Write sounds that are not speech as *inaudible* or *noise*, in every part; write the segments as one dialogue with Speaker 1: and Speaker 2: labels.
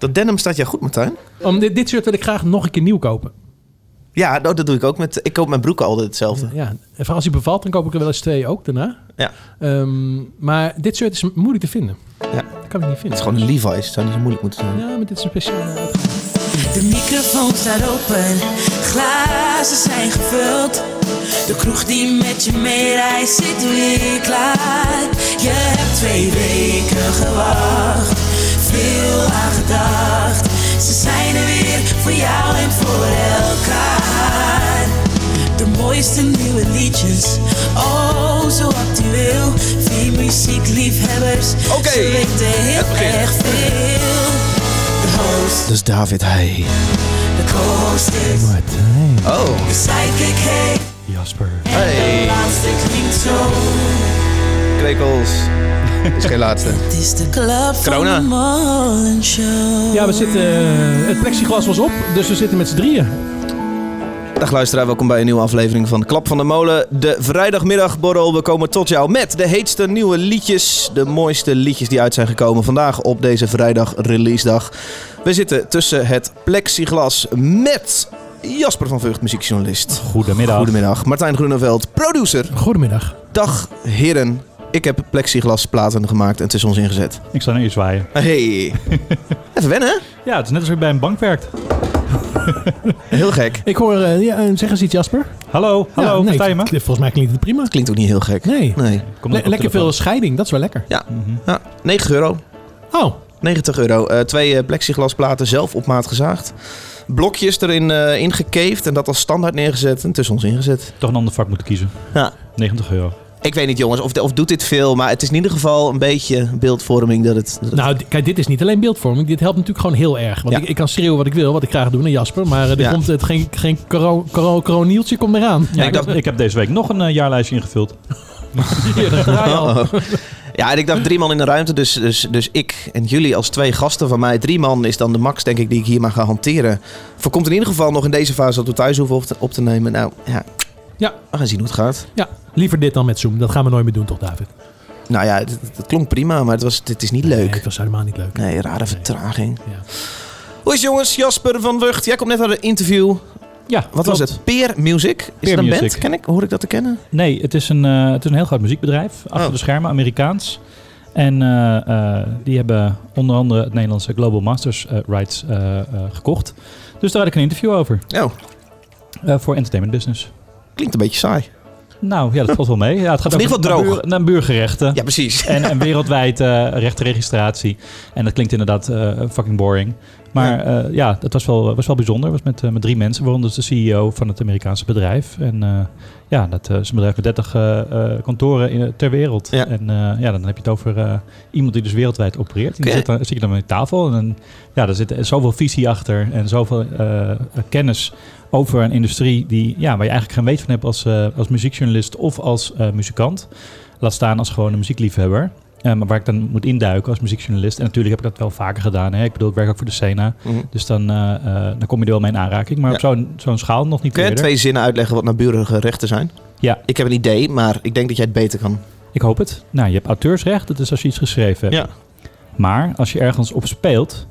Speaker 1: Dat denim staat jou goed, Martijn.
Speaker 2: Om dit, dit shirt wil ik graag nog een keer nieuw kopen.
Speaker 1: Ja, nou, dat doe ik ook. Met, ik koop mijn broeken altijd hetzelfde.
Speaker 2: Ja, en als hij bevalt, dan koop ik er wel eens twee ook daarna.
Speaker 1: Ja.
Speaker 2: Ehm, maar dit shirt is moeilijk te vinden.
Speaker 1: Ja.
Speaker 2: Dat kan ik niet
Speaker 1: Het
Speaker 2: vinden.
Speaker 1: is gewoon een Levi's. Zou niet zo moeilijk moeten zijn.
Speaker 2: Ja, maar dit is een speciaal.
Speaker 3: De microfoon staat open, glazen zijn gevuld. De kroeg die met je meereist zit weer klaar. Je hebt twee weken gewacht, veel aan gedacht. Ze zijn er weer voor jou en voor elkaar. De mooiste nieuwe liedjes, oh zo actueel. Vier muziekliefhebbers,
Speaker 1: Oké,
Speaker 3: ze weten
Speaker 1: het begint.
Speaker 3: heel erg veel. De host.
Speaker 1: Dus David, hij.
Speaker 3: De co-host is
Speaker 1: Oh.
Speaker 3: de sidekick, hey.
Speaker 2: Jasper.
Speaker 3: De
Speaker 1: Hey,
Speaker 3: laatste klinkt zo.
Speaker 1: *laughs* krekels. is geen laatste.
Speaker 3: Het is de club
Speaker 1: Corona.
Speaker 3: van de Molen Show.
Speaker 2: Ja, we zitten. eh, Het plexiglas was op, dus we zitten met z'n drieën.
Speaker 1: Dag luisteraar, welkom bij een nieuwe aflevering van Klap van de Molen. De vrijdagmiddagborrel. We komen tot jou met de heetste nieuwe liedjes. De mooiste liedjes die uit zijn gekomen vandaag op deze vrijdag releasedag. We zitten tussen het plexiglas met Jasper van Vught, muziekjournalist.
Speaker 4: Goedemiddag.
Speaker 1: Goedemiddag. Martijn Groeneveld, producer.
Speaker 2: Goedemiddag.
Speaker 1: Dag heren, ik heb plexiglas platen gemaakt en het is ons ingezet.
Speaker 4: Ik sta naar u zwaaien.
Speaker 1: Hey, even wennen. hè?
Speaker 4: Ja, het is net alsof je bij een bank werkt.
Speaker 1: Heel gek.
Speaker 2: Ik hoor. eh, ja, eh, zeg eens iets, Jasper.
Speaker 4: Hallo, hallo,
Speaker 2: ja, nee,
Speaker 4: versta je me?
Speaker 2: ik- Volgens mij klinkt het prima.
Speaker 1: Klinkt ook niet heel gek.
Speaker 2: Nee.
Speaker 1: Nee.
Speaker 4: Kom
Speaker 2: Le-
Speaker 4: op de
Speaker 2: lekker veel
Speaker 4: telefoon. Mhm.
Speaker 2: scheiding, dat is wel lekker.
Speaker 1: Ja, 9 euro.
Speaker 2: Oh,
Speaker 1: 90 euro. Eh, twee eh, plexiglasplaten zelf op maat gezaagd. Blokjes erin eh ingekeefd en dat als standaard neergezet. En tussen ons ingezet.
Speaker 4: Toch een ander vak moeten kiezen.
Speaker 1: Ja.
Speaker 4: 90 euro.
Speaker 1: Ik weet niet jongens, of, of doet dit veel. Maar het is in ieder geval een beetje beeldvorming dat het... dat het-
Speaker 2: nou, d- kijk, dit is niet alleen beeldvorming. Dit helpt natuurlijk gewoon heel erg. Want
Speaker 1: Ja.
Speaker 2: ik, ik kan schreeuwen wat ik wil, wat ik graag doe naar Jasper. Maar eh, er
Speaker 1: Ja.
Speaker 2: komt het, geen, geen karo- karo- koronieltje komt eraan.
Speaker 4: Ja,
Speaker 1: ik
Speaker 4: ik,
Speaker 1: dacht-
Speaker 4: heb, ik heb deze week nog een eh, jaarlijstje ingevuld.
Speaker 2: Hier, daar draai je al.
Speaker 1: Oh. *laughs* Ja, en ik dacht drie man in de ruimte. Dus, dus, dus ik en jullie als twee gasten van mij. Drie man is dan de max, denk ik, die ik hier maar ga hanteren. Voorkomt in ieder geval nog in deze fase dat we thuis hoeven op te, op te nemen. Nou, ja.
Speaker 2: Ja.
Speaker 1: We gaan zien hoe het gaat.
Speaker 2: Ja, liever dit dan met Zoom. Dat gaan we nooit meer doen, toch, David?
Speaker 1: Nou ja, het, het klonk prima, maar het, was, het is niet
Speaker 2: Nee,
Speaker 1: leuk.
Speaker 2: het was helemaal niet leuk.
Speaker 1: Nee, rare vertraging.
Speaker 2: Ja.
Speaker 1: Hoe is het, jongens? Jasper van Wucht. Jij komt net uit een interview.
Speaker 4: Ja,
Speaker 1: Wat
Speaker 4: klopt.
Speaker 1: was het? Peer Music? Is het een
Speaker 4: Music.
Speaker 1: band? Ken ik? Hoor ik dat te kennen?
Speaker 4: Nee, het is een, eh, het is een heel groot muziekbedrijf. Achter
Speaker 1: Oh.
Speaker 4: de schermen, Amerikaans. En eh, eh, die hebben onder andere het Nederlandse Global Masters eh, Rights eh, eh, gekocht. Dus daar had ik een interview over.
Speaker 1: Oh,
Speaker 4: eh, voor Entertainment Business.
Speaker 1: klinkt een beetje saai.
Speaker 4: Nou ja, dat valt wel mee. Ja, het gaat
Speaker 1: In
Speaker 4: over
Speaker 1: ieder geval
Speaker 4: naar
Speaker 1: droog.
Speaker 4: buur- naar buurgerechten.
Speaker 1: Ja, precies.
Speaker 4: En, en wereldwijd eh rechtenregistratie. En dat klinkt inderdaad eh, fucking boring. Maar ja, ja dat was wel, was wel bijzonder. was met, eh, met drie mensen, waaronder de CEO van het Amerikaanse bedrijf. En eh, ja, dat eh, is een bedrijf met 30 eh, eh, kantoren in, ter wereld.
Speaker 1: Ja.
Speaker 4: En eh, ja, dan heb je het over eh, iemand die dus wereldwijd opereert. En
Speaker 1: Oké.
Speaker 4: dan zit, dan, zit je dan aan tafel. En dan, ja, daar zit eh, zoveel visie achter en zoveel eh, kennis over een industrie die, ja, waar je eigenlijk geen weet van hebt als, eh, als muziekjournalist of als eh, muzikant. Laat staan als gewoon een muziekliefhebber. Eh, maar waar ik dan moet induiken als muziekjournalist. En natuurlijk heb ik dat wel vaker gedaan. Hè? Ik bedoel, ik werk ook voor de Sena.
Speaker 1: Mhm.
Speaker 4: Dus dan, eh, eh, dan kom je er wel mee in aanraking. Maar
Speaker 1: Ja.
Speaker 4: op zo'n zo'n schaal nog niet
Speaker 1: Kun je in
Speaker 4: eerder.
Speaker 1: twee zinnen uitleggen wat naburige rechten zijn?
Speaker 4: Ja.
Speaker 1: Ik heb een idee, maar ik denk dat jij het beter kan.
Speaker 4: Ik hoop het. Nou, je hebt auteursrecht. Dat is als je iets geschreven hebt.
Speaker 1: Ja.
Speaker 4: Maar als je ergens op speelt,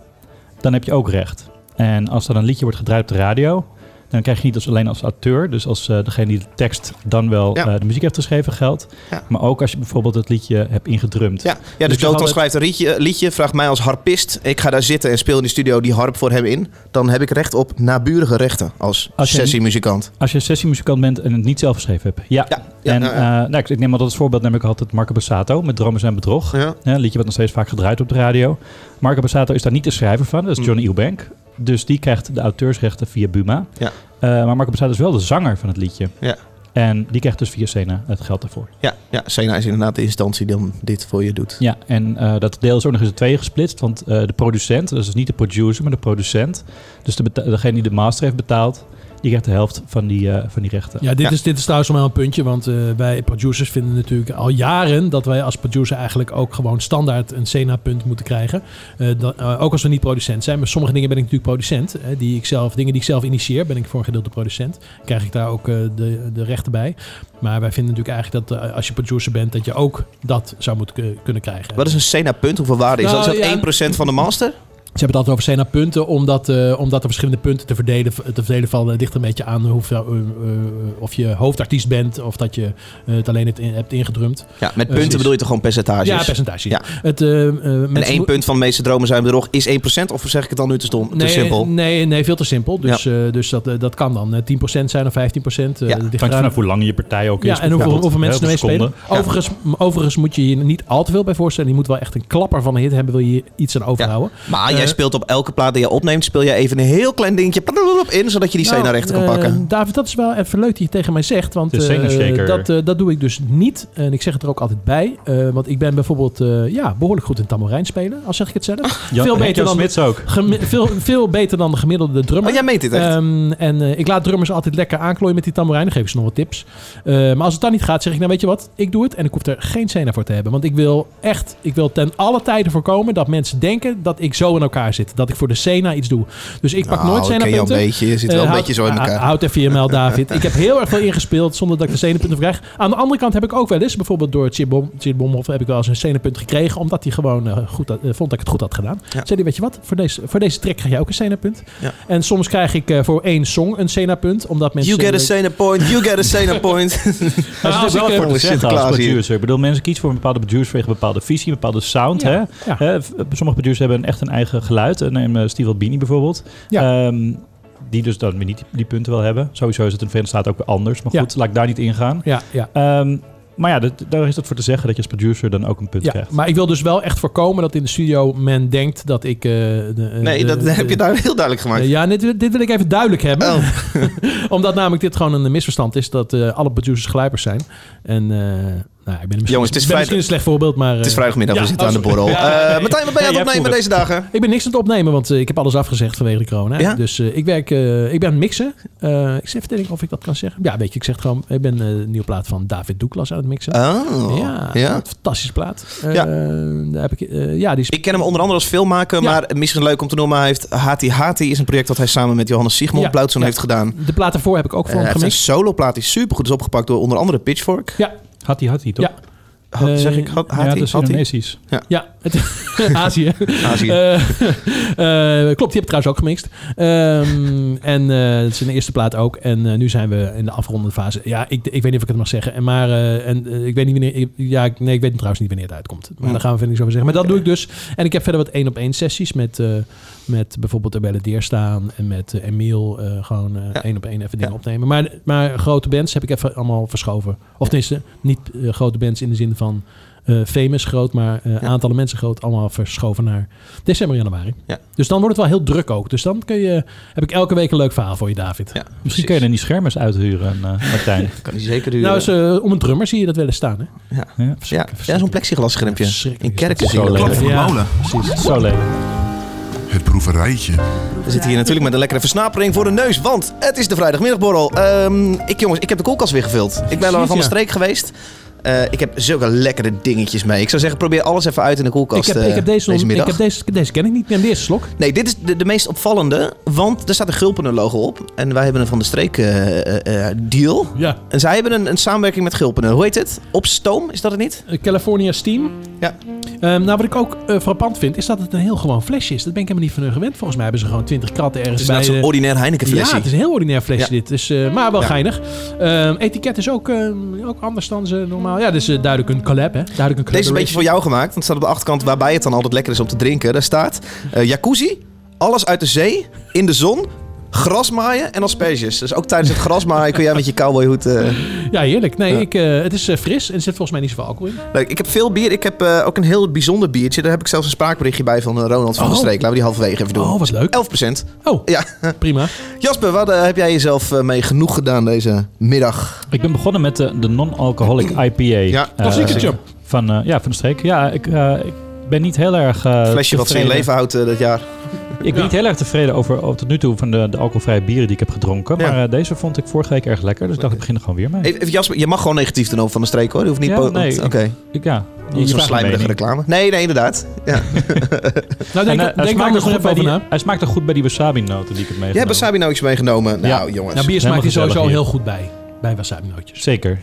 Speaker 4: dan heb je ook recht. En als er een liedje wordt gedraaid op de radio, dan krijg je niet als, alleen als auteur, dus als eh, degene die de tekst dan wel
Speaker 1: Ja.
Speaker 4: eh, de muziek heeft geschreven geldt.
Speaker 1: Ja.
Speaker 4: Maar ook als je bijvoorbeeld het liedje hebt ingedrumd.
Speaker 1: Ja, ja dus
Speaker 4: Dus je
Speaker 1: Jotan
Speaker 4: had het-
Speaker 1: schrijft een liedje, liedje, vraagt mij als harpist. Ik ga daar zitten en speel in de studio die harp voor hem in. Dan heb ik recht op naburige rechten als,
Speaker 4: Als je-
Speaker 1: sessiemuzikant.
Speaker 4: Als je sessiemuzikant bent en het niet zelf geschreven hebt. Ja.
Speaker 1: Ja, ja,
Speaker 4: en
Speaker 1: ja,
Speaker 4: eh, nou, ik, ik neem altijd als voorbeeld neem ik altijd Marco Bassato met Dromen zijn bedrog.
Speaker 1: Ja.
Speaker 4: Ja, een liedje wat nog steeds vaak gedraaid op de radio. Marco Bassato is daar niet de schrijver van,
Speaker 1: Mm.
Speaker 4: dat is Johnny Ilbank. Dus die krijgt de auteursrechten via Buma.
Speaker 1: Ja.
Speaker 4: Eh, maar Marco Bassato is wel de zanger van het liedje.
Speaker 1: Ja.
Speaker 4: En die krijgt dus via Sena het geld daarvoor.
Speaker 1: Ja, ja, Sena is inderdaad de instantie die dan dit voor je doet.
Speaker 4: Ja, en eh, dat deel is ook nog eens in tweeën gesplitst. Want eh, de producent, dat is dus niet de producer, maar de producent. Dus de beta- degene die de master heeft betaald, die krijgt de helft van die, eh, van die rechten.
Speaker 2: Ja, dit,
Speaker 1: Ja.
Speaker 2: Is, dit is trouwens wel een puntje, want eh, wij producers vinden natuurlijk al jaren dat wij als producer eigenlijk ook gewoon standaard een CNA-punt moeten krijgen. Eh, dat- eh, ook als we niet producent zijn, maar sommige dingen ben ik natuurlijk producent. Hè, die ik zelf, dingen die ik zelf initieer, ben ik voor een gedeelte producent. Krijg ik daar ook eh, de, de rechten bij. Maar wij vinden natuurlijk eigenlijk dat eh, als je producer bent, dat je ook dat zou moeten ku- kunnen krijgen.
Speaker 1: Wat is een Sena-punt? Hoeveel waarde is
Speaker 2: Nou,
Speaker 1: dat? Is dat
Speaker 2: ja.
Speaker 1: 1% van de master?
Speaker 2: Ze hebben het altijd over Sena-punten, omdat, eh, omdat er verschillende punten te verdelen, te verdelen vallen. Het ligt een beetje aan hoeveel, eh, eh, of je hoofdartiest bent of dat je eh, het alleen hebt, in- hebt ingedrumd.
Speaker 1: Ja, met punten
Speaker 2: Precies.
Speaker 1: bedoel je toch gewoon percentages?
Speaker 2: Ja, percentage.
Speaker 1: Ja.
Speaker 2: Het, eh, eh,
Speaker 1: En
Speaker 2: mensen
Speaker 1: één
Speaker 2: mo-
Speaker 1: punt van de meeste dromen zijn bedrog is 1%? Of zeg ik het dan nu te, stom, te
Speaker 2: nee,
Speaker 1: simpel?
Speaker 2: Nee, nee, veel te simpel. Dus, eh, dus dat, eh, dat kan dan. Eh, 10% zijn of 15%. eh,
Speaker 1: Ja,
Speaker 2: dat ligt
Speaker 4: Hangt
Speaker 2: eraan.
Speaker 4: vanaf hoe lang je partij ook is.
Speaker 2: Ja, en hoeveel,
Speaker 4: bijvoorbeeld,
Speaker 2: hoeveel
Speaker 4: hè,
Speaker 2: mensen ermee
Speaker 4: hoeveel
Speaker 2: spelen.
Speaker 4: seconden.
Speaker 1: Ja.
Speaker 2: Overigens, overigens moet je je niet al te veel bij voorstellen. Je moet wel echt een klapper van een hit hebben. Wil je hier iets aan overhouden.
Speaker 1: Maar jij
Speaker 2: Eh,
Speaker 1: speelt op elke plaat die je opneemt, speel jij even een heel klein dingetje paddelop in, zodat je die
Speaker 2: Nou,
Speaker 1: scène rechter kan
Speaker 2: eh,
Speaker 1: pakken.
Speaker 2: David, dat is wel even leuk dat je tegen mij zegt. Want
Speaker 4: De
Speaker 2: eh,
Speaker 4: zenuwshaker.
Speaker 2: dat, eh, dat doe ik dus niet. En ik zeg het er ook altijd bij. eh, want ik ben bijvoorbeeld eh, ja, behoorlijk goed in tamarijn spelen. Al zeg ik
Speaker 1: *laughs*
Speaker 2: het zelf.
Speaker 4: Ja,
Speaker 2: veel,
Speaker 4: en
Speaker 2: beter
Speaker 4: Jan
Speaker 2: dan,
Speaker 4: Smits ook.
Speaker 2: gemi- veel, veel beter dan de gemiddelde drummer.
Speaker 1: Oh, jij meet dit echt?
Speaker 2: Ehm, en eh, ik laat drummers altijd lekker aanklooien met die tamboerijn. Dan geef ik ze nog wat tips. Eh, maar als het dan niet gaat, zeg ik nou weet je wat? Ik doe het en ik hoef er geen scène voor te hebben. Want ik wil echt, ik wil ten alle tijden voorkomen dat mensen denken dat ik zo in elkaar zit. Dat ik voor de Sena iets doe. Dus ik pak
Speaker 1: Nou,
Speaker 2: nooit
Speaker 1: ik
Speaker 2: Sena
Speaker 1: ken jou
Speaker 2: punten.
Speaker 1: een beetje. Je zit wel
Speaker 2: Eh,
Speaker 1: een
Speaker 2: houd-
Speaker 1: beetje zo in
Speaker 2: ah,
Speaker 1: elkaar.
Speaker 2: Houd even je meld, David. Ik heb heel erg veel ingespeeld zonder dat ik de zenuwpunten krijg. Aan de andere kant heb ik ook wel eens, bijvoorbeeld door Chip Bom- Chip Bomhoff, heb ik wel eens een zenuwpunt gekregen. Omdat hij gewoon eh, goed had- eh, vond dat ik het goed had gedaan.
Speaker 1: Ja.
Speaker 2: Zei hij, weet je wat, voor deze, voor deze track krijg jij ook een zenuwpunt.
Speaker 1: Ja.
Speaker 2: En soms krijg ik eh, voor één song een zenuwpunt. Omdat mensen...
Speaker 1: You get a scène point, you get a scène
Speaker 2: *laughs*
Speaker 1: point.
Speaker 2: Maar
Speaker 4: Maar
Speaker 2: als
Speaker 4: er is
Speaker 2: ik,
Speaker 4: wel
Speaker 2: eh,
Speaker 4: voor te
Speaker 1: Jongens,
Speaker 4: zeggen Nou, als
Speaker 1: Sinterklaas hier.
Speaker 4: producer. Ik bedoel, mensen kiezen voor een bepaalde producer vanwege een bepaalde visie, een bepaalde sound.
Speaker 2: Ja,
Speaker 4: Hè?
Speaker 2: ja.
Speaker 4: Hè, v- sommige producers hebben echt een eigen geluid. Eh, Neem eh, Steve Albini bijvoorbeeld.
Speaker 2: Ja.
Speaker 4: Ehm, die dus dan weer niet die, die punten wel hebben. Sowieso is het in Verenigde Staten ook weer anders. Maar
Speaker 2: Ja.
Speaker 4: goed, laat ik daar niet ingaan.
Speaker 2: ja, ja.
Speaker 4: Ehm, maar ja, dat- daar is dat voor te zeggen dat je als producer dan ook een punt
Speaker 2: Ja,
Speaker 4: krijgt.
Speaker 2: maar ik wil dus wel echt voorkomen dat in de studio men denkt dat ik... eh, de- eh,
Speaker 1: Nee,
Speaker 2: de-
Speaker 1: dat
Speaker 2: de-
Speaker 1: heb je daar heel duidelijk gemaakt.
Speaker 2: Eh, Ja, dit, dit wil ik even duidelijk hebben.
Speaker 1: Oh.
Speaker 2: *laughs* Omdat namelijk dit gewoon een misverstand is dat eh, alle producers glijpers zijn. En eh, nou, ik ben, misschien,
Speaker 1: Jongens, het is
Speaker 2: ik ben
Speaker 1: vrij-
Speaker 2: misschien een slecht voorbeeld, maar... eh,
Speaker 1: Het is vrijdagmiddag, we
Speaker 2: ja,
Speaker 1: zitten
Speaker 2: oh,
Speaker 1: aan de
Speaker 2: sorry.
Speaker 1: borrel.
Speaker 2: *laughs* Ja,
Speaker 1: Eh,
Speaker 2: ja, ja.
Speaker 1: Martijn, wat ben
Speaker 4: Ja,
Speaker 1: jij aan
Speaker 4: jij
Speaker 1: het
Speaker 4: voelt
Speaker 1: opnemen deze dagen?
Speaker 2: Ik ben niks aan het opnemen, want eh, ik heb alles afgezegd vanwege de corona.
Speaker 1: Ja?
Speaker 2: Dus eh, ik werk, eh, ik ben aan het mixen. Eh, ik zit even te denken of ik dat kan zeggen. Ja, weet je, ik zeg het gewoon, ik ben eh, een nieuwe plaat van David Douglas aan het mixen.
Speaker 1: Oh,
Speaker 2: ja,
Speaker 1: ja.
Speaker 2: een fantastische plaat. Eh,
Speaker 1: Ja.
Speaker 2: daar heb ik, eh, ja, die is
Speaker 1: Ik ken hem onder andere als filmmaker,
Speaker 2: Ja.
Speaker 1: maar misschien leuk om te noemen. Hij heeft Hati Hati is een project dat hij samen met Johannes Sigmund
Speaker 2: Ja,
Speaker 1: Blauwtzoen
Speaker 2: ja.
Speaker 1: heeft gedaan.
Speaker 2: de plaat daarvoor heb ik ook
Speaker 1: Eh,
Speaker 2: voor
Speaker 1: hij
Speaker 2: hem
Speaker 1: heeft een
Speaker 2: gemixt.
Speaker 1: soloplaat die supergoed is opgepakt door onder andere Pitchfork.
Speaker 2: Ja,
Speaker 4: Had hij, had hij toch?
Speaker 2: ja,
Speaker 1: Had-
Speaker 2: Eh,
Speaker 1: zeg ik had,
Speaker 4: Ja, dat
Speaker 1: Hati?
Speaker 4: is
Speaker 1: Hati?
Speaker 4: Indonesisch.
Speaker 2: ja. Het, *laughs* Azië.
Speaker 1: Azië.
Speaker 2: Eh, *laughs* eh, klopt, die heb ik trouwens ook gemixt. Ehm, en eh, het is een eerste plaat ook. En eh, nu zijn we in de afrondende fase. Ja, ik, ik weet niet of ik het mag zeggen. En maar, eh, en, eh, ik weet niet wanneer. ik- ja, ik- nee, ik weet trouwens niet wanneer het uitkomt. Maar
Speaker 1: Hmm.
Speaker 2: daar gaan we verder niks over zeggen. Maar dat doe ik dus. En ik heb verder wat één op één sessies met, eh, met bijvoorbeeld Abelle Deer staan en met eh, Emiel. eh, gewoon eh,
Speaker 1: Ja.
Speaker 2: één op één even dingen
Speaker 1: Ja.
Speaker 2: opnemen. Maar, maar grote bands heb ik even allemaal verschoven. Of tenminste, niet eh, grote bands in de zin van. eh, famous groot, maar eh,
Speaker 1: Ja.
Speaker 2: aantallen mensen groot, allemaal verschoven naar december, januari.
Speaker 1: Ja.
Speaker 2: Dus dan wordt het wel heel druk ook. Dus dan kun je, heb ik elke week een leuk verhaal voor je, David.
Speaker 1: Ja,
Speaker 4: Misschien kun je dan die schermers uithuren, eh, Martijn.
Speaker 1: kan hij zeker duren.
Speaker 2: Nou, is, eh, om een drummer zie je dat wel eens staan, hè?
Speaker 4: ja.
Speaker 1: ja, ja, zo'n plexiglasschermpje.
Speaker 2: Verschrikkelijk
Speaker 1: In
Speaker 2: is dat.
Speaker 1: kerken zien
Speaker 4: Zo
Speaker 1: we dat.
Speaker 5: Klap
Speaker 4: leuk.
Speaker 5: van de
Speaker 2: Ja.
Speaker 5: molen.
Speaker 4: Zo leuk.
Speaker 5: Het proeverijtje.
Speaker 1: We zitten hier natuurlijk met een lekkere versnapering voor de neus, want het is de vrijdagmiddagborrel. Ehm, ik, jongens, ik heb de koelkast weer gevuld. Ik ben al van de
Speaker 2: ja.
Speaker 1: streek geweest. Eh, ik heb zulke lekkere dingetjes mee. Ik zou zeggen, probeer alles even uit in de
Speaker 2: Ik
Speaker 1: koelkast
Speaker 2: heb, ik
Speaker 1: eh,
Speaker 2: heb deze, nog- ik
Speaker 1: middag.
Speaker 2: heb deze, deze ken ik niet. Ik neem de eerste slok.
Speaker 1: Nee, dit is de, de meest opvallende, want er staat een Gulpener logo op. En wij hebben een Van de Streek eh, eh, eh, deal.
Speaker 2: Ja.
Speaker 1: En zij hebben een, een samenwerking met Gulpener. Hoe heet het? Op stoom, is dat het niet?
Speaker 2: Eh, California Steam.
Speaker 1: Ja.
Speaker 2: Ehm, nou, wat ik ook eh, frappant vind, is dat het een heel gewoon flesje is. Dat ben ik helemaal niet van hun gewend. Volgens mij hebben ze gewoon 20 kratten
Speaker 1: Het
Speaker 2: ergens
Speaker 1: is
Speaker 2: bij.
Speaker 1: net zo'n
Speaker 2: de-
Speaker 1: ordinair Heineken
Speaker 2: ja,
Speaker 1: flesje.
Speaker 2: het is een heel ordinair flesje
Speaker 1: Ja.
Speaker 2: dit. Dus, eh, maar wel
Speaker 1: Ja.
Speaker 2: geinig. Ehm, etiket is ook, ehm, ook anders dan ze normaal. Ja, dit is eh, duidelijk een collab, hè? Duidelijk een
Speaker 1: Deze is een beetje voor jou gemaakt, want het staat op de achterkant waarbij het dan altijd lekker is om te drinken. Daar staat eh, jacuzzi, alles uit de zee, in de zon, grasmaaien en asperges. Dus ook tijdens het grasmaaien kun jij met je cowboyhoed... eh,
Speaker 2: Ja, heerlijk. Nee,
Speaker 1: Ja.
Speaker 2: Ik, eh, het is eh, fris en er zit volgens mij niet zoveel alcohol in.
Speaker 1: Leuk. Ik heb veel bier. Ik heb eh, ook een heel bijzonder biertje. Daar heb ik zelfs een spraakberichtje bij van eh, Ronald van der
Speaker 2: Oh.
Speaker 1: Streek. Laten we die halverwege even doen.
Speaker 2: Oh, wat leuk.
Speaker 1: 11 procent.
Speaker 2: Oh,
Speaker 1: Ja.
Speaker 2: prima.
Speaker 1: Jasper, wat eh, heb jij jezelf eh, mee genoeg gedaan deze middag?
Speaker 4: Ik ben begonnen met eh, de, de non-alcoholic IPA.
Speaker 1: Ja,
Speaker 4: Eh,
Speaker 2: Klassiekertje.
Speaker 4: van, eh, ja, van de streek. Ja, ik, eh, ik ben niet heel erg. eh,
Speaker 1: Flesje wat ze in
Speaker 4: tevreden.
Speaker 1: leven houdt eh, dat jaar.
Speaker 4: Ik ben
Speaker 2: Ja.
Speaker 4: niet heel erg tevreden over, over tot nu toe van de, de alcoholvrije bieren die ik heb gedronken.
Speaker 1: Ja.
Speaker 4: Maar eh, deze vond ik vorige week erg lekker. Dus ik dacht, ik begin er gewoon weer mee.
Speaker 1: Even, even Jasper, je mag gewoon negatief ten over van de streek hoor. Je hoeft niet...
Speaker 4: Ja,
Speaker 1: po-
Speaker 4: nee.
Speaker 1: Oké,
Speaker 4: Ik, ja,
Speaker 1: dat is zo'n
Speaker 4: vraagt mijn
Speaker 1: slijmerige
Speaker 4: mening.
Speaker 1: reclame. Nee, nee, inderdaad. Ja.
Speaker 2: Nou,
Speaker 4: En,
Speaker 2: denk,
Speaker 4: eh,
Speaker 2: denk
Speaker 4: hij,
Speaker 2: er
Speaker 4: smaakte
Speaker 2: anders nog
Speaker 4: goed
Speaker 2: even
Speaker 4: bij
Speaker 2: over
Speaker 4: die,
Speaker 2: na.
Speaker 4: hij smaakte goed bij die wasabi-noten die ik heb meegenomen.
Speaker 1: Jij hebt wasabi nou iets meegenomen. Nou,
Speaker 4: Ja.
Speaker 1: jongens.
Speaker 2: Nou, bier smaakt
Speaker 4: Helemaal
Speaker 2: hier
Speaker 4: gezellig
Speaker 2: sowieso
Speaker 4: hier.
Speaker 2: heel goed bij. Bij wasabi nootjes.
Speaker 4: Zeker.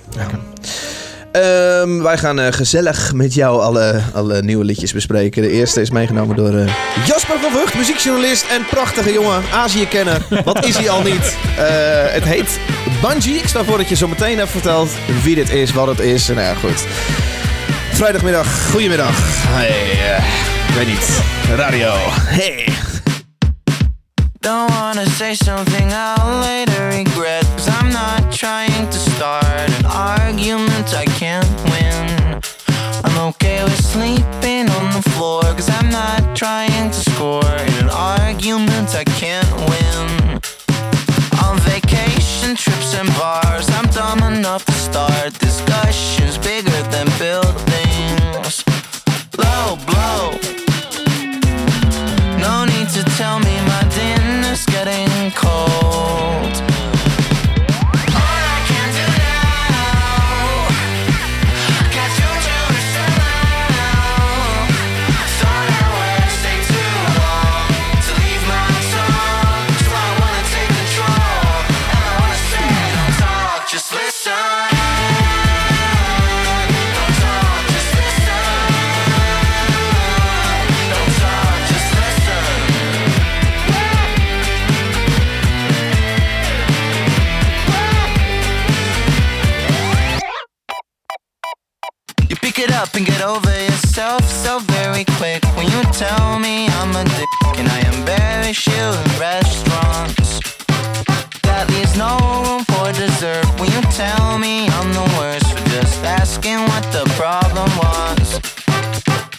Speaker 1: Ehm, wij gaan eh, gezellig met jou alle, alle nieuwe liedjes bespreken. De eerste is meegenomen door eh, Jasper van Vught, muziekjournalist en prachtige jongen, Azië-kenner. Wat is hij al niet? Eh, het heet Bungie. Ik stel voor dat je zo meteen even vertelt wie dit is, wat het is. Nou ja, goed. Vrijdagmiddag, goedemiddag. Hey, eh, ik weet niet. Radio. Hey.
Speaker 6: Don't wanna say something I'll later regret. Cause I'm not trying to start an argument I can't win. I'm okay with sleeping on the floor. Cause I'm not trying to score in an argument I can't win. On vacation trips and bars, I'm dumb enough to start discussions bigger than buildings. Low blow. No need to tell me my dinner's getting cold. All I can do now, catch you two to now. Thought I would stay too long to leave my tongue. So I wanna take control, and I wanna say don't talk, just listen. Don't talk, just listen. Don't talk, just listen. You pick it up and get over yourself so very quick when you tell me I'm a dick and I embarrass you in restaurants. That leaves no room for dessert when you tell me I'm the worst for just asking what the problem was.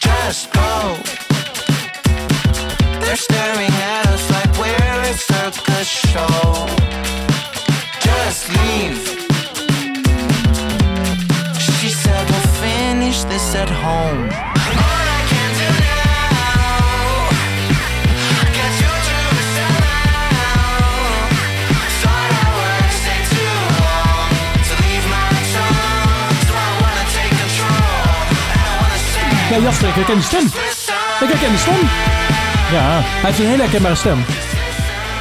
Speaker 6: Just go. They're staring at us like we're a circus show. Just leave. She said we'll finish this at home. All I can do now, get you to sell out. Thought I would stay too long to leave my tongue. So I wanna take control, and I wanna say
Speaker 2: Ja, Jasper, ik herken die stem.
Speaker 6: listen.
Speaker 2: Ik herken die stem.
Speaker 4: Ja,
Speaker 2: Hij heeft een hele herkenbare stem.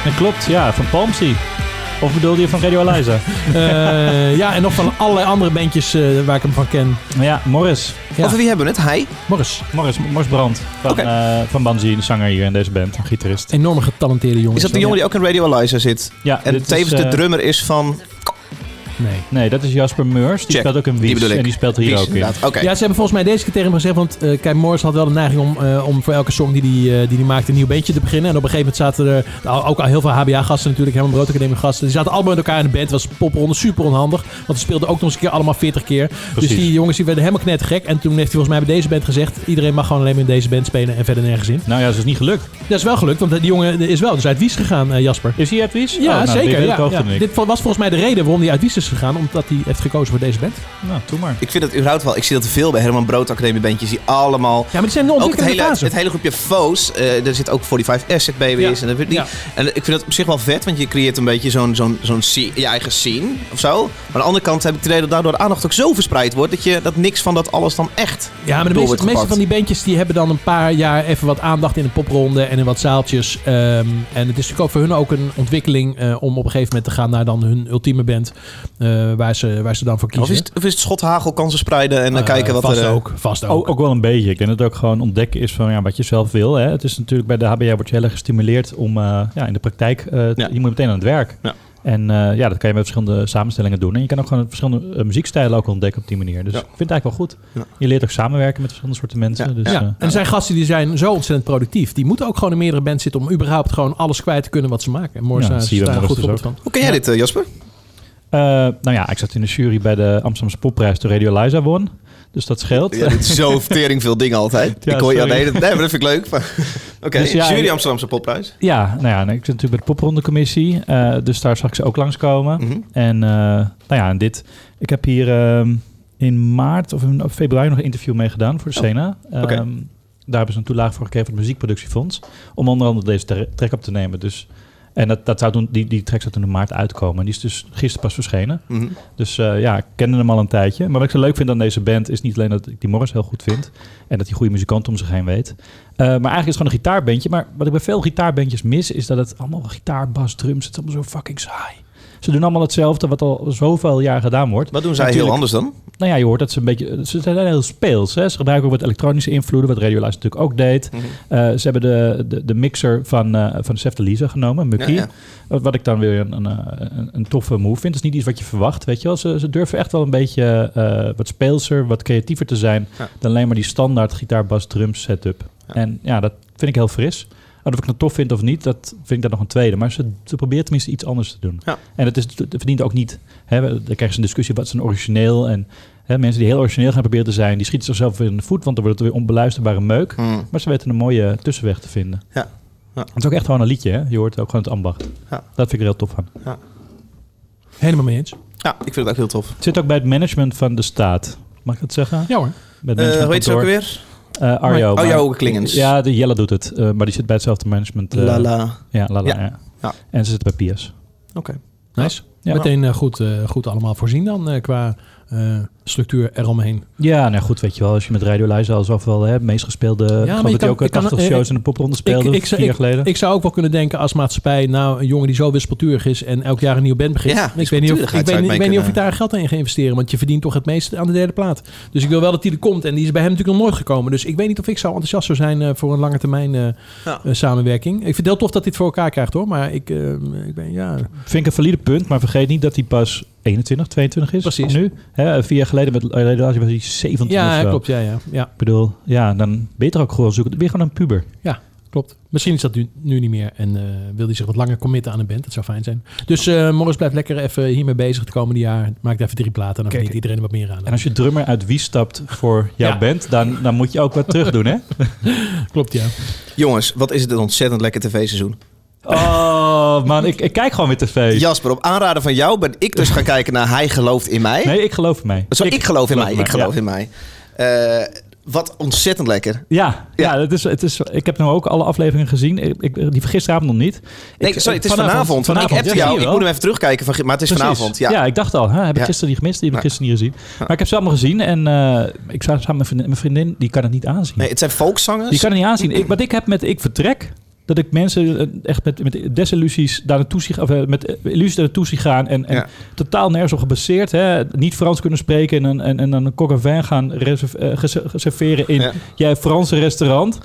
Speaker 4: dat klopt. Ja, van Palmsy. Of bedoelde je van Radio
Speaker 1: *laughs*
Speaker 4: Eliza?
Speaker 2: Eh, ja, en nog van allerlei andere bandjes eh, waar ik hem van ken.
Speaker 4: ja, Morris.
Speaker 2: Ja.
Speaker 1: Over wie hebben we het? Hij?
Speaker 2: Morris,
Speaker 4: Morris, Morris Brand van,
Speaker 1: Oké.
Speaker 4: eh, van Banzi, de zanger hier in deze band, een gitarist.
Speaker 2: enorme getalenteerde jongen.
Speaker 1: Is dat de jongen die ook in Radio Eliza zit?
Speaker 4: Ja,
Speaker 1: En
Speaker 4: dit is,
Speaker 1: tevens de
Speaker 4: eh,
Speaker 1: drummer is van...
Speaker 2: Nee.
Speaker 4: Nee, dat is Jasper Meurs. Die
Speaker 1: Check.
Speaker 4: speelt ook in
Speaker 1: Die
Speaker 4: Wies.
Speaker 1: bedoel ik.
Speaker 4: en die speelt hier
Speaker 1: Wies,
Speaker 4: ook in.
Speaker 1: inderdaad. Oké.
Speaker 2: Ja, ze hebben volgens mij deze keer tegen hem gezegd, want eh Kai Morris had wel de neiging om, eh, om voor elke song die hij die, die die maakte een nieuw beetje te beginnen. En op een gegeven moment zaten er nou, ook al heel veel HBA-gasten natuurlijk, helemaal broodacademie gasten. Die zaten allemaal met elkaar in de band, was popronde, super onhandig. Want ze speelden ook nog eens een keer allemaal 40 keer. Dus
Speaker 4: Precies.
Speaker 2: die jongens die werden helemaal knettergek. En toen heeft hij volgens mij bij deze band gezegd, iedereen mag gewoon alleen maar in deze band spelen en verder nergens in.
Speaker 4: Nou ja, dat is niet gelukt.
Speaker 2: Dat is wel gelukt, want eh, die jongen is wel dus uit Wies gegaan, eh, Jasper.
Speaker 4: Is hij uit Wies?
Speaker 2: Ja,
Speaker 4: Oh, nou, Die
Speaker 2: zeker.
Speaker 4: weet ik
Speaker 2: Ja,
Speaker 4: ook
Speaker 2: ja.
Speaker 4: toen ik.
Speaker 2: Dit was volgens mij de reden waarom hij uit Wies is gegaan, omdat hij heeft gekozen voor deze band.
Speaker 4: Nou, doe maar.
Speaker 1: Ik vind dat überhaupt wel... Ik zie dat veel bij Herman Brood Academie bandjes die allemaal...
Speaker 2: Ja, maar die zijn nog
Speaker 1: Ook het hele,
Speaker 2: ontwikkelende fase.
Speaker 1: het hele groepje foes. eh er zit ook 45S, zit BW's en dat weet ik niet.
Speaker 2: Ja.
Speaker 1: En ik vind dat op zich wel vet, want je creëert een beetje zo'n, zo'n, zo'n sce- je eigen scene of zo. Maar aan de andere kant heb ik het idee dat daardoor de aandacht ook zo verspreid wordt... dat, je, dat niks van dat alles dan echt
Speaker 2: Ja,
Speaker 1: door
Speaker 2: maar de meeste,
Speaker 1: wordt
Speaker 2: de meeste
Speaker 1: gepakt.
Speaker 2: van die bandjes die hebben dan een paar jaar even wat aandacht in een popronde en in wat zaaltjes. Ehm, en het is natuurlijk ook voor hun ook een ontwikkeling eh, om op een gegeven moment te gaan naar dan hun ultieme band. eh, waar, ze, waar ze dan voor
Speaker 1: Of
Speaker 2: kiezen.
Speaker 1: is, het, of is het schothagel kansen spreiden en dan
Speaker 2: Eh,
Speaker 1: kijken wat
Speaker 2: vast
Speaker 1: er... eh,
Speaker 2: ook, vast ook.
Speaker 4: Ook, ook wel een beetje. Ik denk dat het ook gewoon ontdekken is van ja, wat je zelf wil. Hè. Het is natuurlijk bij de HBA wordt je heel erg gestimuleerd om eh, ja, in de praktijk, eh, te-
Speaker 1: Ja.
Speaker 4: je moet meteen aan het werk.
Speaker 1: Ja.
Speaker 4: En eh, ja, dat kan je met verschillende samenstellingen doen. En je kan ook gewoon verschillende eh, muziekstijlen ook ontdekken op die manier. Dus
Speaker 1: Ja.
Speaker 4: ik vind het eigenlijk wel goed.
Speaker 1: Ja.
Speaker 4: Je leert ook samenwerken met verschillende soorten mensen.
Speaker 1: Ja.
Speaker 4: Dus,
Speaker 2: ja,
Speaker 4: eh,
Speaker 2: en er zijn gasten die zijn zo ontzettend productief. Die moeten ook gewoon in meerdere bands zitten om überhaupt gewoon alles kwijt te kunnen wat ze maken. En Morris
Speaker 4: Ja,
Speaker 2: ja,
Speaker 4: dat zie je
Speaker 2: daar
Speaker 4: bij
Speaker 2: een goed
Speaker 4: Morris
Speaker 2: voorbeeld
Speaker 4: dus
Speaker 2: van.
Speaker 1: Hoe ken jij dit, eh, Jasper?
Speaker 4: eh, nou ja, ik zat in de jury bij de Amsterdamse Popprijs toen Radio Liza won. Dus dat scheelt.
Speaker 1: Ja, dit is *laughs* zo tering veel dingen altijd.
Speaker 4: Ja,
Speaker 1: ik hoor je al de
Speaker 4: sorry.
Speaker 1: hele- Nee, maar dat vind ik
Speaker 2: *laughs*
Speaker 1: leuk. Maar- Oké,
Speaker 4: Dus ja,
Speaker 1: jury
Speaker 4: ik-
Speaker 1: Amsterdamse popprijs.
Speaker 4: *laughs* Ja, nou ja, en ik zit natuurlijk bij de poprondecommissie. eh dus daar zag ik ze ook langskomen.
Speaker 1: Mhm.
Speaker 4: En eh, nou ja, en dit. Ik heb hier ehm, in maart of in februari nog een interview mee gedaan voor de Sena.
Speaker 1: Oh, oké.
Speaker 4: Ehm, Daar hebben ze een toelage voor gekregen van het Muziekproductiefonds. Om onder andere deze tra- track op te nemen. Dus, en dat, dat zou toen, die, die track zou toen in maart uitkomen. En die is dus gisteren pas verschenen.
Speaker 1: Mhm.
Speaker 4: Dus eh, ja, ik kende hem al een tijdje. Maar wat ik zo leuk vind aan deze band is niet alleen dat ik die Morris heel goed vind. En dat hij goede muzikanten om zich heen weet. Eh, maar eigenlijk is het gewoon een gitaarbandje. Maar wat ik bij veel gitaarbandjes mis, is dat het allemaal gitaar, bas, drums. Het is allemaal zo fucking saai. Ze doen allemaal hetzelfde wat al zoveel jaar gedaan wordt.
Speaker 1: Wat doen zij
Speaker 4: Natuurlijk.
Speaker 1: heel anders dan?
Speaker 4: nou ja, je hoort dat ze een beetje... Ze zijn heel speels. Hè? Ze gebruiken ook wat elektronische invloeden, wat Radio Luister natuurlijk ook deed.
Speaker 1: Mhm.
Speaker 4: Eh, ze hebben de, de, de mixer van, eh van Sef de Lisa genomen, Mucky.
Speaker 1: Ja, ja.
Speaker 4: Wat, wat ik dan weer een, een, eh, een, een toffe move vind. Het is niet iets wat je verwacht, weet je wel. Ze, ze durven echt wel een beetje eh, wat speelser, wat creatiever te zijn...
Speaker 1: Ja.
Speaker 4: dan alleen maar die standaard gitaar, bas, drum setup. En ja, dat vind ik heel fris. En Of ik het nou tof vind of niet, dat vind ik dan nog een tweede. Maar ze, ze probeert tenminste iets anders te doen.
Speaker 1: Ja.
Speaker 4: En het, is, het verdient ook niet... Hè, we- dan krijgen ze een discussie, wat is een origineel? En hè, mensen die heel origineel gaan proberen te zijn... die schieten zichzelf weer in de voet, want dan wordt het weer onbeluisterbare meuk.
Speaker 1: Hmm.
Speaker 4: Maar ze weten een mooie tussenweg te vinden.
Speaker 1: Ja. Ja.
Speaker 4: Het is ook echt gewoon een liedje, hè? Je hoort ook gewoon het ambacht.
Speaker 1: Ja.
Speaker 4: Dat vind ik er heel tof aan.
Speaker 2: Helemaal mee eens.
Speaker 1: ja, ik vind het ook heel tof.
Speaker 4: Het zit ook bij het management van de staat. Mag ik dat zeggen?
Speaker 2: Ja hoor.
Speaker 4: Met
Speaker 1: Eh hoe heet ze ook
Speaker 4: managementkantoor.
Speaker 1: weer?
Speaker 4: Eh, Arjo.
Speaker 1: Oh,
Speaker 4: maar-
Speaker 1: jouw Klingens.
Speaker 4: Ja, de Jelle doet het. eh, maar die zit bij hetzelfde management. eh,
Speaker 1: Lala.
Speaker 4: Ja, Lala.
Speaker 1: Ja.
Speaker 4: Ja.
Speaker 1: Ja.
Speaker 4: En ze zit bij Piers.
Speaker 1: Oké.
Speaker 2: Nice.
Speaker 4: Ja.
Speaker 2: Meteen eh, goed, eh, goed allemaal voorzien dan eh, qua eh, structuur eromheen.
Speaker 4: Ja, nou goed, weet je wel. Als je met Radio Luizen al zoveel wel, hè, het meest gespeelde... ik geloof
Speaker 2: maar je
Speaker 4: dat
Speaker 2: kan-
Speaker 4: hij ook eh,
Speaker 2: ik kan-
Speaker 4: 80
Speaker 2: eh,
Speaker 4: shows
Speaker 2: ik-
Speaker 4: in de popronde speelde.
Speaker 2: ik,
Speaker 4: vier jaar geleden.
Speaker 2: Ik zou ook wel kunnen denken als maatschappij, nou, een jongen die zo wispelturig is en elk jaar een nieuw band begint.
Speaker 1: Ja,
Speaker 2: ik weet niet of ik,
Speaker 1: wispelturigheid
Speaker 2: weet,
Speaker 1: zou
Speaker 2: niet-
Speaker 1: ik
Speaker 2: ik weet
Speaker 1: mee
Speaker 2: niet of ik daar geld in ga investeren, want je verdient toch het meeste aan de derde plaat. Dus ik wil wel dat hij er komt en die is bij hem natuurlijk nog nooit gekomen. Dus ik weet niet of ik zo enthousiast zou zijn eh, voor een lange termijn eh,
Speaker 1: Ja.
Speaker 2: eh, samenwerking. Ik vind het heel tof dat dit voor elkaar krijgt hoor, maar ik, eh, ik ben, ja...
Speaker 4: Vind ik een valide punt, maar vergeet niet dat hij pas 21, 22 is
Speaker 2: Precies.
Speaker 4: nu. Hè, eh, vier jaar geleden met Radio Luizen was hij 17 of
Speaker 2: Ja,
Speaker 4: zo.
Speaker 2: klopt, ja, ja, ja,
Speaker 4: Ik bedoel, ja, dan beter ook gewoon zoeken. Weer gewoon een puber.
Speaker 2: klopt. Misschien is dat nu, nu niet meer en eh, wil hij zich wat langer committen aan een band, dat zou fijn zijn. Dus eh Morris blijft lekker even hiermee bezig het komende jaar. Maakt even drie platen en dan
Speaker 4: Kijk,
Speaker 2: verdient iedereen er wat meer aan.
Speaker 4: En als je drummer uit wie stapt voor jouw
Speaker 2: Ja.
Speaker 4: band, dan, dan moet je ook wat terug
Speaker 2: *laughs*
Speaker 4: doen, hè?
Speaker 2: Klopt, ja.
Speaker 1: Jongens, wat is het een ontzettend lekker tv-seizoen.
Speaker 4: Oh, man, ik, ik kijk gewoon weer tv.
Speaker 1: Jasper, op aanraden van jou ben ik dus gaan kijken naar Hij gelooft in mij.
Speaker 4: Nee, ik geloof in mij.
Speaker 1: Zo, ik, geloof in mij. Ik geloof
Speaker 4: ja.
Speaker 1: in mij. Eh, wat ontzettend lekker.
Speaker 4: Ja, ja. dat is, het is, ik heb nu ook alle afleveringen gezien. Ik, ik- die gisteravond nog niet.
Speaker 1: Nee,
Speaker 4: Ik-
Speaker 1: sorry, het is vanavond. want ik
Speaker 4: vanavond,
Speaker 1: heb
Speaker 4: ja, zie
Speaker 1: jou.
Speaker 4: je
Speaker 1: Ik
Speaker 4: wel.
Speaker 1: moet hem even terugkijken, van, gi- maar het is
Speaker 4: Precies.
Speaker 1: vanavond. Ja.
Speaker 4: ik dacht al. hè, heb ik
Speaker 1: Ja.
Speaker 4: gisteren niet gemist? Die heb ik
Speaker 1: Ja.
Speaker 4: gisteren niet gezien. Maar ik heb ze allemaal gezien. En eh, ik zag samen met mijn vriendin, mijn vriendin, die kan het niet aanzien.
Speaker 1: Nee, het zijn volkszangers.
Speaker 4: Die kan het niet aanzien. Ik, wat ik heb met ik vertrek, dat ik mensen eh, echt met, met desillusies daar naartoe zie, of, eh, met eh, illusies daar naartoe zie gaan en, en
Speaker 1: Ja.
Speaker 4: totaal nergens op gebaseerd. Hè, niet Frans kunnen spreken en, een- en, en dan een kok en vin gaan reserve- eh, ges- reserveren in
Speaker 1: Ja.
Speaker 4: jij Franse restaurant.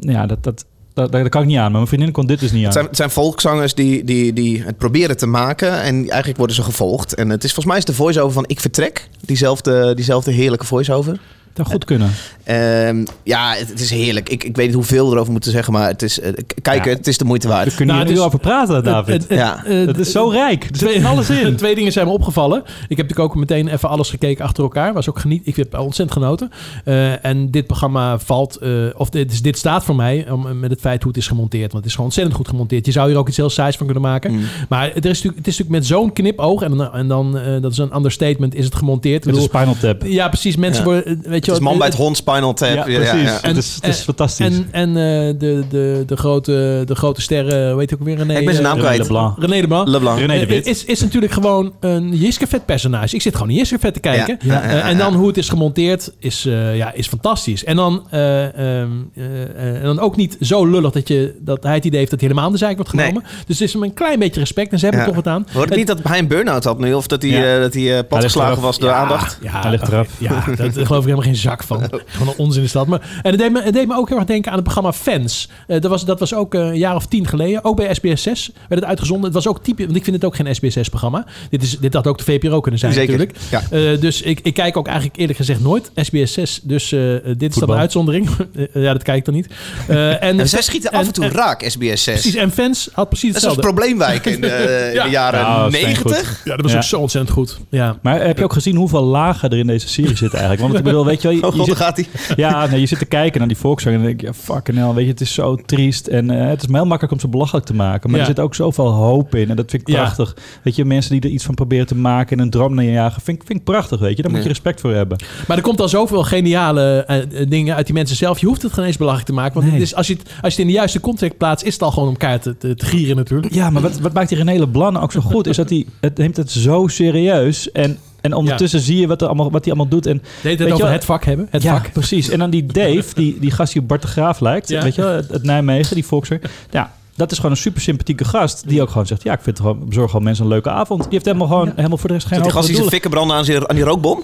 Speaker 4: Ja, dat, dat, dat, dat, kan ik niet aan. Maar mijn vriendin kon dit dus niet aan.
Speaker 1: Het zijn, het zijn volkszangers die, die, die het proberen te maken. En eigenlijk worden ze gevolgd. En het is volgens mij is de voice-over van Ik Vertrek. Diezelfde, diezelfde heerlijke voice-over.
Speaker 4: Dat zou goed kunnen.
Speaker 1: Ehm, ja, het, het is heerlijk. Ik, ik weet niet hoeveel we erover moeten zeggen. Maar het is, eh, k- kijken,
Speaker 4: Ja.
Speaker 1: het is de moeite waard.
Speaker 4: We kunnen
Speaker 2: Nou,
Speaker 4: hier
Speaker 2: het
Speaker 4: nu
Speaker 2: is-
Speaker 4: over praten, David. *laughs*
Speaker 1: ja.
Speaker 2: Eh,
Speaker 4: Het is zo rijk. Er zit
Speaker 2: Twee,
Speaker 4: van alles in.
Speaker 2: *laughs* twee dingen zijn me opgevallen. Ik heb natuurlijk ook meteen even alles gekeken achter elkaar. Was ook geniet. Ik heb ontzettend genoten. Eh, en dit programma valt, eh, of dit, is- dit staat voor mij om, eh, met het feit hoe het is gemonteerd. Want het is gewoon ontzettend goed gemonteerd. Je zou hier ook iets heel saais van kunnen maken.
Speaker 1: Mm.
Speaker 2: Maar het is natuurlijk, het is natuurlijk met zo'n knipoog. En, dan- en dan, eh, dat is een understatement, is het gemonteerd. Ik
Speaker 4: Met een
Speaker 2: bedoel,
Speaker 4: spinal tap.
Speaker 2: ja, precies. Mensen
Speaker 1: Ja.
Speaker 2: worden, eh, weet je
Speaker 1: Het is
Speaker 2: wel,
Speaker 1: man bij
Speaker 2: eh,
Speaker 1: het hond, Spinal Tap.
Speaker 4: Ja,
Speaker 1: Ja, ja,
Speaker 4: precies.
Speaker 1: ja.
Speaker 4: Het is, het is
Speaker 2: en-
Speaker 4: fantastisch.
Speaker 2: En, en eh, de, de, de, grote, de grote sterren, weet je ook weer? René,
Speaker 1: Ik ben zijn naam
Speaker 2: eh,
Speaker 1: kwijt.
Speaker 4: Leblanc.
Speaker 2: René de Blanc.
Speaker 1: Leblanc.
Speaker 4: René de
Speaker 2: Eh,
Speaker 4: Wit.
Speaker 2: Is, is natuurlijk gewoon een Jiskevet personage. Ik zit gewoon in Jiskevet te kijken.
Speaker 1: Ja, ja,
Speaker 2: Eh,
Speaker 1: ja, ja,
Speaker 2: en dan
Speaker 1: ja.
Speaker 2: hoe het is gemonteerd is, eh, ja, is fantastisch. En dan, eh, ehm, eh, eh, en dan ook niet zo lullig dat, je, dat hij het idee heeft dat hij helemaal aan de zijk wordt
Speaker 1: Nee.
Speaker 2: genomen. Dus het is hem een klein beetje respect en ze hebben
Speaker 1: Ja.
Speaker 2: er toch wat aan.
Speaker 1: Wordt het niet dat hij een burn-out had nu? Of dat hij,
Speaker 4: Ja.
Speaker 1: eh, dat hij eh, platgeslagen was door
Speaker 2: Ja,
Speaker 1: aandacht?
Speaker 2: Ja,
Speaker 4: Hij ligt eraf.
Speaker 2: Ja,
Speaker 1: *laughs*
Speaker 2: dat daar geloof ik helemaal geen zak van. Gewoon een onzin is dat. Maar, en het deed, me, het deed me ook heel erg denken aan het programma Fans. Eh, dat, was, dat was ook eh, een jaar of tien geleden. Ook bij SBS 6 werd het uitgezonden. Het was ook typisch, want ik vind het ook geen SBS 6 programma. Dit, is, dit had ook de VPRO kunnen zijn
Speaker 1: Zeker.
Speaker 2: natuurlijk.
Speaker 1: Ja.
Speaker 2: Eh, dus ik, ik kijk ook eigenlijk eerlijk gezegd nooit SBS 6. Dus eh, eh, dit is dan
Speaker 4: Voetbal.
Speaker 2: een uitzondering. *laughs* Eh, ja, dat kijk ik dan niet. Eh,
Speaker 1: *laughs*
Speaker 2: en,
Speaker 1: En zij schieten af
Speaker 2: en-
Speaker 1: en toe
Speaker 2: en-
Speaker 1: raak, SBS 6.
Speaker 2: Precies, en Fans had precies
Speaker 1: Dat is als
Speaker 2: hetzelfde.
Speaker 1: probleemwijk in de,
Speaker 4: *laughs*
Speaker 1: in
Speaker 2: Ja.
Speaker 1: de jaren
Speaker 4: Nou, dat is geen goed.
Speaker 1: 90.
Speaker 2: Ja, dat was
Speaker 4: Ja.
Speaker 2: ook zo ontzettend goed. Ja.
Speaker 4: Maar heb je ook gezien hoeveel lagen er in deze serie zitten eigenlijk? Want ik bedoel, weet je wel... je-
Speaker 1: *laughs* Oh
Speaker 4: je
Speaker 1: god,
Speaker 4: zit-
Speaker 1: daar gaat hij.
Speaker 4: Ja, nee, je zit te kijken naar die volkszang en dan denk je, ja, fucking hell, weet je, het is zo triest. En eh, het is heel makkelijk om ze belachelijk te maken. Maar
Speaker 2: Ja.
Speaker 4: er zit ook zoveel hoop in en dat vind ik
Speaker 2: Ja.
Speaker 4: prachtig. Weet je, mensen die er iets van proberen te maken en een droom naar je jagen, vind, ik- vind ik prachtig, weet je. Daar moet je
Speaker 1: Ja.
Speaker 4: respect voor hebben.
Speaker 2: Maar er komt al zoveel geniale eh, eh, dingen uit die mensen zelf. Je hoeft het geen eens belachelijk te maken. Want
Speaker 4: Nee.
Speaker 2: het is, als, je het, als je het in de juiste context plaatst, is het al gewoon om kaart te, te, te gieren natuurlijk.
Speaker 4: Ja, maar wat, wat maakt die René Leblanc nou ook zo goed, is dat hij het neemt het zo serieus en... En ondertussen zie je wat, er allemaal, wat hij allemaal doet. En
Speaker 2: Deed
Speaker 4: Weet
Speaker 2: het
Speaker 4: je
Speaker 2: over
Speaker 4: wel-
Speaker 2: het vak hebben. Het
Speaker 4: ja,
Speaker 2: vak.
Speaker 4: precies. En dan die Dave, die, die gast die op Bart de Graaf lijkt.
Speaker 2: Ja.
Speaker 4: Weet je, wel, het, het Nijmegen, die Foxer. Ja, dat is gewoon een super sympathieke gast. Die ook gewoon zegt, ja, ik vind het gewoon, bezorg gewoon mensen een leuke avond. Die heeft helemaal gewoon, helemaal voor de rest geen
Speaker 1: Zat die
Speaker 4: hoge
Speaker 1: gast die zijn
Speaker 4: doelen.
Speaker 1: fikken branden aan, zijn- aan die rookbom?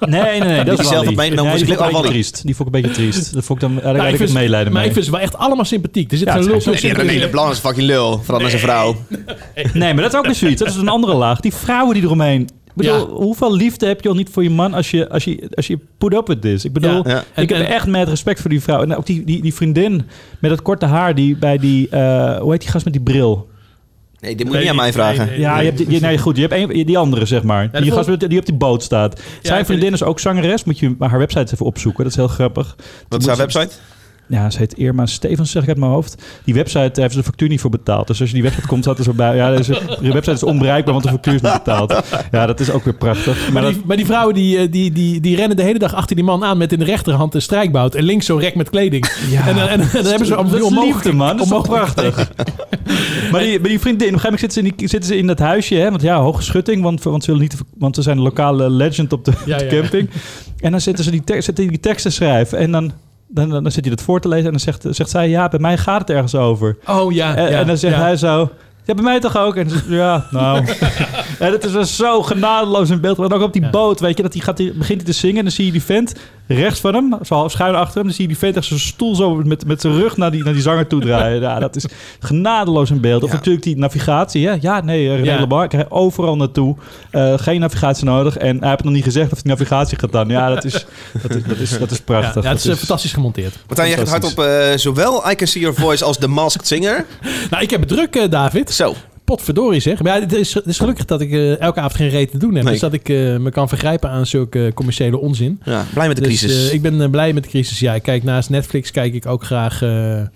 Speaker 4: Nee, nee, nee.
Speaker 1: Die
Speaker 4: Dat
Speaker 1: is
Speaker 4: is
Speaker 1: zelf
Speaker 4: Wally.
Speaker 1: opgenomen,
Speaker 4: Nee,
Speaker 1: dus
Speaker 4: die
Speaker 1: ik
Speaker 4: vond ik een
Speaker 1: wil-
Speaker 4: beetje
Speaker 1: oh, Wally.
Speaker 4: triest. Die vond ik een beetje triest. Dat vond ik dan, daar
Speaker 2: Maar
Speaker 4: had ik
Speaker 2: vind
Speaker 4: het
Speaker 2: ze-
Speaker 4: meelijden
Speaker 2: Maar
Speaker 4: mee.
Speaker 2: Nou, ik vind ze wel echt allemaal sympathiek. Er zit
Speaker 4: Ja,
Speaker 2: geen
Speaker 4: het
Speaker 2: lul
Speaker 4: zijn-
Speaker 2: zo
Speaker 1: Nee, René Blanc is fucking lul. Vooral met zijn vrouw.
Speaker 4: Nee, maar dat is ook weer zoiets. Dat is een andere laag. Die vrouwen die eromheen... Ik bedoel,
Speaker 2: Ja.
Speaker 4: hoeveel liefde heb je al niet voor je man als je, als je, als je put up with this? Ik bedoel,
Speaker 1: Ja.
Speaker 4: ik
Speaker 2: En-
Speaker 4: heb
Speaker 2: en-
Speaker 4: echt met respect voor die vrouw. En ook die, die, die vriendin met dat korte haar die bij die... eh, hoe heet die gast met die bril?
Speaker 1: Nee, dit moet je niet aan mij vragen.
Speaker 2: nee,
Speaker 4: Ja, je hebt, die- die, nee, goed, je hebt een, die andere, zeg maar.
Speaker 2: de
Speaker 4: die
Speaker 2: vol-
Speaker 4: gast met- die op die boot staat. Zijn
Speaker 2: die-
Speaker 4: vriendin is ook zangeres. Moet je maar haar website even opzoeken. Dat is heel grappig.
Speaker 1: Wat is haar website?
Speaker 4: Ja, ze heet Irma Stevens, zeg ik uit mijn hoofd. Die website daar heeft ze de factuur niet voor betaald. Dus als je die website komt, staat er zo bij. Ja, deze, de website is onbereikbaar, want de factuur is niet betaald. Ja, dat is ook weer prachtig. Maar
Speaker 2: Maar
Speaker 4: dat,
Speaker 2: die, maar die vrouwen die, eh, die, die, die rennen de hele dag achter die man aan met in de rechterhand een strijkbout. En links zo'n rek met kleding.
Speaker 4: Ja.
Speaker 2: En, dan- en, en dan hebben ze
Speaker 4: dat
Speaker 2: om
Speaker 4: is
Speaker 2: onmogelijk.
Speaker 4: liefde, man. Dat is toch prachtig. maar, die, maar die vriendin, op een gegeven moment zitten ze in, die- zitten ze in dat huisje. Hè? Want ja, hoge schutting, want, want, ze willen niet, want ze zijn de lokale legend op de,
Speaker 2: Ja,
Speaker 4: de
Speaker 2: ja.
Speaker 4: camping. En dan zitten ze die, tek- zitten die tekst te schrijven. En dan, dan, dan, dan zit je dat voor te lezen en dan zegt, zegt zij... Ja, bij mij gaat het ergens over.
Speaker 2: Oh ja.
Speaker 4: En,
Speaker 2: ja,
Speaker 4: en dan zegt
Speaker 2: ja.
Speaker 4: hij zo... Ja, bij mij toch ook? En dan zegt ze, ja,
Speaker 2: *laughs*
Speaker 4: nou... en het is wel zo genadeloos in beeld. Want ook op die
Speaker 2: Ja.
Speaker 4: boot, weet je, dat die gaat, die, begint hij te zingen. En dan zie je die vent rechts van hem, zo half schuin achter hem. Dan zie je die vent echt zijn stoel zo met, met zijn rug naar die, naar die zanger toe draaien. Ja, dat is genadeloos in beeld. Of
Speaker 1: Ja.
Speaker 4: natuurlijk die navigatie. Hè? Ja, nee, eh, René
Speaker 2: Ja.
Speaker 4: Leblanc, hij overal naartoe. Eh, geen navigatie nodig. En hij heeft nog niet gezegd of hij navigatie gaat dan. Ja, dat is, dat is, dat is, dat is
Speaker 2: Ja,
Speaker 4: prachtig.
Speaker 2: ja, het is
Speaker 4: Dat
Speaker 2: eh, fantastisch gemonteerd.
Speaker 1: Martijn, jij gaat hard op eh, zowel I Can See Your Voice als The Masked Singer.
Speaker 2: Nou, ik heb het druk, eh, David.
Speaker 1: Zo.
Speaker 2: Potverdorie zeg. Maar ja, het, is, het is gelukkig dat ik eh, elke avond geen reet te doen heb.
Speaker 1: Nee.
Speaker 2: Dus dat ik eh, me kan vergrijpen aan zulke commerciële onzin.
Speaker 1: Ja, blij met de
Speaker 2: Dus,
Speaker 1: crisis.
Speaker 2: eh, ik ben eh, blij met de crisis. Ja, ik kijk naast Netflix kijk ik ook graag eh, eh,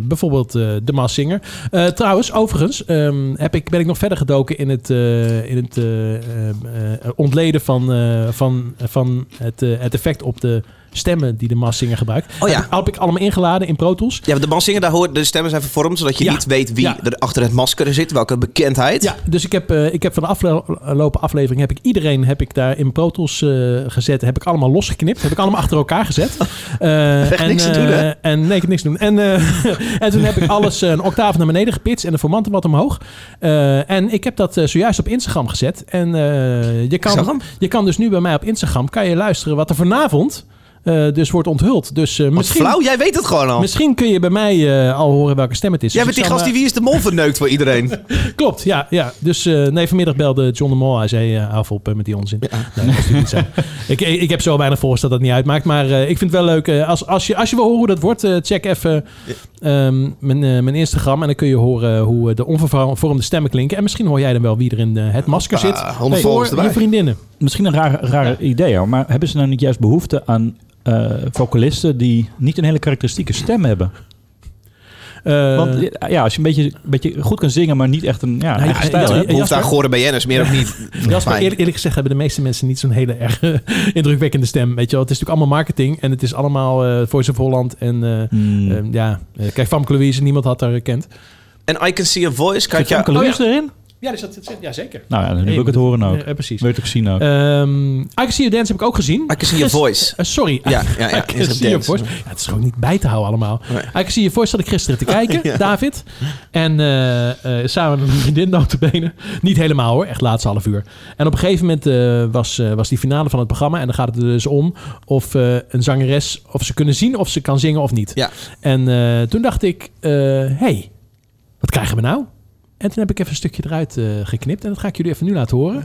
Speaker 2: bijvoorbeeld eh The Masked Singer. Eh, trouwens, overigens ehm, heb ik, ben ik nog verder gedoken in het, eh, in het eh, eh, eh, ontleden van, eh, van, van het, eh, het effect op de stemmen die de Masked Singer gebruikt.
Speaker 1: Oh ja.
Speaker 2: Heb ik, heb ik allemaal ingeladen in Pro Tools.
Speaker 1: Ja, want de Masked Singer, daar hoort de stemmen zijn vervormd, zodat je
Speaker 2: Ja.
Speaker 1: niet weet wie
Speaker 2: Ja.
Speaker 1: er achter het masker zit, welke bekendheid.
Speaker 2: Ja, dus ik heb, eh, ik heb van de afgelopen aflevering heb ik iedereen heb ik daar in Pro Tools eh, gezet. Heb ik allemaal losgeknipt. Heb ik allemaal achter elkaar
Speaker 1: *laughs*
Speaker 2: gezet. Eh,
Speaker 1: Echt
Speaker 2: en,
Speaker 1: niks te doen, hè?
Speaker 2: eh, en, nee, ik heb niks te doen. En, eh, *laughs* en toen heb ik alles eh, een octaaf naar beneden gepitst en de formanten wat omhoog. Eh, en ik heb dat eh, zojuist op Instagram gezet. En eh, je,
Speaker 1: Ik zag
Speaker 2: kan,
Speaker 1: hem.
Speaker 2: je kan dus nu bij mij op Instagram kan je luisteren wat er vanavond eh, dus wordt onthuld. Dus eh,
Speaker 1: Wat
Speaker 2: misschien,
Speaker 1: flauw, jij weet het gewoon al.
Speaker 2: misschien kun je bij mij eh, al horen welke stem het is.
Speaker 1: Jij
Speaker 2: Dus
Speaker 1: bent die
Speaker 2: ik zal,
Speaker 1: gast
Speaker 2: eh,
Speaker 1: die Wie is eh, de Mol verneukt voor iedereen.
Speaker 2: Klopt, ja. ja. Dus eh, nee, vanmiddag belde John de Mol. Hij zei, eh af op eh, met die onzin. Nee, dat is natuurlijk niet
Speaker 1: *laughs*
Speaker 2: zo. ik, ik ik heb zo weinig volgers dat dat niet uitmaakt. Maar eh, ik vind het wel leuk. eh, als, als, je, als je wil horen hoe dat wordt, eh, check even ehm, mijn, eh, mijn Instagram. En dan kun je horen hoe eh, de onvervormde stemmen klinken. En misschien hoor jij dan wel wie er in eh, het masker zit.
Speaker 1: Ah, honderd
Speaker 2: voor
Speaker 1: volgers erbij.
Speaker 2: je vriendinnen.
Speaker 4: Misschien een raar, raar idee, hoor, maar hebben ze nou niet juist behoefte aan eh, vocalisten die niet een hele karakteristieke stem hebben?
Speaker 2: Eh,
Speaker 4: Want eh, ja, als je een beetje, een beetje goed kan zingen, maar niet echt een ja,
Speaker 2: ja,
Speaker 4: eigen stijl
Speaker 2: ja,
Speaker 4: hebt.
Speaker 1: Hoeft
Speaker 2: Jasper-
Speaker 1: daar gore BN'ers, meer of *laughs* niet.
Speaker 2: Jasper,
Speaker 1: Fijn.
Speaker 2: eerlijk, eerlijk gezegd hebben de meeste mensen niet zo'n hele erg eh, *laughs* indrukwekkende stem. Weet je wel? Het is natuurlijk allemaal marketing en het is allemaal eh Voice of Holland. En eh,
Speaker 4: Hmm.
Speaker 2: eh, ja, eh, kijk, Famke Louise, niemand had haar herkend.
Speaker 1: En I Can See Your Voice,
Speaker 4: Zit
Speaker 1: kijk
Speaker 4: Frank
Speaker 1: ja.
Speaker 4: Louis erin?
Speaker 2: Ja, dus dat, dat- ja zeker.
Speaker 4: Nou ja, Oh, nu
Speaker 2: Nee,
Speaker 4: wil ik het horen ook.
Speaker 2: eh, eh, precies.
Speaker 4: Wil ik het ook zien ook.
Speaker 2: Ehm I Can See Your Dance heb ik ook gezien.
Speaker 1: I Can See Your
Speaker 2: Gis-
Speaker 1: Voice.
Speaker 2: Eh, sorry.
Speaker 1: Ja,
Speaker 2: *laughs*
Speaker 1: ja, ja,
Speaker 2: I Can
Speaker 1: Instagram
Speaker 2: See Your
Speaker 1: Dance.
Speaker 2: Voice. Ja, het is gewoon niet bij te houden allemaal.
Speaker 1: Nee.
Speaker 2: I Can See Your Voice zat ik gisteren te kijken,
Speaker 1: *laughs* Ja.
Speaker 2: David. En eh, eh, samen met mijn vriendin *laughs* notabene. Niet helemaal hoor, echt laatste half uur. En op een gegeven moment eh, was, eh, was die finale van het programma. En dan gaat het er dus om of eh, een zangeres... of ze kunnen zien of ze kan zingen of niet.
Speaker 1: Ja.
Speaker 2: En eh, toen dacht ik, eh, hey, wat krijgen we nou? En toen heb ik even een stukje eruit eh, geknipt. En dat ga ik jullie even nu laten horen.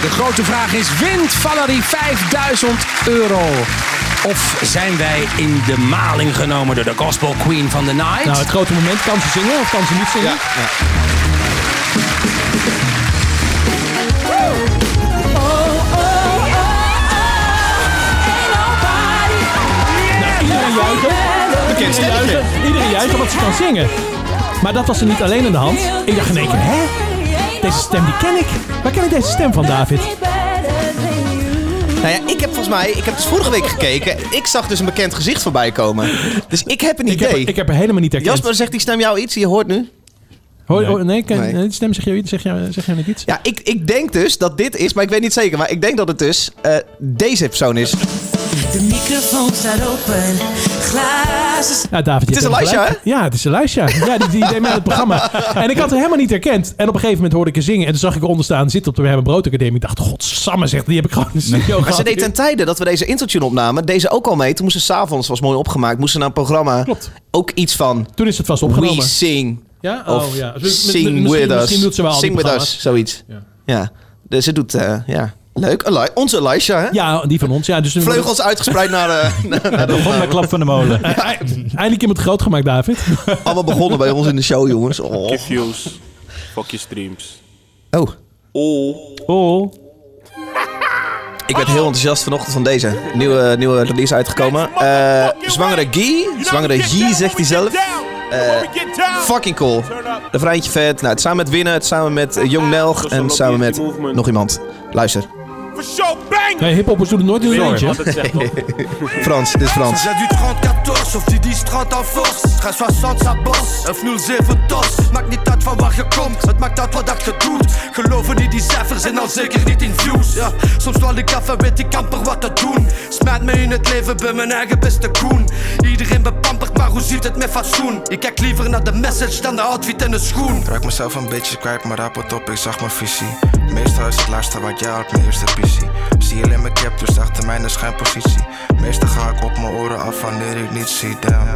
Speaker 7: De grote vraag is: wint Valerie 5000 euro? Of zijn wij in de maling genomen door de Gospel Queen van the Night?
Speaker 2: Nou, het grote moment. Kan ze zingen of kan ze niet zingen? Nou, iedereen juichen.
Speaker 1: Bekend
Speaker 2: Iedereen
Speaker 1: stemmetje.
Speaker 2: juichen. Iedereen juicht omdat ze kan zingen. Maar dat was er niet alleen aan de hand. Ik dacht in één keer, hè? Deze stem die ken ik. Waar ken ik deze stem van, David?
Speaker 1: Nou ja, ik heb volgens mij, ik heb dus vorige week gekeken. Ik zag dus een bekend gezicht voorbij komen. Dus ik heb een
Speaker 2: Ik heb,
Speaker 1: idee.
Speaker 2: er- ik heb er helemaal niet herkend.
Speaker 1: Jasper, zegt die stem jou iets? Je hoort nu.
Speaker 2: Hoor, hoor- nee, ken,
Speaker 1: Nee.
Speaker 2: nee, die stem zeg je, zeg je, zeg je niet iets?
Speaker 1: Ja, ik, ik denk dus dat dit is, maar ik weet niet zeker. Maar ik denk dat het dus eh, deze persoon is.
Speaker 3: De microfoon staat open, glazen
Speaker 2: Ja, David, je
Speaker 1: Het is Elisha,
Speaker 2: hebt helemaal gelijk. Ja, het is Elisha. Ja, die, die deed mee aan het
Speaker 1: *laughs*
Speaker 2: programma. En ik had haar helemaal niet herkend. En op een gegeven moment hoorde ik haar zingen. En toen zag ik eronder staan zitten op de Herman Broodacademie. Ik dacht, godsamme, zegt die heb ik gewoon in de studio
Speaker 1: Maar
Speaker 2: gehad.
Speaker 1: ze deed ten tijde dat we deze intertune opnamen, deze ook al mee. Toen moest ze s'avonds, was mooi opgemaakt, moest ze naar een programma.
Speaker 2: Klopt.
Speaker 1: Ook iets van
Speaker 2: Toen is het vast opgenomen.
Speaker 1: We Sing.
Speaker 2: ja?
Speaker 1: Of
Speaker 2: Oh, ja. Dus mi- mi-
Speaker 1: Sing
Speaker 2: misschien,
Speaker 1: With Us.
Speaker 2: misschien doet ze wel al die
Speaker 1: sing With
Speaker 2: programma's.
Speaker 1: Us, zoiets. Ja.
Speaker 2: Ja.
Speaker 1: Dus ze doet, eh, ja, leuk. Eli- onze Elisha, hè?
Speaker 2: Ja, die van ons. Ja, dus
Speaker 1: Vleugels uitgespreid naar, eh, naar, naar de
Speaker 4: Begon bij Klap van de Molen.
Speaker 2: *laughs* Eindelijk iemand groot gemaakt, David.
Speaker 1: *laughs* Allemaal begonnen bij ons in de show, jongens. Oh.
Speaker 8: Fuck je views. Fuck je streams.
Speaker 1: Oh,
Speaker 8: Oh.
Speaker 4: Oh,
Speaker 1: ik werd heel enthousiast vanochtend van deze. Nieuwe, nieuwe release uitgekomen. Eh, zwangere Guy, zwangere G zegt hij zelf. Eh, fucking cool. De vrijtje vet. Nou, het samen met Winnen, het samen met eh, Jong Nelg en het samen met nog iemand. Luister,
Speaker 8: For show bang!
Speaker 2: Nee, hiphoppers doen het nooit in een eentje.
Speaker 8: het zegt toch?
Speaker 1: Frans, dit is Frans.
Speaker 9: J'ai du 30-14 of die 10-30 aan force. Ga 60 aan bas, een 07 dos. Maakt niet uit van waar je komt, het maakt uit wat dat je doet. Geloven niet die cijfers en al zeker niet in views. Ja, soms val ik af en weet ik amper wat te doen. Smijt me in het leven bij mijn eigen beste koen. Iedereen bepampert, maar hoe ziet het met fatsoen? Ik kijk liever naar de message dan de outfit en de schoen.
Speaker 10: Raak mezelf een beetje kwijt, maar rap het op, ik zag mijn visie. Meestal is het laatste wat jij had, mijn eerste visie. Zie alleen mijn cap, dus achter mij in de schijnpositie. Meestal ga ik op mijn oren af wanneer ik niet zie, damn.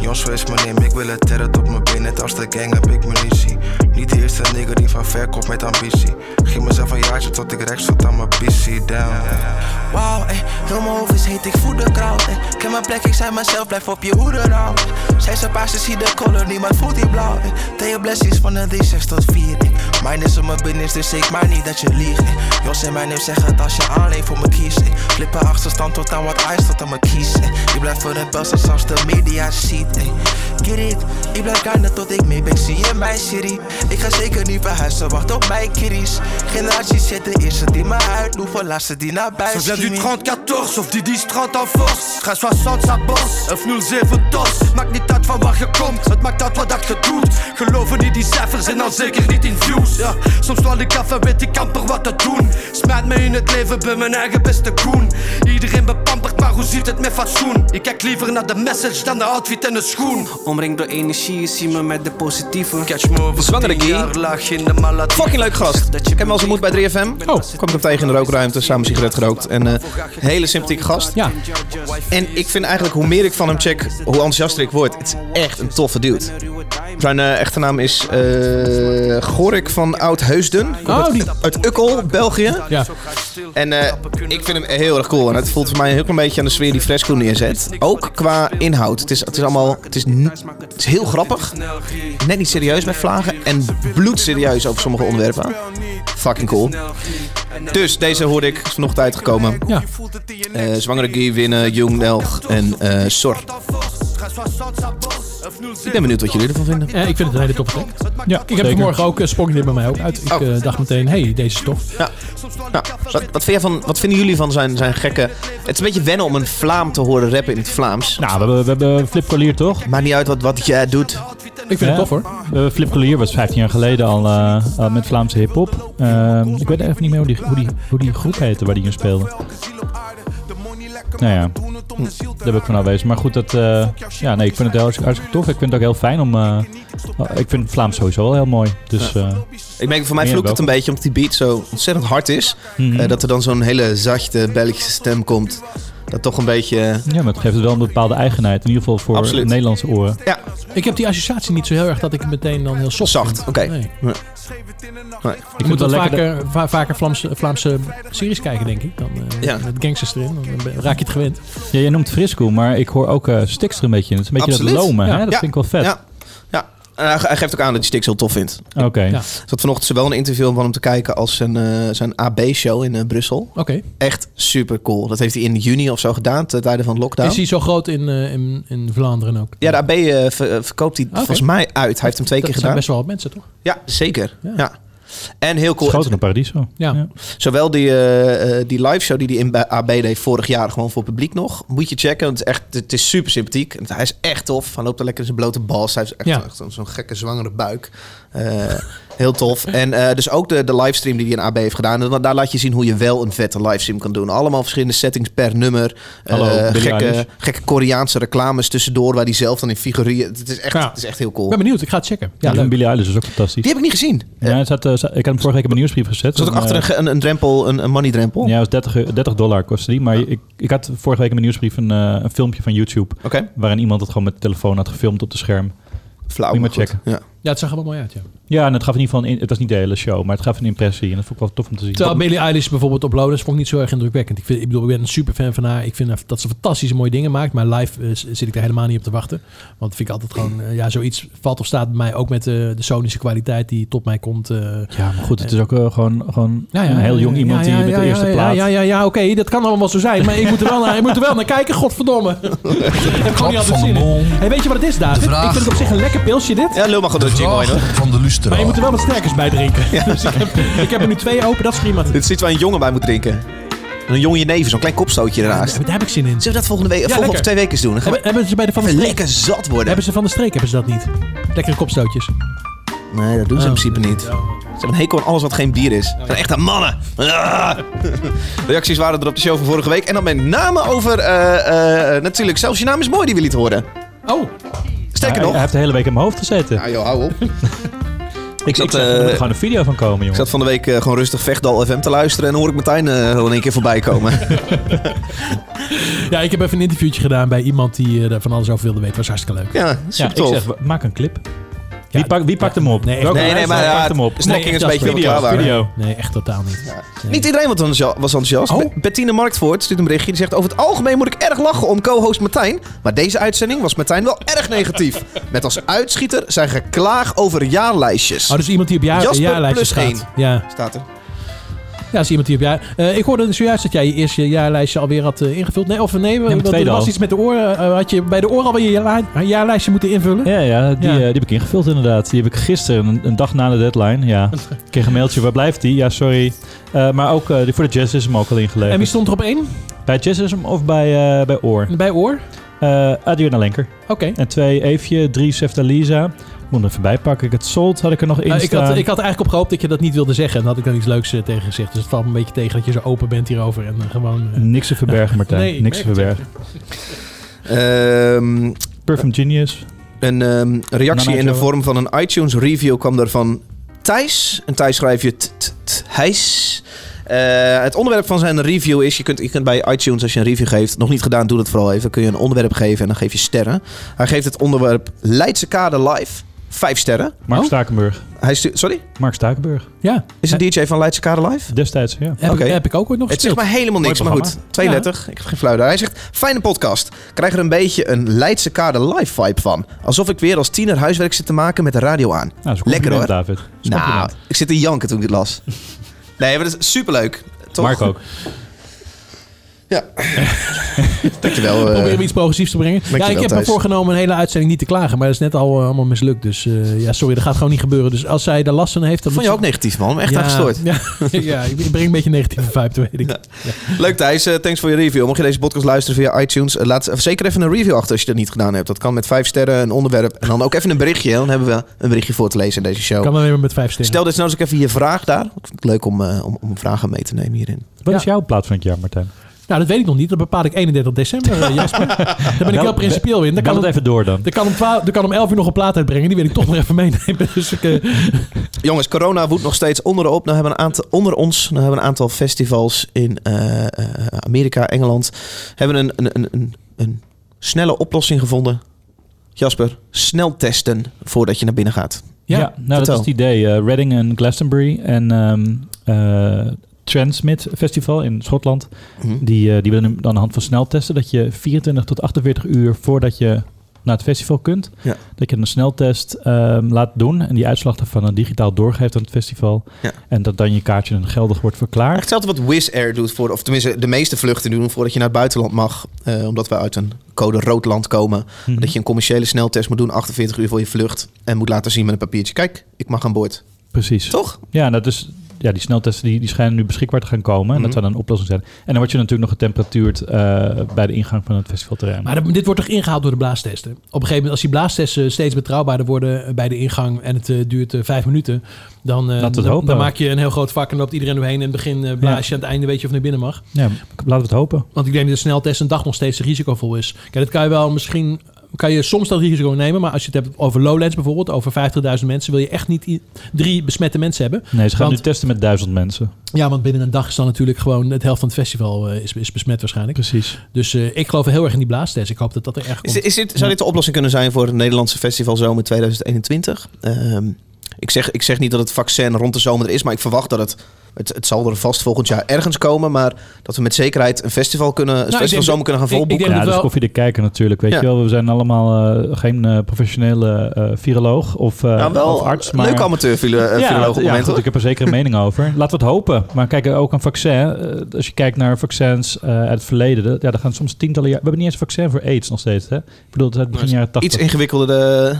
Speaker 10: Jons is mijn neem, ik wil het terret op mijn binnen. Als de gang heb ik munitie. Niet de eerste nigger die van ver komt met ambitie. Geef mezelf een jaartje tot ik rechts zat aan mijn busy down.
Speaker 9: Wauw, ey, heel mijn hoofd is heet, ik voel de kraut. ey. Ken mijn plek, ik zei mezelf, blijf op je hoede rauw. Zij zijn paars, ze zie de color, niemand voelt die blauw. ey. Tel je blessings van een D6 tot 4. ey. Mijn is om mijn business, dus ik maak niet dat je liegt. ey. Jos en mij neem zeggen het als je alleen voor me kiest. ey. Flippen achterstand tot aan wat ijs tot aan mijn kies. ey. Je blijft voor de bus en zelfs de media ziet. ey. Get it, ik blijf grinden tot ik mee ben, zie je mijn serie. Ik ga zeker niet verhuizen, wacht op mijn kiddies. Generaties zitten eerste die me uitloeven, laatste die naar buiten.
Speaker 10: Zo zijn
Speaker 9: zien.
Speaker 10: die
Speaker 9: 30-14 of die 10-30 aan force. Ga 60 aan bos, of 07 dos. Maakt niet uit van waar je komt, het maakt uit wat dat je doet. Geloven niet die cijfers en dan zeker niet in views. Ja, soms val ik af en weet ik amper wat te doen. Smijt me in het leven bij mijn eigen beste koen. Iedereen bepampert, maar hoe ziet het met fatsoen? Ik kijk liever naar de message dan de outfit en de schoen.
Speaker 11: Omringd door energie, je ziet me met de positieve.
Speaker 9: Catch me over
Speaker 1: Zwangere
Speaker 9: tien
Speaker 1: Guy.
Speaker 9: jaar laag in de maladie.
Speaker 1: Fucking leuk gast. Ik heb hem al zo moed bij 3FM. Oh. Kwam ik hem tegen in de rookruimte, samen een sigaret gerookt. En eh, hele sympathieke gast.
Speaker 2: Ja.
Speaker 1: En ik vind eigenlijk, hoe meer ik van hem check, hoe enthousiaster ik word. Het is echt een toffe dude. Zijn eh, echte naam is eh, Gorik van Oud-Heusden.
Speaker 2: Oh, die-
Speaker 1: Uit Ukkel, België.
Speaker 2: Ja.
Speaker 1: En eh, ik vind hem heel erg cool. En het voelt voor mij een heel klein beetje aan de sfeer die Fresco neerzet. Ook qua inhoud. Het is, het is allemaal... Het is, n- het is heel grappig. Net niet serieus met vlagen. En bloedserieus over sommige onderwerpen. Fucking cool. Dus deze hoorde ik. Is vanochtend uitgekomen.
Speaker 2: Ja.
Speaker 1: Eh, zwangere Guy winnen, Jung Nelg en eh Sor. Ik ben benieuwd wat jullie ervan vinden.
Speaker 2: Ja, ik vind het een hele toffe track. Ja, ik heb
Speaker 4: zeker.
Speaker 2: vanmorgen ook, uh, sprong dit bij mij ook uit. Ik
Speaker 1: Oh.
Speaker 2: eh, dacht meteen, hey, deze is tof.
Speaker 1: Nou, wat, wat, vind jij van, wat vinden jullie van zijn, zijn gekke... Het is een beetje wennen om een Vlaam te horen rappen in het Vlaams.
Speaker 4: nou, we hebben, we hebben Flip Collier toch?
Speaker 1: Maakt niet uit wat, wat jij doet.
Speaker 2: Ik vind het tof hoor.
Speaker 4: Eh, Flip Collier was 15 jaar geleden al eh, al met Vlaamse hip-hop. Ehm, ik weet even niet meer hoe die, hoe, die, hoe die groep heette waar die in speelde. Nou ja, daar heb ik van afwezen. Maar goed, dat, eh, ja, nee, ik vind het heel hartstikke tof. Ik vind het ook heel fijn om. eh, ik vind Vlaams sowieso wel heel mooi. Dus eh,
Speaker 1: Ik merk, voor mij
Speaker 4: Ja,
Speaker 1: vloekt het
Speaker 4: welkom.
Speaker 1: een beetje omdat die beat zo ontzettend hard is.
Speaker 4: Mhm.
Speaker 1: Eh, dat er dan zo'n hele zachte Belgische stem komt. Dat toch een beetje...
Speaker 4: ja, maar het geeft het wel een bepaalde eigenheid. In ieder geval voor
Speaker 1: Absoluut.
Speaker 4: Nederlandse oren.
Speaker 2: Ik heb die associatie niet zo heel erg dat ik het meteen dan heel soft
Speaker 1: Zacht,
Speaker 2: vind.
Speaker 1: oké.
Speaker 2: Nee.
Speaker 4: Ik
Speaker 2: Ik moet
Speaker 4: vind
Speaker 2: wel
Speaker 4: het wel lekker. dat-
Speaker 2: vaker, va- vaker Vlaamse, Vlaamse series kijken, denk ik. Dan, eh,
Speaker 1: Ja.
Speaker 2: Met gangsters erin, dan ben- raak je het gewend.
Speaker 4: Ja, jij noemt Frisco, maar ik hoor ook eh Stix er een beetje in. Het is een beetje
Speaker 1: Absoluut.
Speaker 4: dat lomen,
Speaker 2: Ja.
Speaker 4: hè? Dat
Speaker 1: Ja.
Speaker 4: vind ik wel vet.
Speaker 1: Ja. ja. En hij, hij geeft ook aan dat hij Stix heel tof vindt.
Speaker 4: Oké.
Speaker 2: Ja.
Speaker 1: Ik zat vanochtend zowel een interview om van hem te kijken als zijn, eh, zijn AB-show in eh, Brussel.
Speaker 2: Oké.
Speaker 1: Echt super cool. Dat heeft hij in juni of zo gedaan, ten tijde van de lockdown.
Speaker 2: Is hij zo groot in, eh, in, in Vlaanderen ook?
Speaker 1: Ja, de AB eh, ver- eh, verkoopt hij
Speaker 2: Oké.
Speaker 1: volgens mij uit. Hij heeft hem twee
Speaker 2: dat
Speaker 1: keer gedaan.
Speaker 2: zijn best wel wat mensen, toch?
Speaker 1: Ja, zeker. Ja.
Speaker 2: Ja.
Speaker 1: En heel cool.
Speaker 4: Schoten op Paradiso.
Speaker 2: Ja.
Speaker 1: Zowel die, eh, eh, die live show die hij in bij AB deed vorig jaar gewoon voor publiek nog. Moet je checken. want Het is, echt, het is super sympathiek. En Hij is echt tof. Hij loopt er lekker in zijn blote bals. Hij heeft echt
Speaker 2: Ja.
Speaker 1: echt zo'n- zo'n gekke zwangere buik. Eh, Heel tof. En eh, dus ook de, de livestream die hij in AB heeft gedaan. En daar laat je zien hoe je wel een vette livestream kan doen. Allemaal verschillende settings per nummer. Eh,
Speaker 4: Hallo, Billie Eilish.
Speaker 1: gekke, gekke Koreaanse reclames tussendoor waar hij zelf dan in figuren. Het is echt,
Speaker 4: Ja.
Speaker 1: het is echt heel cool.
Speaker 2: Ik ben benieuwd, ik ga het checken.
Speaker 4: Ja,
Speaker 2: Ja,
Speaker 4: die van
Speaker 2: leuk.
Speaker 4: Billie Eilish is ook fantastisch.
Speaker 1: Die heb ik niet gezien.
Speaker 4: Ja, hij zat, eh, zat- ik had hem vorige week op mijn nieuwsbrief gezet.
Speaker 1: Er zat ook
Speaker 4: En,
Speaker 1: achter
Speaker 4: eh,
Speaker 1: een, ge- een, een drempel, een, een money drempel.
Speaker 4: Ja, het was 30, eu- 30 dollar kostte die. Maar ik, ik had vorige week in mijn nieuwsbrief een, eh, een filmpje van YouTube. Waarin iemand het gewoon met de telefoon had gefilmd op de scherm.
Speaker 1: Flauw,
Speaker 4: Moet je
Speaker 1: maar
Speaker 4: maar
Speaker 1: goed.
Speaker 4: checken.
Speaker 1: Ja.
Speaker 2: Ja, het zag er wel mooi uit, ja.
Speaker 4: en het gaf in ieder geval... Een, het was niet de hele show, maar het gaf een impressie. En dat vond ik wel tof om te zien.
Speaker 2: Terwijl Billie Eilish bijvoorbeeld op Lotus vond ik niet zo erg indrukwekkend. Ik, vind, ik bedoel, ik ben een super fan van haar. Ik vind haar- dat ze fantastische mooie dingen maakt. Maar live eh, z- zit ik daar helemaal niet op te wachten. Want vind ik altijd gewoon, eh, ja, zoiets valt of staat bij mij ook met eh, de sonische kwaliteit die tot mij komt. eh.
Speaker 4: ja, maar goed, het is ook eh, gewoon, gewoon
Speaker 2: Nou Ja, ja,
Speaker 4: een heel jong
Speaker 2: ja,
Speaker 4: iemand
Speaker 2: ja,
Speaker 4: die
Speaker 2: ja,
Speaker 4: met de
Speaker 2: ja,
Speaker 4: eerste
Speaker 2: ja,
Speaker 4: plaat...
Speaker 2: Ja, ja, ja, oké, dat kan allemaal zo zijn. Maar ik moet er wel naar, ik moet er wel naar kijken,
Speaker 4: *laughs*
Speaker 2: godverdomme. ik heb gewoon niet altijd zin in. Hey, weet je wat het is, David? Ik vind het op zich een lekker pilsje, dit.
Speaker 1: Ja, lul maar goed, dat jingle hoor.
Speaker 2: Van de luster. Maar je moet er wel wat sterkers bij drinken. *laughs* Dus ik heb, ik heb er nu twee open, dat is prima.
Speaker 1: Dit is iets waar een jongen bij moet drinken. En Een jonge neven, zo'n klein kopstootje ernaast.
Speaker 2: Daar heb ik zin in.
Speaker 1: Zullen we dat volgende week, volgende of
Speaker 2: lekker.
Speaker 1: twee weken eens doen? Dan gaan we-
Speaker 2: Hebben, hebben ze bij de van de
Speaker 1: Even
Speaker 2: streek?
Speaker 1: lekker zat worden.
Speaker 2: Hebben ze van de streek hebben ze dat niet? Lekkere kopstootjes.
Speaker 1: Nee, dat doen ze in
Speaker 2: Oh,
Speaker 1: principe niet. Ze hebben een hekel aan alles wat geen bier is. Ze zijn echt aan mannen. Ah! *laughs* Reacties waren er op de show van vorige week. En dan met name over, eh, eh, natuurlijk, zelfs je naam is mooi die we lieten horen.
Speaker 2: Oh.
Speaker 1: Sterker
Speaker 4: Hij-
Speaker 1: nog.
Speaker 4: Hij heeft de hele week in mijn hoofd gezeten.
Speaker 1: Ja joh, hou op.
Speaker 4: Ik,
Speaker 1: zat,
Speaker 4: ik zeg,
Speaker 1: eh,
Speaker 4: er moet gewoon een video van komen, jongen.
Speaker 1: Ik zat van de week eh, gewoon rustig Vechtdal FM te luisteren en dan hoor ik Martijn eh al in één keer voorbij komen. *laughs*
Speaker 2: Ja, ik heb even een interviewtje gedaan bij iemand die eh, daar van alles over wilde weten. Was hartstikke leuk.
Speaker 1: Ja,
Speaker 4: Ja,
Speaker 1: super
Speaker 4: ik
Speaker 1: tof.
Speaker 4: zeg, maak een clip. Wie, pak- wie pakt hem op?
Speaker 2: Nee, echt
Speaker 4: Welke
Speaker 1: Nee, nee, maar
Speaker 4: luisteraar
Speaker 1: ja,
Speaker 4: pakt hem op?
Speaker 1: de strekking is een beetje
Speaker 4: video,
Speaker 1: wat we klaar
Speaker 4: video.
Speaker 1: waren.
Speaker 2: Nee, echt totaal niet.
Speaker 1: Niet iedereen was enthousia- was enthousiast.
Speaker 2: Oh.
Speaker 1: Be- Bettine Marktvoort stuurt een berichtje. Die zegt: Over het algemeen moet ik erg lachen om co-host Martijn. Maar deze uitzending was Martijn wel erg negatief. Met als uitschieter zijn geklaag over jaarlijstjes.
Speaker 2: Oh, dus iemand die op jaar,
Speaker 1: Jasper
Speaker 2: jaarlijstjes
Speaker 1: plus
Speaker 2: gaat. Ja.
Speaker 1: Staat er.
Speaker 2: ja, is iemand die op jaar... Eh, ik hoorde zojuist dat jij je eerste jaarlijstje alweer had eh, ingevuld. Nee, of nee,
Speaker 4: mijn
Speaker 2: dat, er
Speaker 4: tweede
Speaker 2: was
Speaker 4: al.
Speaker 2: iets met de oren. eh, had je bij de oren alweer je jaarlij- jaarlijstje moeten invullen?
Speaker 4: Ja, ja, die,
Speaker 2: Ja.
Speaker 4: eh, die heb ik ingevuld inderdaad. Die heb ik gisteren, een, een dag na de deadline. Ja. Ik kreeg een mailtje, waar blijft die? Ja, sorry. Eh, maar ook eh, die voor de Jazz is hem ook al ingeleverd.
Speaker 2: En wie stond er op één?
Speaker 4: Bij Jazz is hem of bij, eh, bij Oor?
Speaker 2: Bij Oor?
Speaker 4: Eh Adriana Lenker.
Speaker 2: Oké.
Speaker 4: En twee Eefje, drie Seftaliza. Ik moet hem even bijpakken. Ik had Salt had ik er nog in
Speaker 2: Nou, ik, had,
Speaker 4: staan.
Speaker 2: ik had eigenlijk op gehoopt dat je dat niet wilde zeggen. En dan had ik dan iets leuks eh, tegen gezegd. Dus het valt me een beetje tegen dat je zo open bent hierover. En eh, gewoon... eh,
Speaker 4: Niks te verbergen, Martijn.
Speaker 2: Nee, ik
Speaker 4: Niks te
Speaker 2: merk het, ja.
Speaker 4: verbergen.
Speaker 1: Ehm,
Speaker 4: Perfum Genius.
Speaker 1: een ehm, reactie
Speaker 4: Nana
Speaker 1: in de
Speaker 4: Joe.
Speaker 1: vorm van een iTunes review kwam er van Thijs. En Thijs schrijf je t- t- t- Thijs. Eh, het onderwerp van zijn review is: je kunt, je kunt bij iTunes, als je een review geeft, nog niet gedaan, doe dat vooral even. Kun je een onderwerp geven en dan geef je sterren. Hij geeft het onderwerp Leidse Kade Live vijf sterren.
Speaker 4: Mark
Speaker 2: Oh?
Speaker 4: Stakenburg.
Speaker 1: Hij stu- Sorry?
Speaker 4: Mark Stakenburg.
Speaker 2: Ja.
Speaker 1: Is een DJ van Leidse Kade Live?
Speaker 4: Destijds, ja. Nou,
Speaker 2: Heb,
Speaker 1: Oké.
Speaker 2: ik, heb ik ook ooit nog
Speaker 1: Het zegt
Speaker 2: gespeeld.
Speaker 1: maar helemaal niks,
Speaker 4: Oh, Mooi
Speaker 1: maar goed.
Speaker 4: programma.
Speaker 1: Tweelettig, ik heb geen flauw idee. Hij zegt, fijne podcast. Krijg er een beetje een Leidse kade live vibe van. Alsof ik weer als tiener huiswerk zit te maken met de radio aan.
Speaker 4: Nou, dat is een
Speaker 1: Lekker hoor.
Speaker 4: compliment, David. Dat is een
Speaker 1: Nou,
Speaker 4: compliment.
Speaker 1: ik zit in janken toen ik dit
Speaker 2: *laughs*
Speaker 1: las. nee, maar dat is superleuk. Toch?
Speaker 4: Mark ook.
Speaker 1: Dankjewel.
Speaker 2: Probeer
Speaker 1: eh
Speaker 2: hem iets progressiefs te brengen.
Speaker 1: Dankjewel,
Speaker 2: ja, ik heb me
Speaker 1: Thijs.
Speaker 2: voorgenomen een hele uitzending niet te klagen. Maar dat is net al eh, allemaal mislukt. Dus eh, ja, sorry, dat gaat gewoon niet gebeuren. Dus als zij daar last van heeft... Dan
Speaker 1: vond je ook negatief, man. Echt
Speaker 2: ja,
Speaker 1: aangestoord.
Speaker 2: Ja, ja, *laughs* ik breng een beetje een negatieve vibe, dat weet ik.
Speaker 1: Leuk Thijs, Eh, thanks voor je review. Mocht je deze podcast luisteren via iTunes, eh, laat eh, zeker even een review achter als je dat niet gedaan hebt. Dat kan met vijf sterren, een onderwerp en dan ook even een berichtje. Dan hebben we een berichtje voor te lezen in deze show.
Speaker 2: kan alleen maar met vijf sterren.
Speaker 1: Stel dus nou eens ook even je vraag daar. Ik vind het leuk om, eh, om, om vragen mee te nemen hierin.
Speaker 4: Wat is jouw plaat van het jaar, Martijn?
Speaker 2: Nou, dat weet ik nog niet. Dat bepaal ik 31 december,
Speaker 4: *laughs*
Speaker 2: eh, Jasper. Daar ben ik heel principieel in. Dan
Speaker 4: Bel het
Speaker 2: kan, om-
Speaker 4: Nou, even door dan.
Speaker 2: dan kan, om 12 dan kan om 11 uur nog een plaat uitbrengen. Die wil ik toch nog even meenemen. *laughs* Dus ik, eh,
Speaker 1: Jongens, corona woedt nog steeds onder, de op. Nou hebben een aantal, onder ons. Nou hebben een aantal festivals in eh, eh, Amerika, Engeland. Hebben een, een, een, een, een snelle oplossing gevonden. Jasper, snel testen voordat je naar binnen gaat.
Speaker 4: Ja,
Speaker 2: Ja,
Speaker 4: nou dat
Speaker 1: vertel.
Speaker 4: is het idee. Eh, Reading en Glastonbury en ehm eh, Transmit Festival in Schotland.
Speaker 1: Mhm.
Speaker 4: Die, eh, die willen hem aan de hand van sneltesten dat je 24 tot 48 uur voordat je naar het festival kunt,
Speaker 1: Ja.
Speaker 4: dat je een sneltest ehm, laat doen en die uitslag daarvan dan digitaal doorgeeft aan het festival.
Speaker 1: Ja.
Speaker 4: En dat dan je kaartje dan geldig wordt verklaard.
Speaker 1: Echt hetzelfde wat Wizz Air doet, voor, of tenminste de meeste vluchten doen voordat je naar het buitenland mag. Eh, omdat we uit een code rood land komen.
Speaker 4: Mhm.
Speaker 1: Dat je een commerciële sneltest moet doen, 48 uur voor je vlucht. En moet laten zien met een papiertje. Kijk, ik mag aan boord.
Speaker 4: Precies.
Speaker 1: Toch?
Speaker 4: Ja, en dat is ja, die sneltesten die, die schijnen nu beschikbaar te gaan komen. En
Speaker 2: Mhm.
Speaker 4: dat zou dan een oplossing zijn. En dan word je natuurlijk nog getemperatuurd eh, bij de ingang van het festivalterrein.
Speaker 2: Maar dat- dit wordt toch ingehaald door de blaastesten? Op een gegeven moment, als die blaastesten eh, steeds betrouwbaarder worden bij de ingang en het eh, duurt eh, vijf minuten, dan, eh,
Speaker 4: Laten we het
Speaker 2: dan,
Speaker 4: hopen.
Speaker 2: dan maak je een heel groot vak en loopt iedereen doorheen. En begin eh blaas je aan het einde, weet je of naar binnen mag.
Speaker 4: Ja, laten we het hopen.
Speaker 2: Want ik denk dat de sneltest een dag nog steeds risicovol is. Kijk, dat kan je wel misschien. Kan je soms dat risico nemen, maar als je het hebt over Lowlands bijvoorbeeld, over 50.000 mensen, wil je echt niet i- drie besmette mensen hebben.
Speaker 4: Nee, ze gaan
Speaker 2: Want-
Speaker 4: nu testen met duizend mensen.
Speaker 2: ja, want binnen een dag is dan natuurlijk gewoon het helft van het festival eh, is, is besmet waarschijnlijk.
Speaker 4: Precies.
Speaker 2: Dus eh, ik geloof heel erg in die blaastest. Ik hoop dat dat er echt komt.
Speaker 1: Is, is dit, zou dit de oplossing kunnen zijn voor het Nederlandse Festival Zomer 2021? Ehm, ik, zeg, ik zeg niet dat het vaccin rond de zomer er is, maar ik verwacht dat het, het... Het zal er vast volgend jaar ergens komen, maar dat we met zekerheid een festival kunnen, een
Speaker 2: Nou, ik
Speaker 1: festival
Speaker 2: denk
Speaker 1: zomer kunnen gaan
Speaker 2: dat- ik- ik
Speaker 1: volboeken.
Speaker 4: ja,
Speaker 2: denk dat
Speaker 4: dus koffie
Speaker 2: wel-
Speaker 4: de kijker natuurlijk. Weet
Speaker 1: Ja.
Speaker 4: je wel, we zijn allemaal eh, geen eh, professionele eh, viroloog of, eh,
Speaker 1: Nou, wel
Speaker 4: of arts.
Speaker 1: een
Speaker 4: Maar...
Speaker 1: leuk amateurfilo- eh,
Speaker 4: ja,
Speaker 1: viroloog op
Speaker 4: ja,
Speaker 1: momenten,
Speaker 4: goed,
Speaker 1: hoor.
Speaker 4: ik heb er zeker een mening over. Laten we het hopen. Maar kijk, ook een vaccin. eh, als je kijkt naar vaccins eh, uit het verleden. dat- ja, daar gaan soms tientallen jaar... We hebben niet eens een vaccin voor AIDS nog steeds. Hè? Ik bedoel, het is uit begin jaren 80.
Speaker 1: Iets dus ingewikkelder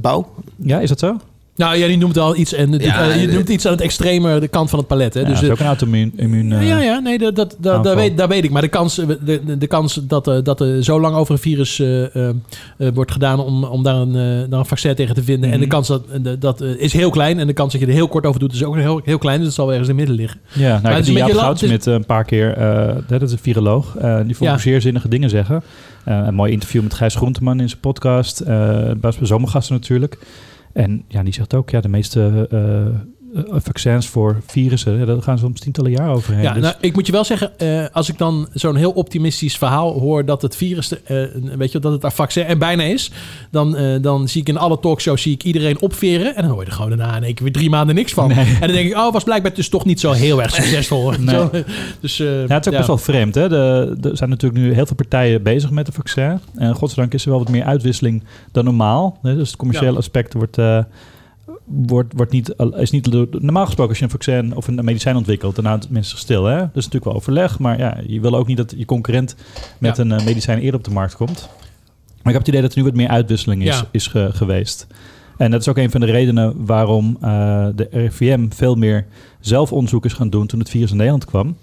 Speaker 1: bouw.
Speaker 4: Ja, is dat zo?
Speaker 2: Nou, jij noemt al iets en dit-
Speaker 4: Ja,
Speaker 2: eh, je
Speaker 4: dit-
Speaker 2: noemt iets aan het extreme de kant van het palet. Hè?
Speaker 4: Ja,
Speaker 2: dus
Speaker 4: dat is
Speaker 2: eh,
Speaker 4: ook een auto-immuun... immuun, eh,
Speaker 2: ja, Nou, ja, nee, dat, dat, dat,
Speaker 4: aanval.
Speaker 2: daar, weet, daar weet ik. Maar de kans, eh, de, de- de kans dat, eh, dat er zo lang over een virus eh, eh, eh, wordt gedaan om, om daar, een, eh, daar een vaccin tegen te vinden. En
Speaker 4: Mhm.
Speaker 2: de kans dat, eh, dat eh, is heel klein. En de kans dat je er heel kort over doet is ook heel, heel klein. Dus het zal wel ergens in het midden liggen.
Speaker 4: Ja, nou, ik
Speaker 2: het is
Speaker 4: heb
Speaker 2: een
Speaker 4: Jaap
Speaker 2: beetje la- het is-
Speaker 4: Goudsmit een paar keer, eh, dat is een viroloog, eh, die vond
Speaker 2: Ja.
Speaker 4: ik zeer zinnige dingen zeggen. Eh, een mooi interview met Gijs Groenteman in zijn podcast, eh Bas bij Zomergasten natuurlijk. En ja, die zegt ook, ja, de meeste eh, eh, vaccins voor virussen, ja, daar gaan soms tientallen jaar overheen.
Speaker 2: Ja,
Speaker 4: Dus-
Speaker 2: nou, ik moet je wel zeggen, eh, als ik dan zo'n heel optimistisch verhaal hoor dat het virus, eh, een- weet je, dat het een vaccin en bijna is, dan, eh, dan zie ik in alle talkshows zie ik iedereen opveren en dan hoor je er gewoon daarna in één keer weer drie maanden niks van. En dan denk ik, oh, was blijkbaar dus toch niet zo heel erg succesvol. Weet je
Speaker 4: Nee.
Speaker 2: wel. *laughs* dus, eh,
Speaker 4: Ja, het is ook best wel vreemd. Hè? De, er zijn natuurlijk nu heel veel partijen bezig met de vaccin. En godzijdank is er wel wat meer uitwisseling dan normaal. Hè? Dus het commerciële
Speaker 2: Ja.
Speaker 4: aspect wordt, eh, wordt, wordt niet, eh, is niet... door- Normaal gesproken als je een vaccin of een medicijn ontwikkelt... dan houdt het mensen zich stil. Hè? Dat is natuurlijk wel overleg. Maar ja, je wil ook niet dat je concurrent met
Speaker 2: Ja.
Speaker 4: een eh, medicijn eerder op de markt komt. Maar ik heb het idee dat er nu wat meer uitwisseling is,
Speaker 2: Ja.
Speaker 4: is ge- geweest. En dat is ook een van de redenen waarom eh, de RIVM veel meer zelf onderzoek is gaan doen toen het virus in Nederland kwam.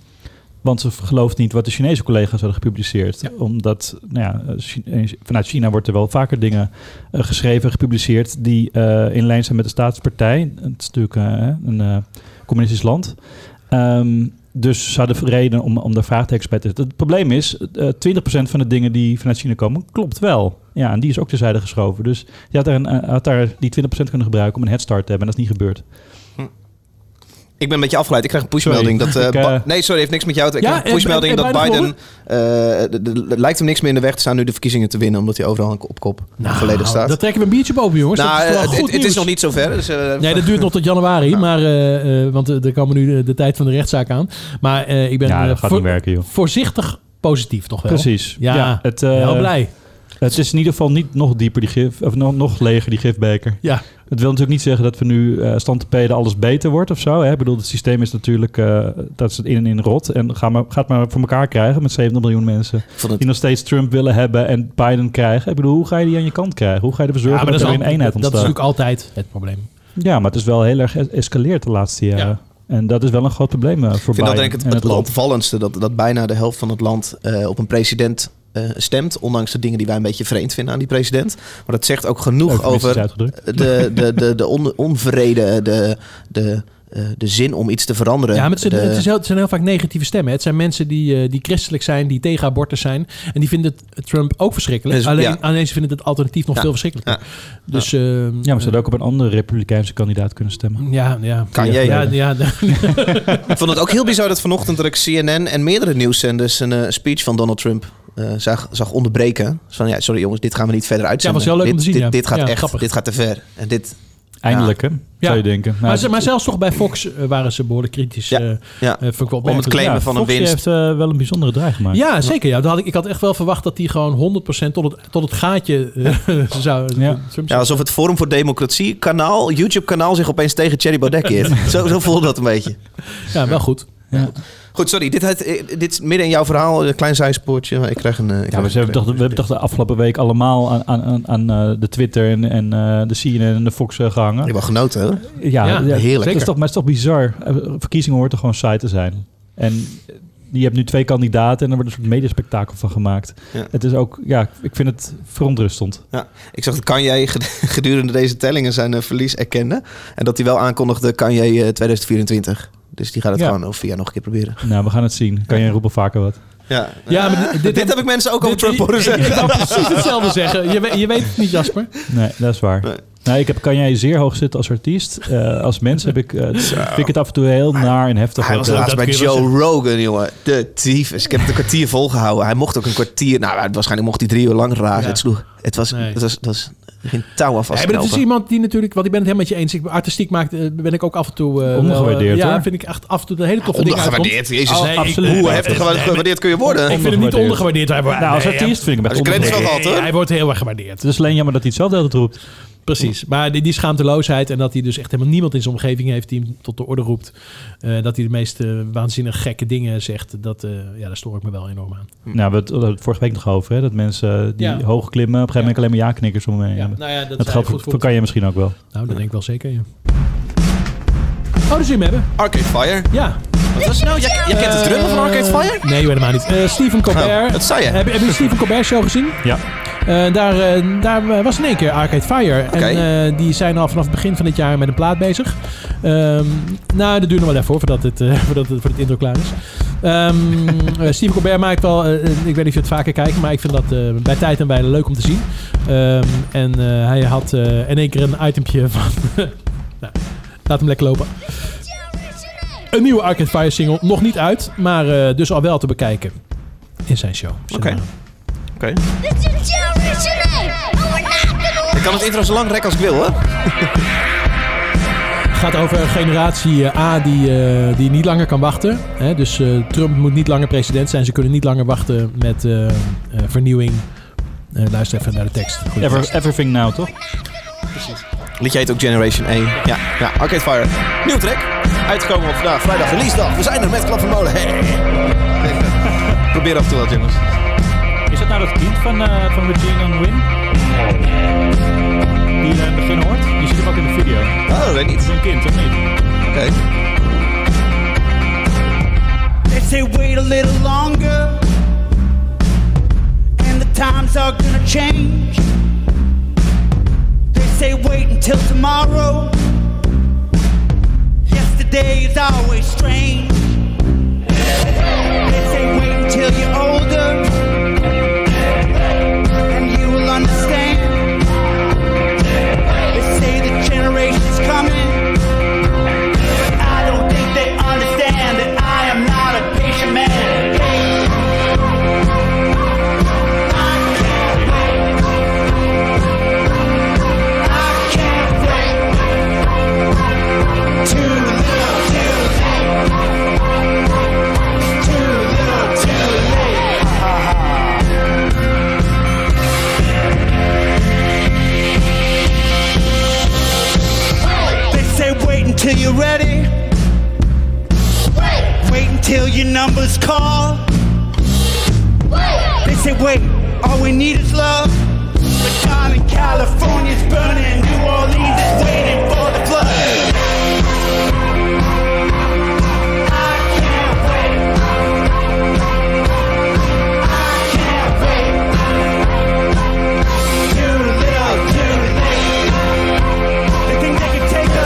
Speaker 4: Want ze gelooft niet wat de Chinese collega's hadden gepubliceerd. Omdat nou ja, Chi- eh, vanuit China wordt er wel vaker dingen eh, geschreven, gepubliceerd... die eh, in lijn zijn met de staatspartij. Het is natuurlijk eh, een eh, communistisch land. Ehm, dus ze hadden reden om, om daar vraagtekens bij te zetten. Het probleem is, eh, 20% van de dingen die vanuit China komen, klopt wel. Ja, en die is ook terzijde geschoven. Dus je had daar, een, eh, had daar die 20% kunnen gebruiken om een headstart te hebben. En dat is niet gebeurd.
Speaker 1: Ik ben een beetje afgeleid. Ik krijg een pushmelding. Dat,
Speaker 4: Sorry.
Speaker 1: eh,
Speaker 4: Ik, eh,
Speaker 1: Ba- nee, sorry, heeft niks met jou te
Speaker 2: Ja,
Speaker 1: maken. een
Speaker 2: en-
Speaker 1: pushmelding
Speaker 2: en- en
Speaker 1: dat
Speaker 2: bij de
Speaker 1: Biden... eh, de- de- de- lijkt hem niks meer in de weg te staan nu de verkiezingen te winnen. Omdat hij overal op kop volledig Nou, staat.
Speaker 2: Nou, Dat trekken we een biertje boven, jongens.
Speaker 1: Nou,
Speaker 2: dat is toch wel
Speaker 1: het-
Speaker 2: goed
Speaker 1: het- het is
Speaker 2: nieuws.
Speaker 1: nog niet Nou. zover, dus, eh,
Speaker 2: nee, dat duurt nog tot januari. Maar, eh, eh, want eh, er komen nu de, de tijd van de rechtszaak aan. Maar eh, ik ben
Speaker 4: Ja, dat
Speaker 2: eh,
Speaker 4: gaat niet werken, joh.
Speaker 2: voorzichtig positief toch wel.
Speaker 4: Precies.
Speaker 2: Ja,
Speaker 4: het, eh,
Speaker 2: heel blij.
Speaker 4: Het is in ieder geval niet nog dieper die gif, of nog, nog leger die gifbeker.
Speaker 2: Ja.
Speaker 4: Het wil natuurlijk niet zeggen dat we nu eh stand te peden alles beter wordt of zo. Hè? Ik bedoel, het systeem is natuurlijk eh, dat is het in en in rot. En ga maar, gaat maar voor elkaar krijgen met 70 miljoen mensen. Die nog steeds Trump willen hebben en Biden krijgen. Ik bedoel, hoe ga je die aan je kant krijgen? Hoe ga je ervoor zorgen
Speaker 2: maar
Speaker 4: dat,
Speaker 2: dat
Speaker 4: er
Speaker 2: is
Speaker 4: een
Speaker 2: al-
Speaker 4: eenheid
Speaker 2: dat is
Speaker 4: ontstaat?
Speaker 2: natuurlijk altijd het probleem.
Speaker 4: Ja, maar het is wel heel erg escaleerd de laatste jaren. En dat is wel een groot probleem eh, voor
Speaker 1: Ik vind dat
Speaker 4: Biden
Speaker 1: denk ik
Speaker 4: en
Speaker 1: het, het,
Speaker 4: het land.
Speaker 1: opvallendste. Dat, dat bijna de helft van het land eh, op een president eh, stemt. Ondanks de dingen die wij een beetje vreemd vinden aan die president. Maar dat zegt ook genoeg
Speaker 4: Eufemistisch
Speaker 1: over
Speaker 4: uitgedrukt.
Speaker 1: de, de, de, de on- onvrede, de, de, eh, de zin om iets te veranderen.
Speaker 4: Eh,
Speaker 2: Ja, maar het zijn,
Speaker 1: De-
Speaker 2: het, is heel, het zijn heel vaak negatieve stemmen. Het zijn mensen die, eh, die christelijk zijn, die tegen abortus zijn. En die vinden het- Trump ook verschrikkelijk.
Speaker 4: Dus,
Speaker 2: alleen,
Speaker 4: ja.
Speaker 2: alleen ze vinden het alternatief nog
Speaker 4: Ja.
Speaker 2: veel verschrikkelijker. Dus, eh,
Speaker 4: ja, maar ze hadden ook op een andere republikeinse kandidaat kunnen stemmen.
Speaker 2: Ja, ja.
Speaker 1: Kan
Speaker 2: ja,
Speaker 1: jij.
Speaker 2: Ja,
Speaker 4: eh, *laughs*
Speaker 2: ja,
Speaker 1: Ik vond het ook heel bizar dat vanochtend dat ik CNN en meerdere nieuwszenders een eh, speech van Donald Trump eh, zag, zag onderbreken. Dus van, ja, sorry jongens, dit gaan we niet verder uitzenden.
Speaker 2: was heel leuk
Speaker 1: dit,
Speaker 2: om te zien,
Speaker 1: Dit,
Speaker 2: ja.
Speaker 1: dit gaat
Speaker 2: Ja,
Speaker 1: echt,
Speaker 2: grappig.
Speaker 1: dit gaat te ver. En dit,
Speaker 4: Eindelijk, hè? Zou je denken. Nou,
Speaker 2: Maar, ze- maar zelfs toch bij Fox eh, waren ze behoorlijk kritisch. eh, eh, vond ik
Speaker 4: Om
Speaker 2: wel
Speaker 4: het
Speaker 2: opmerkelijk.
Speaker 4: claimen Ja, van een Fox winst. heeft, eh, wel een bijzondere draai gemaakt.
Speaker 2: Ja, zeker. Ja. Dat had ik, ik had echt wel verwacht dat hij gewoon 100% tot het, tot het gaatje eh, *laughs* zou... Ja.
Speaker 1: ja, alsof het Forum voor Democratie kanaal, YouTube kanaal zich opeens tegen Thierry Baudet keert. zo, zo voelde dat een beetje.
Speaker 2: ja, wel goed.
Speaker 1: Maar Goed. goed, sorry. Dit, had- eh, dit is midden in jouw verhaal. Een klein zijspoortje. maar Ik krijg een... eh, ik
Speaker 4: Ja,
Speaker 1: krijg
Speaker 4: we,
Speaker 1: een-
Speaker 4: zijn, we, dachten, we hebben toch de afgelopen week allemaal aan, aan, aan, aan eh, de Twitter en, en eh, de CNN en de Fox eh, gehangen.
Speaker 1: Ik heb wel genoten hoor.
Speaker 4: Ja, ja,
Speaker 1: Heerlijk.
Speaker 4: Het is toch, maar het is toch bizar. Eh, Verkiezingen hoort er gewoon saai te zijn. En je hebt nu twee kandidaten en er wordt een soort mediaspectakel van gemaakt.
Speaker 1: Ja.
Speaker 4: Het is ook, ja, ik vind het verontrustend.
Speaker 1: Ja, ik zag dat Kanye ged- *laughs* gedurende deze tellingen zijn eh, verlies erkende. En dat hij wel aankondigde Kanye eh, 2024. Dus die gaat het
Speaker 4: Ja.
Speaker 1: gewoon over via nog een keer proberen.
Speaker 4: Nou, we gaan het zien. Kan je roepen vaker wat?
Speaker 1: Ja,
Speaker 2: Ja, maar
Speaker 1: dit, heb ik mensen ook over Trump
Speaker 2: *laughs*
Speaker 1: horen
Speaker 2: Ik
Speaker 1: zeggen.
Speaker 2: wou precies hetzelfde zeggen. Je, we- je weet het niet, Jasper.
Speaker 4: Nee, dat is waar.
Speaker 1: Nee.
Speaker 4: Nou, ik heb kan jij zeer hoog zitten als artiest. Eh, als mens heb ik, eh, vind ik het af en toe heel naar en heftig.
Speaker 1: Hij was
Speaker 4: Dat-
Speaker 1: laatst
Speaker 4: dat
Speaker 1: bij
Speaker 4: kun je wel
Speaker 1: Joe Rogan, jongen. De tyfus. Ik heb het een kwartier volgehouden. Hij mocht ook een kwartier... Nou, waarschijnlijk mocht hij drie uur lang razen.
Speaker 2: Ja.
Speaker 1: Het sloeg... Het was,
Speaker 2: Nee.
Speaker 1: het was, het was geen touw af als
Speaker 2: Nee, maar dat is dus iemand die natuurlijk, want ik ben het helemaal met je eens. Ik, artistiek maakt, eh, ben ik ook af en toe. eh, wel, eh,
Speaker 4: Ondergewaardeerd,
Speaker 2: Ja,
Speaker 4: hoor.
Speaker 2: vind ik echt af en toe een hele toffe dingen.
Speaker 1: Ondergewaardeerd, jezus.
Speaker 2: Oh, nee, ik-
Speaker 1: absoluut. Hoe heftig gewaardeerd kun je worden?
Speaker 2: Ik vind hem niet ondergewaardeerd. Hij wordt-
Speaker 4: Nou, als
Speaker 2: nee, hij-
Speaker 4: artiest vind ik hem echt
Speaker 1: Als credits wel
Speaker 4: ondergewaardeerd.
Speaker 1: gehad, hoor.
Speaker 2: Hij wordt heel erg gewaardeerd.
Speaker 4: Het is alleen jammer dat hij het zelf altijd roept.
Speaker 2: Precies. Maar die, die schaamteloosheid en dat hij dus echt helemaal niemand in zijn omgeving heeft die hem tot de orde roept. eh, dat hij de meest eh, waanzinnig gekke dingen zegt. Dat, eh, ja, daar stoor ik me wel enorm aan.
Speaker 1: Mm.
Speaker 4: Nou, we hadden het- we hadden het vorige week nog over. Hè? Dat mensen eh, die
Speaker 2: Ja.
Speaker 4: hoog klimmen, op een gegeven moment alleen maar ja-knikkers om me heen
Speaker 2: Ja,
Speaker 4: hebben.
Speaker 2: nou ja, dat
Speaker 4: dat
Speaker 2: zei
Speaker 4: geldt
Speaker 2: je goed
Speaker 4: voor,
Speaker 2: voor-
Speaker 4: kan je misschien ook wel.
Speaker 2: Nou, dat denk ik wel zeker. Ja. Oh, dus hem hebben.
Speaker 1: Arcade Fire.
Speaker 2: Ja.
Speaker 1: Wat was het nou? Jij, jij kent het drummen van Arcade Fire?
Speaker 2: Nee, helemaal niet. Eh Stephen Colbert.
Speaker 1: Oh, dat zei je.
Speaker 2: Heb, heb je de Stephen Colbert show gezien?
Speaker 4: Ja.
Speaker 2: Eh, daar, eh, daar eh, was in één keer Arcade Fire. En eh, die zijn al vanaf het begin van dit jaar met een plaat bezig. Ehm, nou, dat duurt nog wel even hoor, voordat het, eh, *laughs* voordat het, voor het intro klaar is. Ehm eh, Steve Colbert maakt wel, eh, eh, ik weet niet of je het vaker kijkt, maar ik vind dat eh, bij tijd en bij leuk om te zien. Ehm, en eh, hij had eh, in één keer een itempje *laughs* van... nou, laat hem lekker lopen. Een nieuwe Arcade Fire single, nog niet uit, maar eh, dus al wel te bekijken in zijn show. Zijn,
Speaker 1: Oké.
Speaker 2: eh,
Speaker 1: Oké. Ik kan het intro zo lang rekken als ik wil, hoor.
Speaker 2: Het gaat over een generatie eh, A die, eh, die niet langer kan wachten. Hè? Dus eh, Trump moet niet langer president zijn. Ze kunnen niet langer wachten met eh, eh, vernieuwing. Eh, luister even naar de tekst. Goeie
Speaker 4: Ever,
Speaker 2: tekst.
Speaker 4: everything now, toch?
Speaker 1: Liedje heet ook Generation A. Ja, ja Arcade Fire. Nieuw track. Uitgekomen op vandaag, vrijdag, release dag. We zijn er met Klap van Molen. Hey. *laughs* Probeer af en toe wat, jongens.
Speaker 4: Is dat nou dat lied van, eh van Regina and Win? Die je in het begin hoort? Je ziet hem ook in de video. Het
Speaker 1: Oh, weet niet.
Speaker 4: is een kind, of niet?
Speaker 1: Oké.
Speaker 12: They say wait a little longer, and the times are gonna change. They say wait until tomorrow. Yesterday is always strange. They say wait until you're older, and you will understand. They say the generation's coming. I don't think they understand that I am not a patient man. I can't wait. Too little, too late. Too little, too late. Ha, ha, ha. They say wait until you're ready. Wait. until your number's called. They say wait, all we need is love. But darling, California's burning. New Orleans is waiting for the flood. I can't wait. I can't wait. Too little, too late. They think they can take us.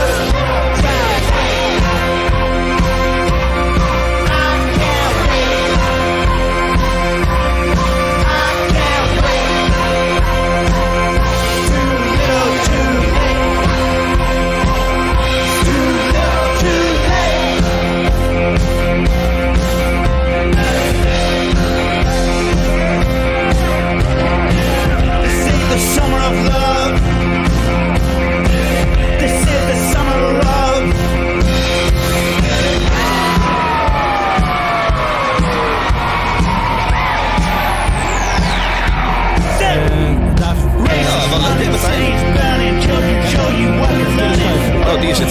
Speaker 12: Save the summer of love. This is the summer of love.
Speaker 2: Eh, daar-
Speaker 1: Ja, wat leuk dit, Martijn.
Speaker 12: Cities burning, children show you what
Speaker 1: *laughs*
Speaker 12: you're learning.
Speaker 1: Oh, die is het.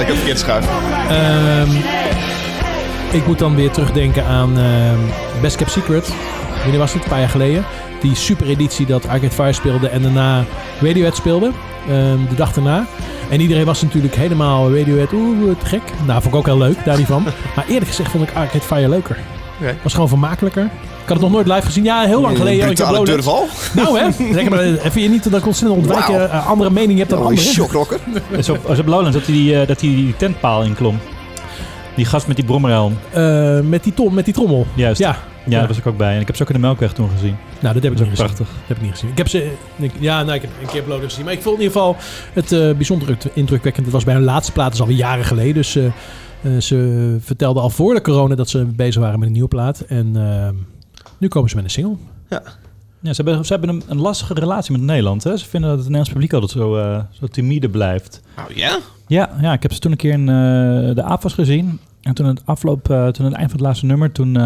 Speaker 1: ik heb verkeerd geschuift.
Speaker 2: Ehm, Ik moet dan weer terugdenken aan ehm, Best Kept Secret. Wanneer was het? Een paar jaar geleden. Die super editie dat Arcade Fire speelde en daarna Radiohead speelde. ehm, de dag daarna. En iedereen was natuurlijk helemaal Radiohead. Oeh, te gek. Nou, vond ik ook heel leuk, daar niet van. Maar eerlijk gezegd vond ik Arcade Fire leuker.
Speaker 1: Oké.
Speaker 2: Was gewoon vermakelijker. Ik had het nog nooit live gezien. Ja, heel lang
Speaker 1: Een
Speaker 2: geleden.
Speaker 1: brutale
Speaker 2: Ik heb Lowlands-
Speaker 1: durval.
Speaker 2: Nou hè, zeg maar, eh, vind je niet dat ik constant ontwijken eh, andere mening hebt
Speaker 1: Oh,
Speaker 2: dan anderen?
Speaker 4: Is op, is op Lowlands dat hij die, eh, dat hij die tentpaal inklom. Die gast met die brommerhelm.
Speaker 2: Eh, met, die tom, met die trommel.
Speaker 4: Juist.
Speaker 2: Ja.
Speaker 4: Ja, daar was ik ook bij. En ik heb ze ook in de Melkweg toen gezien. Dus-
Speaker 2: Nou, dat heb ik
Speaker 4: Dat
Speaker 2: niet
Speaker 4: is
Speaker 2: gezien.
Speaker 4: prachtig.
Speaker 2: Dat heb ik niet gezien. Ik heb ze, ik- ja, nou, ik heb een keer Blood gezien. Maar ik vond in ieder geval het eh, bijzonder indru- indrukwekkend. Het was bij hun laatste plaat, dat is alweer jaren geleden. Dus eh, eh, ze vertelden al voor de corona dat ze bezig waren met een nieuwe plaat. En eh, nu komen ze met een single.
Speaker 4: Ja, ze hebben, ze hebben een, een lastige relatie met Nederland. Hè? Ze vinden dat het Nederlands publiek altijd zo, eh, zo timide blijft.
Speaker 1: Oh ja?
Speaker 4: Ja, ja, ik heb ze toen een keer in eh, de AFAS gezien. En toen aan het afloop, eh, toen aan het eind van het laatste nummer, toen, eh,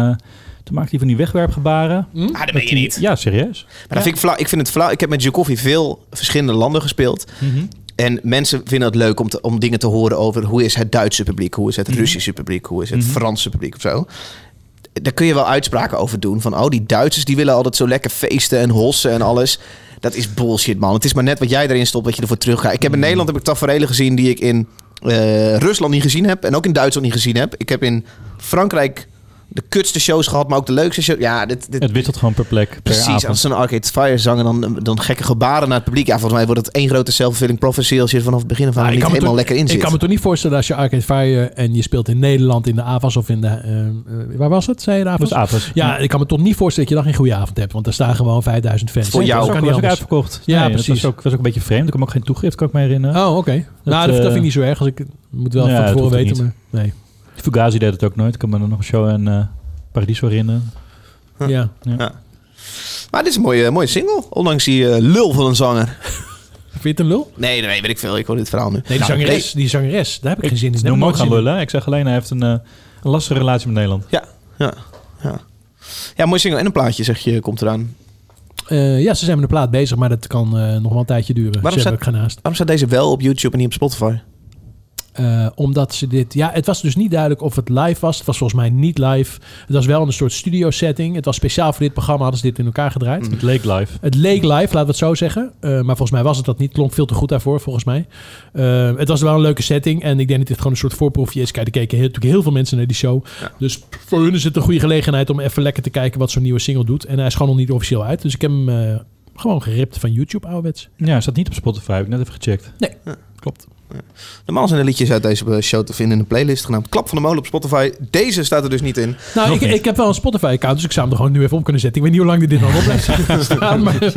Speaker 4: toen maakte hij van die wegwerpgebaren.
Speaker 2: Hm?
Speaker 1: Ah, dat ben
Speaker 4: Met
Speaker 1: je
Speaker 4: die-
Speaker 1: niet.
Speaker 4: Ja, serieus.
Speaker 1: Maar dat vind ik, flauw. ik vind het flauw. Ik heb met Jokofi veel verschillende landen gespeeld.
Speaker 4: Mhm.
Speaker 1: En mensen vinden het leuk om, te- om dingen te horen over hoe is het Duitse publiek, hoe is het
Speaker 4: Mhm.
Speaker 1: Russische publiek, hoe is het
Speaker 4: Mhm.
Speaker 1: Franse publiek of zo. Daar kun je wel uitspraken over doen. Van oh, die Duitsers die willen altijd zo lekker feesten en hossen en alles. Dat is bullshit, man. Het is maar net wat jij erin stopt, wat je ervoor teruggaat. Ik
Speaker 4: Mhm.
Speaker 1: heb in Nederland heb ik tafereelen gezien die ik in eh, Rusland niet gezien heb. En ook in Duitsland niet gezien heb. Ik heb in Frankrijk de kutste shows gehad, maar ook de leukste shows. Ja, dit, dit,
Speaker 4: Het wisselt gewoon per plek, per
Speaker 1: Precies,
Speaker 4: avond.
Speaker 1: als ze een Arcade Fire zangen, dan, dan gekke gebaren naar het publiek. Ja, volgens mij wordt het één grote self-fulfilling prophecy als je er vanaf het begin af aan
Speaker 2: Maar Nou, ik
Speaker 1: niet
Speaker 2: kan me
Speaker 1: helemaal
Speaker 2: toch-
Speaker 1: lekker in
Speaker 2: Ik
Speaker 1: zit.
Speaker 2: kan me toch niet voorstellen als je Arcade Fire en je speelt in Nederland in de AVAS of in de... eh, eh, waar was het? Zei je de AVAS?
Speaker 4: Was AFAS.
Speaker 2: Ja, ik kan me toch niet voorstellen dat je dan geen goede avond hebt. Want daar staan gewoon 5000 fans.
Speaker 4: Voor
Speaker 2: Dat
Speaker 4: jou.
Speaker 2: kan
Speaker 4: was
Speaker 2: niet
Speaker 4: ook, was ook
Speaker 2: anders.
Speaker 4: uitverkocht.
Speaker 2: Ja,
Speaker 4: Nee, Dat
Speaker 2: precies.
Speaker 4: was ook, was ook een beetje vreemd. Ik kwam ook geen toegift, kan ik me herinneren.
Speaker 2: Oh, oké. nou, dat, dat vind ik niet zo erg. Als ik moet wel van tevoren weten. Maar, nee.
Speaker 4: Fugazi deed het ook nooit. Ik kan me er nog een show in eh Paradiso herinneren.
Speaker 2: Ja.
Speaker 1: Ja. Maar dit is een mooie, mooie single, ondanks die eh, lul van een zanger.
Speaker 2: Vind je het een lul?
Speaker 1: Nee, nee, weet ik veel. Ik hoor dit verhaal nu.
Speaker 2: Nee, die zangeres, die zangeres, daar heb ik, geen zin in. Daar heb
Speaker 4: Nou, Noem
Speaker 2: ik
Speaker 4: hem ook
Speaker 2: nooit
Speaker 4: gaan
Speaker 2: zin in.
Speaker 4: lullen. Ik zeg alleen, hij heeft een, eh, een lastige relatie met Nederland.
Speaker 1: Ja, ja, ja. Ja, mooie single en een plaatje, zeg je, komt eraan.
Speaker 2: Eh, ja, ze zijn met de plaat bezig, maar dat kan eh, nog wel een tijdje duren.
Speaker 1: Waarom
Speaker 2: Ze
Speaker 1: staat-
Speaker 2: hebben ook genaast.
Speaker 1: Waarom staat deze wel op YouTube en niet op Spotify?
Speaker 2: Eh, omdat ze dit. Ja, het was dus niet duidelijk of het live was. Het was volgens mij niet live. Het was wel een soort studio setting. Het was speciaal voor dit programma, hadden ze dit in elkaar gedraaid.
Speaker 4: Het leek live.
Speaker 2: Het leek live, laten we het zo zeggen. Eh, maar volgens mij was het dat niet. Het klonk veel te goed daarvoor, volgens mij. Eh, het was wel een leuke setting. En ik denk dat dit gewoon een soort voorproefje is. Kijk, er keken heel, natuurlijk heel veel mensen naar die show. Dus voor hun is het een goede gelegenheid om even lekker te kijken wat zo'n nieuwe single doet. En hij is gewoon nog niet officieel uit. Dus ik heb hem eh, gewoon geript van YouTube, ouderwets.
Speaker 4: Ja, hij staat niet op Spotify. Heb ik net even gecheckt.
Speaker 2: Nee.
Speaker 4: Klopt.
Speaker 1: Normaal zijn de liedjes uit deze eh, show te vinden in een playlist genaamd Klap van de Molen op Spotify. Deze staat er dus niet in.
Speaker 2: Nou, ik, ik heb wel een Spotify-account, dus ik zou hem er gewoon nu even op kunnen zetten. Ik weet niet hoe lang dit nog op *laughs* blijft staan. Maar...
Speaker 1: Hey,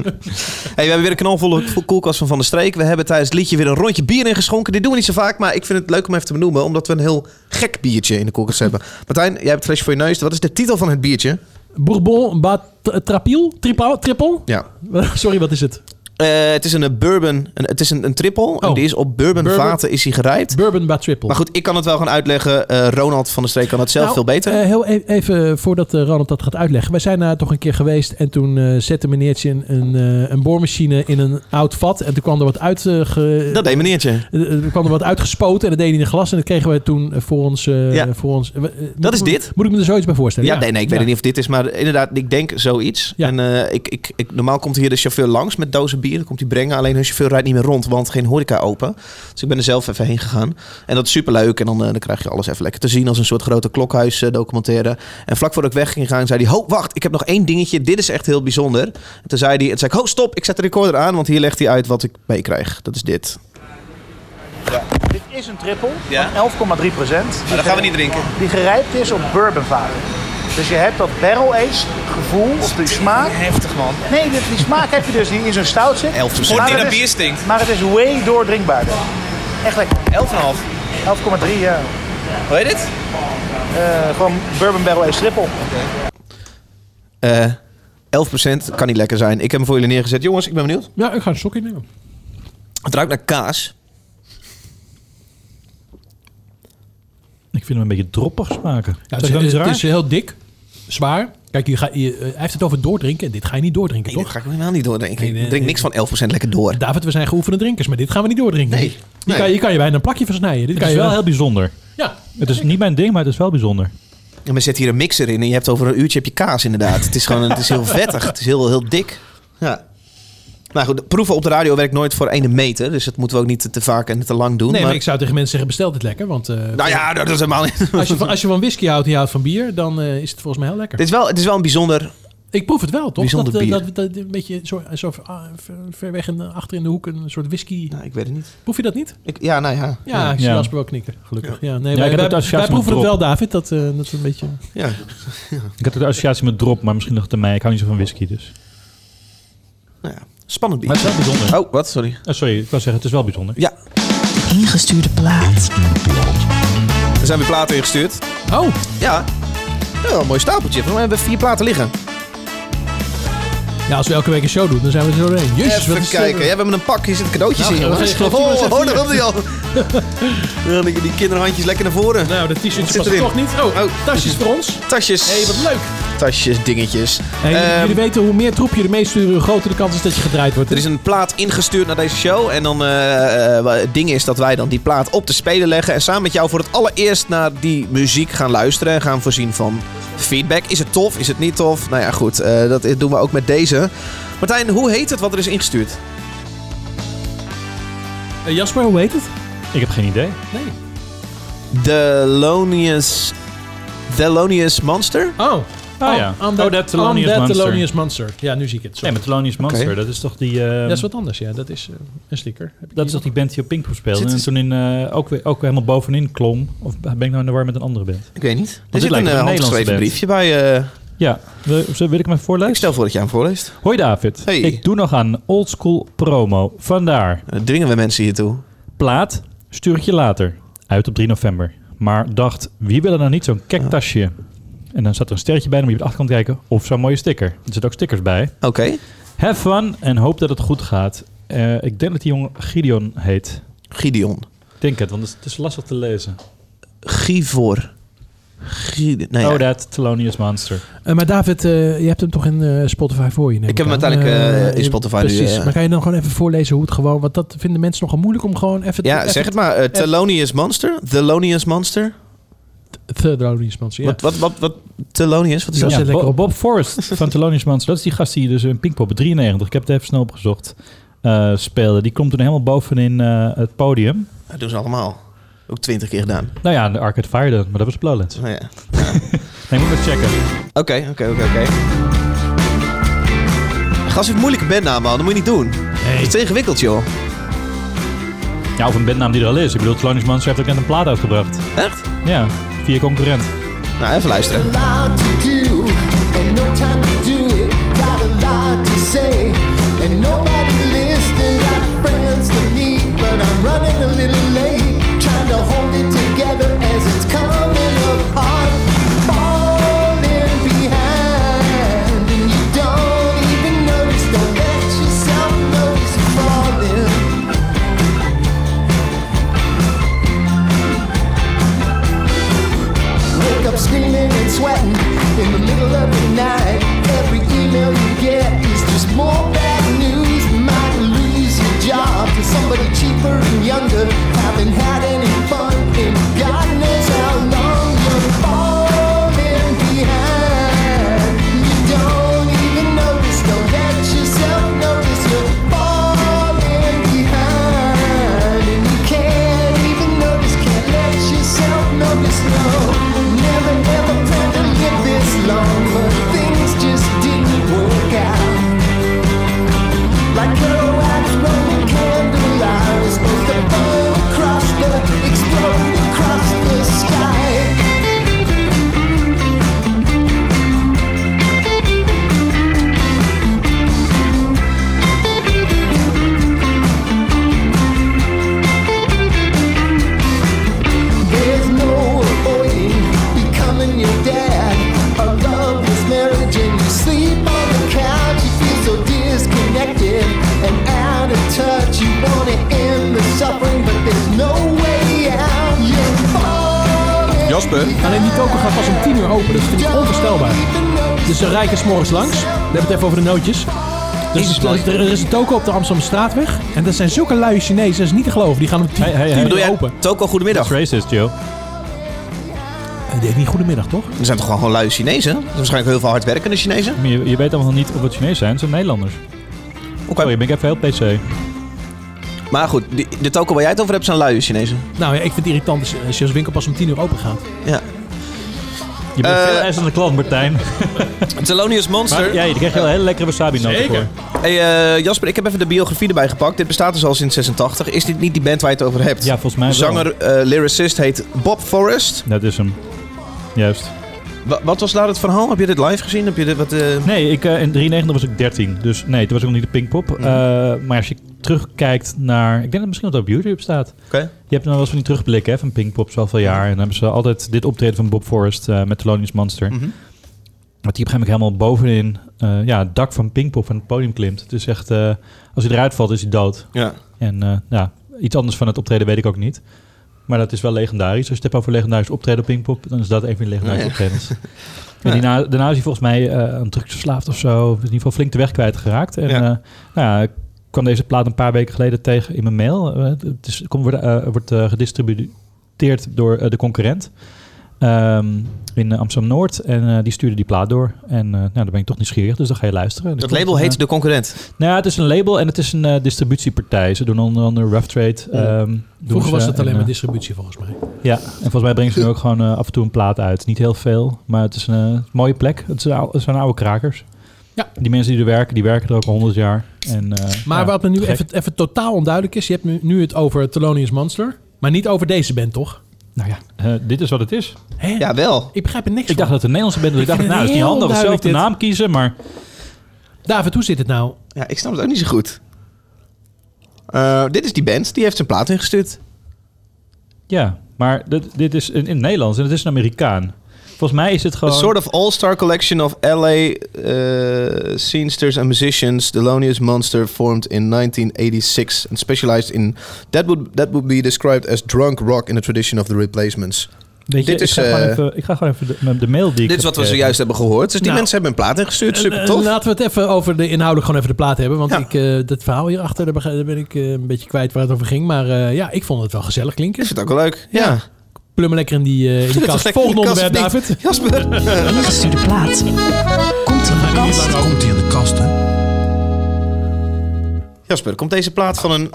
Speaker 1: we hebben weer een knalvolle k- koelkast van Van der Streek. We hebben tijdens het liedje weer een rondje bier ingeschonken. Dit doen we niet zo vaak, maar ik vind het leuk om even te benoemen. Omdat we een heel gek biertje in de koelkast hebben. Martijn, jij hebt het flesje voor je neus. Wat is de titel van het biertje?
Speaker 2: Bourbon Bat Trapiel? Triple? triple?
Speaker 1: Ja.
Speaker 2: Sorry, wat is het?
Speaker 1: Eh, het is een eh, bourbon. Een, het is een, een triple. En die is op bourbon,
Speaker 2: Oh. Bourbon.
Speaker 1: vaten is hij gerijpt.
Speaker 2: Bourbon Bat Triple.
Speaker 1: Maar goed, ik kan het wel gaan uitleggen. Eh, Ronald van der Streek kan dat zelf
Speaker 2: Nou,
Speaker 1: veel beter.
Speaker 2: eh, heel e- even voordat eh, Ronald dat gaat uitleggen. Wij zijn daar toch een keer geweest en toen eh, zette meneertje een, een, eh, een boormachine in een oud vat. En toen kwam er wat uit. eh, ge-
Speaker 1: dat deed meneertje.
Speaker 2: eh, eh, er kwam er wat uitgespoten en dat deed hij in een glas. En dat kregen we toen eh, voor ons... eh,
Speaker 1: Ja.
Speaker 2: voor ons eh, we- eh,
Speaker 1: Dat is
Speaker 2: moet-
Speaker 1: dit.
Speaker 2: Moet ik me er zoiets bij voorstellen?
Speaker 1: Ja, nee, nee, ik weet
Speaker 2: Ja.
Speaker 1: niet of dit is, maar inderdaad, ik denk zoiets. En eh, ik, ik, ik, normaal komt hier de chauffeur langs met dozen bier, dan komt hij brengen. Alleen hun chauffeur rijdt niet meer rond, want geen horeca open. Dus ik ben er zelf even heen gegaan. En dat is superleuk. En dan, eh, dan krijg je alles even lekker te zien als een soort grote klokhuis eh, documentaire. En vlak voordat ik weg ging gaan, zei hij, ho, wacht, ik heb nog één dingetje. Dit is echt heel bijzonder. En toen zei hij, en toen zei ik, ho, stop, ik zet de recorder aan, want hier legt hij uit wat ik meekrijg. Dat is dit.
Speaker 13: Dit is een triple van 11,3 procent.
Speaker 1: dat Nou, gaan we niet drinken.
Speaker 13: Die gerijpt is op bourbonvaten. Dus je hebt dat barrel aged gevoel of die smaak. Heftig man. Nee, die, die smaak heb je dus die in zo'n stout zit.
Speaker 1: 11%.
Speaker 13: Maar
Speaker 1: Hoort niet
Speaker 13: het
Speaker 1: dat
Speaker 13: is-
Speaker 1: bier stinkt.
Speaker 13: Maar het is way doordrinkbaarder. Echt lekker.
Speaker 1: 11,5.
Speaker 13: 11,3 ja.
Speaker 1: Hoe heet dit?
Speaker 13: Eh, gewoon bourbon barrel aged triple.
Speaker 1: Eh 11% kan niet lekker zijn. Ik heb hem voor jullie neergezet. Jongens, ik ben benieuwd.
Speaker 2: Ja, ik ga een stokje nemen.
Speaker 1: Het ruikt naar kaas.
Speaker 4: Ik vind hem een beetje droppig smaken.
Speaker 2: Ja,
Speaker 4: Zou
Speaker 2: het,
Speaker 4: ik dan
Speaker 2: is,
Speaker 4: iets
Speaker 2: het
Speaker 4: raar?
Speaker 2: is heel dik, zwaar. Kijk, je ga, je, eh, hij heeft het over doordrinken. Dit ga je niet doordrinken, toch?
Speaker 1: Ga ik helemaal niet doordrinken.
Speaker 2: Nee, nee,
Speaker 1: ik drink
Speaker 2: nee.
Speaker 1: niks van 11% lekker door.
Speaker 2: David, we zijn geoefende drinkers, maar dit gaan we niet doordrinken.
Speaker 1: Nee.
Speaker 2: Je, Kan, je kan je bijna een plakje versnijden. Dit
Speaker 4: Het
Speaker 2: kan
Speaker 4: is
Speaker 2: je
Speaker 4: wel heel bijzonder.
Speaker 2: Ja.
Speaker 4: Het is niet mijn ding, maar het is wel bijzonder.
Speaker 1: Ja, maar zet hier een mixer in en je hebt over een uurtje heb je kaas inderdaad. het is gewoon het *laughs* is heel vettig. Het is heel, heel dik. Ja. Nou goed, proeven op de radio werkt nooit voor ene meter. Dus dat moeten we ook niet te- te vaak en te lang doen.
Speaker 2: nee, maar
Speaker 1: maar-
Speaker 2: ik zou tegen mensen zeggen, bestel dit lekker. Want, eh,
Speaker 1: Nou ja, dat is helemaal niet-
Speaker 2: Als je, van, als je van whisky houdt en je houdt van bier, dan eh, is het volgens mij heel
Speaker 1: *laughs*
Speaker 2: lekker.
Speaker 1: Het is wel, het is wel een bijzonder...
Speaker 2: Ik proef het wel, toch?
Speaker 1: Bijzonder
Speaker 2: dat, eh,
Speaker 1: bier.
Speaker 2: Dat, dat een beetje zo, zo ver, ah, ver- ver weg en eh, achter in de hoek een soort whisky.
Speaker 1: Nou, ik weet het niet.
Speaker 2: Proef je dat niet?
Speaker 1: Ik, ja, nou ja.
Speaker 2: Ja, ik zie
Speaker 1: Ja.
Speaker 2: Jasper wel knikken, gelukkig. Ja.
Speaker 1: Ja.
Speaker 2: nee,
Speaker 1: Ja,
Speaker 2: wij,
Speaker 1: ik heb
Speaker 2: wij,
Speaker 1: het enthousiasme
Speaker 2: wij proeven het wel,
Speaker 4: erop.
Speaker 2: David. Dat, eh, dat is een beetje...
Speaker 1: Ja.
Speaker 4: Ik had de associatie met drop, maar misschien ligt het aan mij. Ik hou niet zo van whisky, dus.
Speaker 1: Nou Spannend bier.
Speaker 4: Maar het is wel bijzonder. Eh,
Speaker 1: Oh, wat? Sorry.
Speaker 4: sorry, ik wou zeggen, het is wel bijzonder.
Speaker 1: Ja.
Speaker 3: Ingestuurde plaat.
Speaker 1: Er zijn weer platen ingestuurd.
Speaker 2: Oh.
Speaker 1: Ja. Ja, een mooi stapeltje. We hebben we vier platen liggen.
Speaker 2: Ja, als we elke week een show doen, dan zijn we er zo doorheen. Jezus, wat
Speaker 1: Even
Speaker 2: is eh, dit?
Speaker 1: kijken. Ja, we hebben een pak. Hier zitten cadeautjes
Speaker 2: Nou,
Speaker 1: in. jongens.
Speaker 2: geef- geef
Speaker 1: oh,
Speaker 2: die maar eens
Speaker 1: oh,
Speaker 2: even
Speaker 1: daar
Speaker 2: hier.
Speaker 1: komt
Speaker 2: *laughs*
Speaker 1: hij al. Ja, die die kinderhandjes lekker naar voren.
Speaker 2: Nou, dat
Speaker 1: Wat
Speaker 2: t-shirtje
Speaker 1: zit
Speaker 2: past
Speaker 1: erin?
Speaker 2: toch niet. Oh, tasjes voor ons.
Speaker 1: Tasjes.
Speaker 2: hey, wat leuk.
Speaker 1: Tasjes, dingetjes.
Speaker 2: Hey, jullie-
Speaker 1: Ehm,
Speaker 2: jullie weten, hoe meer troep je ermee stuurt, hoe groter de kans is dat je gedraaid wordt.
Speaker 1: Er is een plaat ingestuurd naar deze show. En dan eh, eh, wa- het ding is dat wij dan die plaat op de speler leggen. En samen met jou voor het allereerst naar die muziek gaan luisteren. En gaan voorzien van feedback. Is het tof? Is het niet tof? Nou ja, goed. eh, dat doen we ook met deze. Martijn, hoe heet het wat er is ingestuurd?
Speaker 2: Eh, Jasper, hoe heet het?
Speaker 4: Ik heb geen idee. Ah,
Speaker 2: Nee.
Speaker 1: Delonious... Delonious Monster?
Speaker 2: Oh.
Speaker 4: Ah ja.
Speaker 2: On that,
Speaker 4: Oh, that Thelonious
Speaker 2: on that
Speaker 4: Monster.
Speaker 2: Thelonious Monster. Ja, nu zie ik het.
Speaker 4: Nee, maar Thelonious Monster,
Speaker 2: Oké.
Speaker 4: dat is toch die... eh,
Speaker 2: Dat is wat anders, ja. Dat is eh, een sticker. Heb ik
Speaker 4: dat
Speaker 2: hier
Speaker 4: is toch die band die op Pinkpop speelde
Speaker 2: Zit
Speaker 4: en
Speaker 2: er-
Speaker 4: toen in, eh, ook, weer, ook weer helemaal bovenin klom? Of ben ik nou in de war met een andere band?
Speaker 1: Ik weet niet.
Speaker 4: Want
Speaker 1: Er
Speaker 4: dit
Speaker 1: zit
Speaker 4: lijkt
Speaker 1: een
Speaker 4: me
Speaker 1: eh,
Speaker 4: Nederlandse
Speaker 1: handgeschreven
Speaker 4: band.
Speaker 1: briefje bij. eh,
Speaker 4: Ja, wil, wil ik hem even voorlezen? Ik
Speaker 1: stel voor dat je hem voorleest.
Speaker 4: Hoi David,
Speaker 1: Hey.
Speaker 4: ik doe nog aan oldschool promo. Vandaar.
Speaker 1: Eh, dringen we mensen hiertoe.
Speaker 4: Plaat stuur ik je later. Uit op 3 november. Maar dacht, wie wil er nou niet zo'n kek tasje? En dan zat er een sterretje bij, dan moet je op de achterkant kijken. Of zo'n mooie sticker. Er zitten ook stickers bij.
Speaker 1: Oké.
Speaker 4: Have fun en hoop dat het goed gaat. Eh, ik denk dat die jongen Gideon heet.
Speaker 1: Gideon.
Speaker 4: Ik denk het, want het is, het is lastig te lezen.
Speaker 1: Givor. Gide. Nou ja.
Speaker 4: Oh, dat Thelonious Monster.
Speaker 2: Eh, maar David, eh, je hebt hem toch in eh, Spotify voor je? neem
Speaker 1: Ik heb hem
Speaker 2: aan.
Speaker 1: uiteindelijk, eh,
Speaker 2: Eh,
Speaker 1: in Spotify nu,
Speaker 2: Precies.
Speaker 1: eh.
Speaker 2: Maar kan je dan gewoon even voorlezen hoe het gewoon... Want dat vinden mensen nogal moeilijk om gewoon even... te-
Speaker 1: Ja,
Speaker 2: *laughs* even
Speaker 1: zeg het maar. eh,
Speaker 2: even-
Speaker 1: Thelonious Monster? Thelonious Monster?
Speaker 2: Thelonious Monster, ja.
Speaker 1: Wat, wat, wat, wat? Thelonious? Wat is
Speaker 4: Ja,
Speaker 1: dat?
Speaker 4: Bo- Bob Forrest van Thelonious Monster. Dat is die gast die dus in Pinkpop 93, ik heb het even snel opgezocht, eh, speelde. Die komt toen helemaal bovenin eh, het podium.
Speaker 1: Dat doen ze allemaal. Ook twintig keer gedaan.
Speaker 4: Nou ja, de Arcade Fire dan, maar dat was Blowlands.
Speaker 1: Nou ja.
Speaker 4: Nee, moet ik checken.
Speaker 1: Oké, oké, oké, oké. Gast heeft moeilijke bandnaam, man. Dat moet je niet doen. Het is ingewikkeld, joh.
Speaker 4: Ja, of een bandnaam die er al is. Ik bedoel, Thelonious Monster heeft ook net een plaat uitgebracht.
Speaker 1: Echt?
Speaker 4: Ja, via concurrent.
Speaker 1: Nou, even luisteren.
Speaker 14: lot to do and no time to do it. Got a lot to say and nobody listening. Got friends to meet, but I'm running a little late. Trying to hold it together as it's coming apart. Falling behind, and you don't even notice. Don't let yourself notice you're falling. Wake up screaming and sweating in the middle of the night. Every email you get is just more bad news. Might lose your job to somebody cheaper and younger. Haven't had any fun in God knows how long. You're falling behind. You don't even notice. Don't let yourself notice. You're falling behind, and you can't even notice. Can't let yourself notice. No, never, never planned to live this long, but things just didn't work out. Like her wax rolling candle, I was supposed to burn across the, explode across the sky. There's no avoiding becoming your dad. A loveless marriage, and you sleep on the couch. You feel so disconnected and out of touch. You want to end the suffering, but there's no way out. You're falling.
Speaker 1: Jasper.
Speaker 2: Alleen die koker gaat pas om 10 uur open. Dat vind ik onvoorstelbaar. Dus ze rijken s'morgens langs. We hebben het even over de nootjes. Er is, er, is- er is een toko op de Amsterdamse straatweg. En dat zijn zulke luie Chinezen. Dat is niet te geloven. Die gaan om 10
Speaker 4: Hey, hey, hey.
Speaker 2: tien uur
Speaker 4: Bedoel jij
Speaker 2: open.
Speaker 1: Toko, goedemiddag.
Speaker 4: Dat is racist, Joe.
Speaker 2: Eh, Die deed niet goedemiddag, toch?
Speaker 1: Er zijn toch gewoon, gewoon lui Chinezen? Er zijn waarschijnlijk heel veel hardwerkende Chinezen.
Speaker 4: Maar je, je weet allemaal niet of het Chinezen zijn, het zijn Nederlanders.
Speaker 1: Oké.
Speaker 4: Oh, je bent even heel PC.
Speaker 1: Maar goed, die- de toko waar jij het over hebt zijn luie Chinezen.
Speaker 2: Nou ja, ik vind het irritant als- als je winkel pas om tien uur open gaat.
Speaker 1: Ja.
Speaker 4: Je bent veel eisende klant, Martijn.
Speaker 1: Thelonious Monster.
Speaker 4: Maar, ja, je krijgt wel een hele lekkere wasabi noten voor.
Speaker 1: Hey, eh, Jasper, ik heb even de biografie erbij gepakt. Dit bestaat dus al sinds 86. Is dit niet die band waar je het over hebt? Ja,
Speaker 4: volgens mij wel.
Speaker 1: Zanger, eh, lyricist heet Bob Forrest.
Speaker 4: Dat is hem. Juist.
Speaker 1: wat was daar het verhaal? Heb je dit live gezien? Heb je dit wat,
Speaker 4: Nee, ik, eh, in 93 was ik 13. Dus nee, toen was ik nog niet de Pinkpop. Eh, maar als je terugkijkt naar... Ik denk dat het misschien nog op YouTube staat.
Speaker 1: Oké.
Speaker 4: Je hebt nou wel eens van die terugblikken hè, van Pinkpop, zoveel jaar. En dan hebben ze altijd dit optreden van Bob Forrest eh, met Thelonious Monster.
Speaker 1: Mhm.
Speaker 4: Wat die op een gegeven moment helemaal bovenin eh, ja, het dak van Pinkpop van het podium klimt. Het is echt... eh, als hij eruit valt, is hij dood.
Speaker 1: Ja.
Speaker 4: En eh, ja, iets anders van het optreden weet ik ook niet. Maar dat is wel legendarisch. Als je het hebt over legendarisch optreden op Pinkpop, dan is dat een van de legendarische
Speaker 1: Oh Ja. *laughs*
Speaker 4: optredens. En daarna, daarna is hij volgens mij eh aan drugs verslaafd of zo. Of is in ieder geval flink de weg kwijtgeraakt. En
Speaker 1: Ja.
Speaker 4: eh, nou ja, ik kwam deze plaat een paar weken geleden tegen in mijn mail. Eh, het is, komt, wordt eh, wordt eh, gedistributeerd door eh, de concurrent. ehm, in eh, Amsterdam-Noord. En eh, die stuurde die plaat door. En eh, nou, daar ben ik toch nieuwsgierig, dus dan ga je luisteren. En
Speaker 1: Dat
Speaker 4: ik vond
Speaker 1: label
Speaker 4: het eh, een,
Speaker 1: heet De Concurrent.
Speaker 4: nou ja, het is een label en het is een eh, distributiepartij. Ze doen onder andere rough trade. ehm, doen
Speaker 2: Vroeger
Speaker 4: ze
Speaker 2: was het
Speaker 4: en,
Speaker 2: alleen maar
Speaker 4: eh,
Speaker 2: distributie volgens mij.
Speaker 4: Ja, en volgens mij brengen ze nu ook gewoon eh, af en toe een plaat uit. Niet heel veel, maar het is een eh, mooie plek. Het zijn, ou- het zijn oude krakers.
Speaker 2: Ja.
Speaker 4: Die mensen die er werken, die werken er ook al honderd jaar. En, eh,
Speaker 2: Maar
Speaker 4: ja,
Speaker 2: wat me nu
Speaker 4: gek.
Speaker 2: even, even totaal onduidelijk is, je hebt nu- nu het over Thelonious Monster, maar niet over deze band, toch?
Speaker 4: Nou ja, eh, dit is wat het is.
Speaker 1: Ja, wel.
Speaker 2: Ik begrijp er niks
Speaker 4: Ik dacht dat het een Nederlandse band was. Ik
Speaker 2: Ik *laughs*
Speaker 4: dacht,
Speaker 2: vind
Speaker 4: nou, dat
Speaker 2: het
Speaker 4: is niet
Speaker 2: heel
Speaker 4: handig. Zelf
Speaker 2: duidelijk
Speaker 4: de
Speaker 2: dit.
Speaker 4: naam kiezen, maar...
Speaker 2: David, hoe zit het nou?
Speaker 1: Ja, ik snap het ook niet zo goed. Eh, dit is die band. Die heeft zijn plaat ingestuurd.
Speaker 4: Ja, maar dit, dit is in, in het Nederlands en het is een Amerikaan. Volgens mij is het
Speaker 1: Een
Speaker 4: gewoon...
Speaker 1: soort of all-star collection of LA eh scenesters and musicians. Thelonious Monster formed in 1986 and specialized in that would that would be described as drunk rock in the tradition of the Replacements.
Speaker 4: Weet je,
Speaker 1: dit
Speaker 4: ik,
Speaker 1: is,
Speaker 4: ga gewoon
Speaker 1: eh,
Speaker 4: even, ik ga gewoon even de, de mail die ik
Speaker 1: Dit
Speaker 4: heb
Speaker 1: is wat we
Speaker 4: gekregen.
Speaker 1: zojuist hebben gehoord. Dus die
Speaker 2: Nou.
Speaker 1: mensen hebben een plaat ingestuurd. Super
Speaker 2: Eh,
Speaker 1: tof.
Speaker 4: nou.
Speaker 2: Laten we het even over de inhoudelijk gewoon even de plaat hebben. Want ik, eh, dat verhaal hierachter, daar beg- daar ben ik eh, een beetje kwijt waar het over ging. Maar eh, ja, ik vond het wel gezellig klinken.
Speaker 1: Ik vind het ook wel leuk. Ja.
Speaker 2: Plummen lekker in die, eh in *laughs* die
Speaker 1: Lekker
Speaker 2: kast.
Speaker 1: in die
Speaker 2: Volgende
Speaker 1: kast,
Speaker 2: onderwerp,
Speaker 1: of niet?
Speaker 2: David.
Speaker 1: Jasper.
Speaker 2: Ingestuurde plaat. Komt er
Speaker 1: aan de kast.
Speaker 2: Komt
Speaker 7: in de kast,
Speaker 1: Jasper, komt deze plaat van een...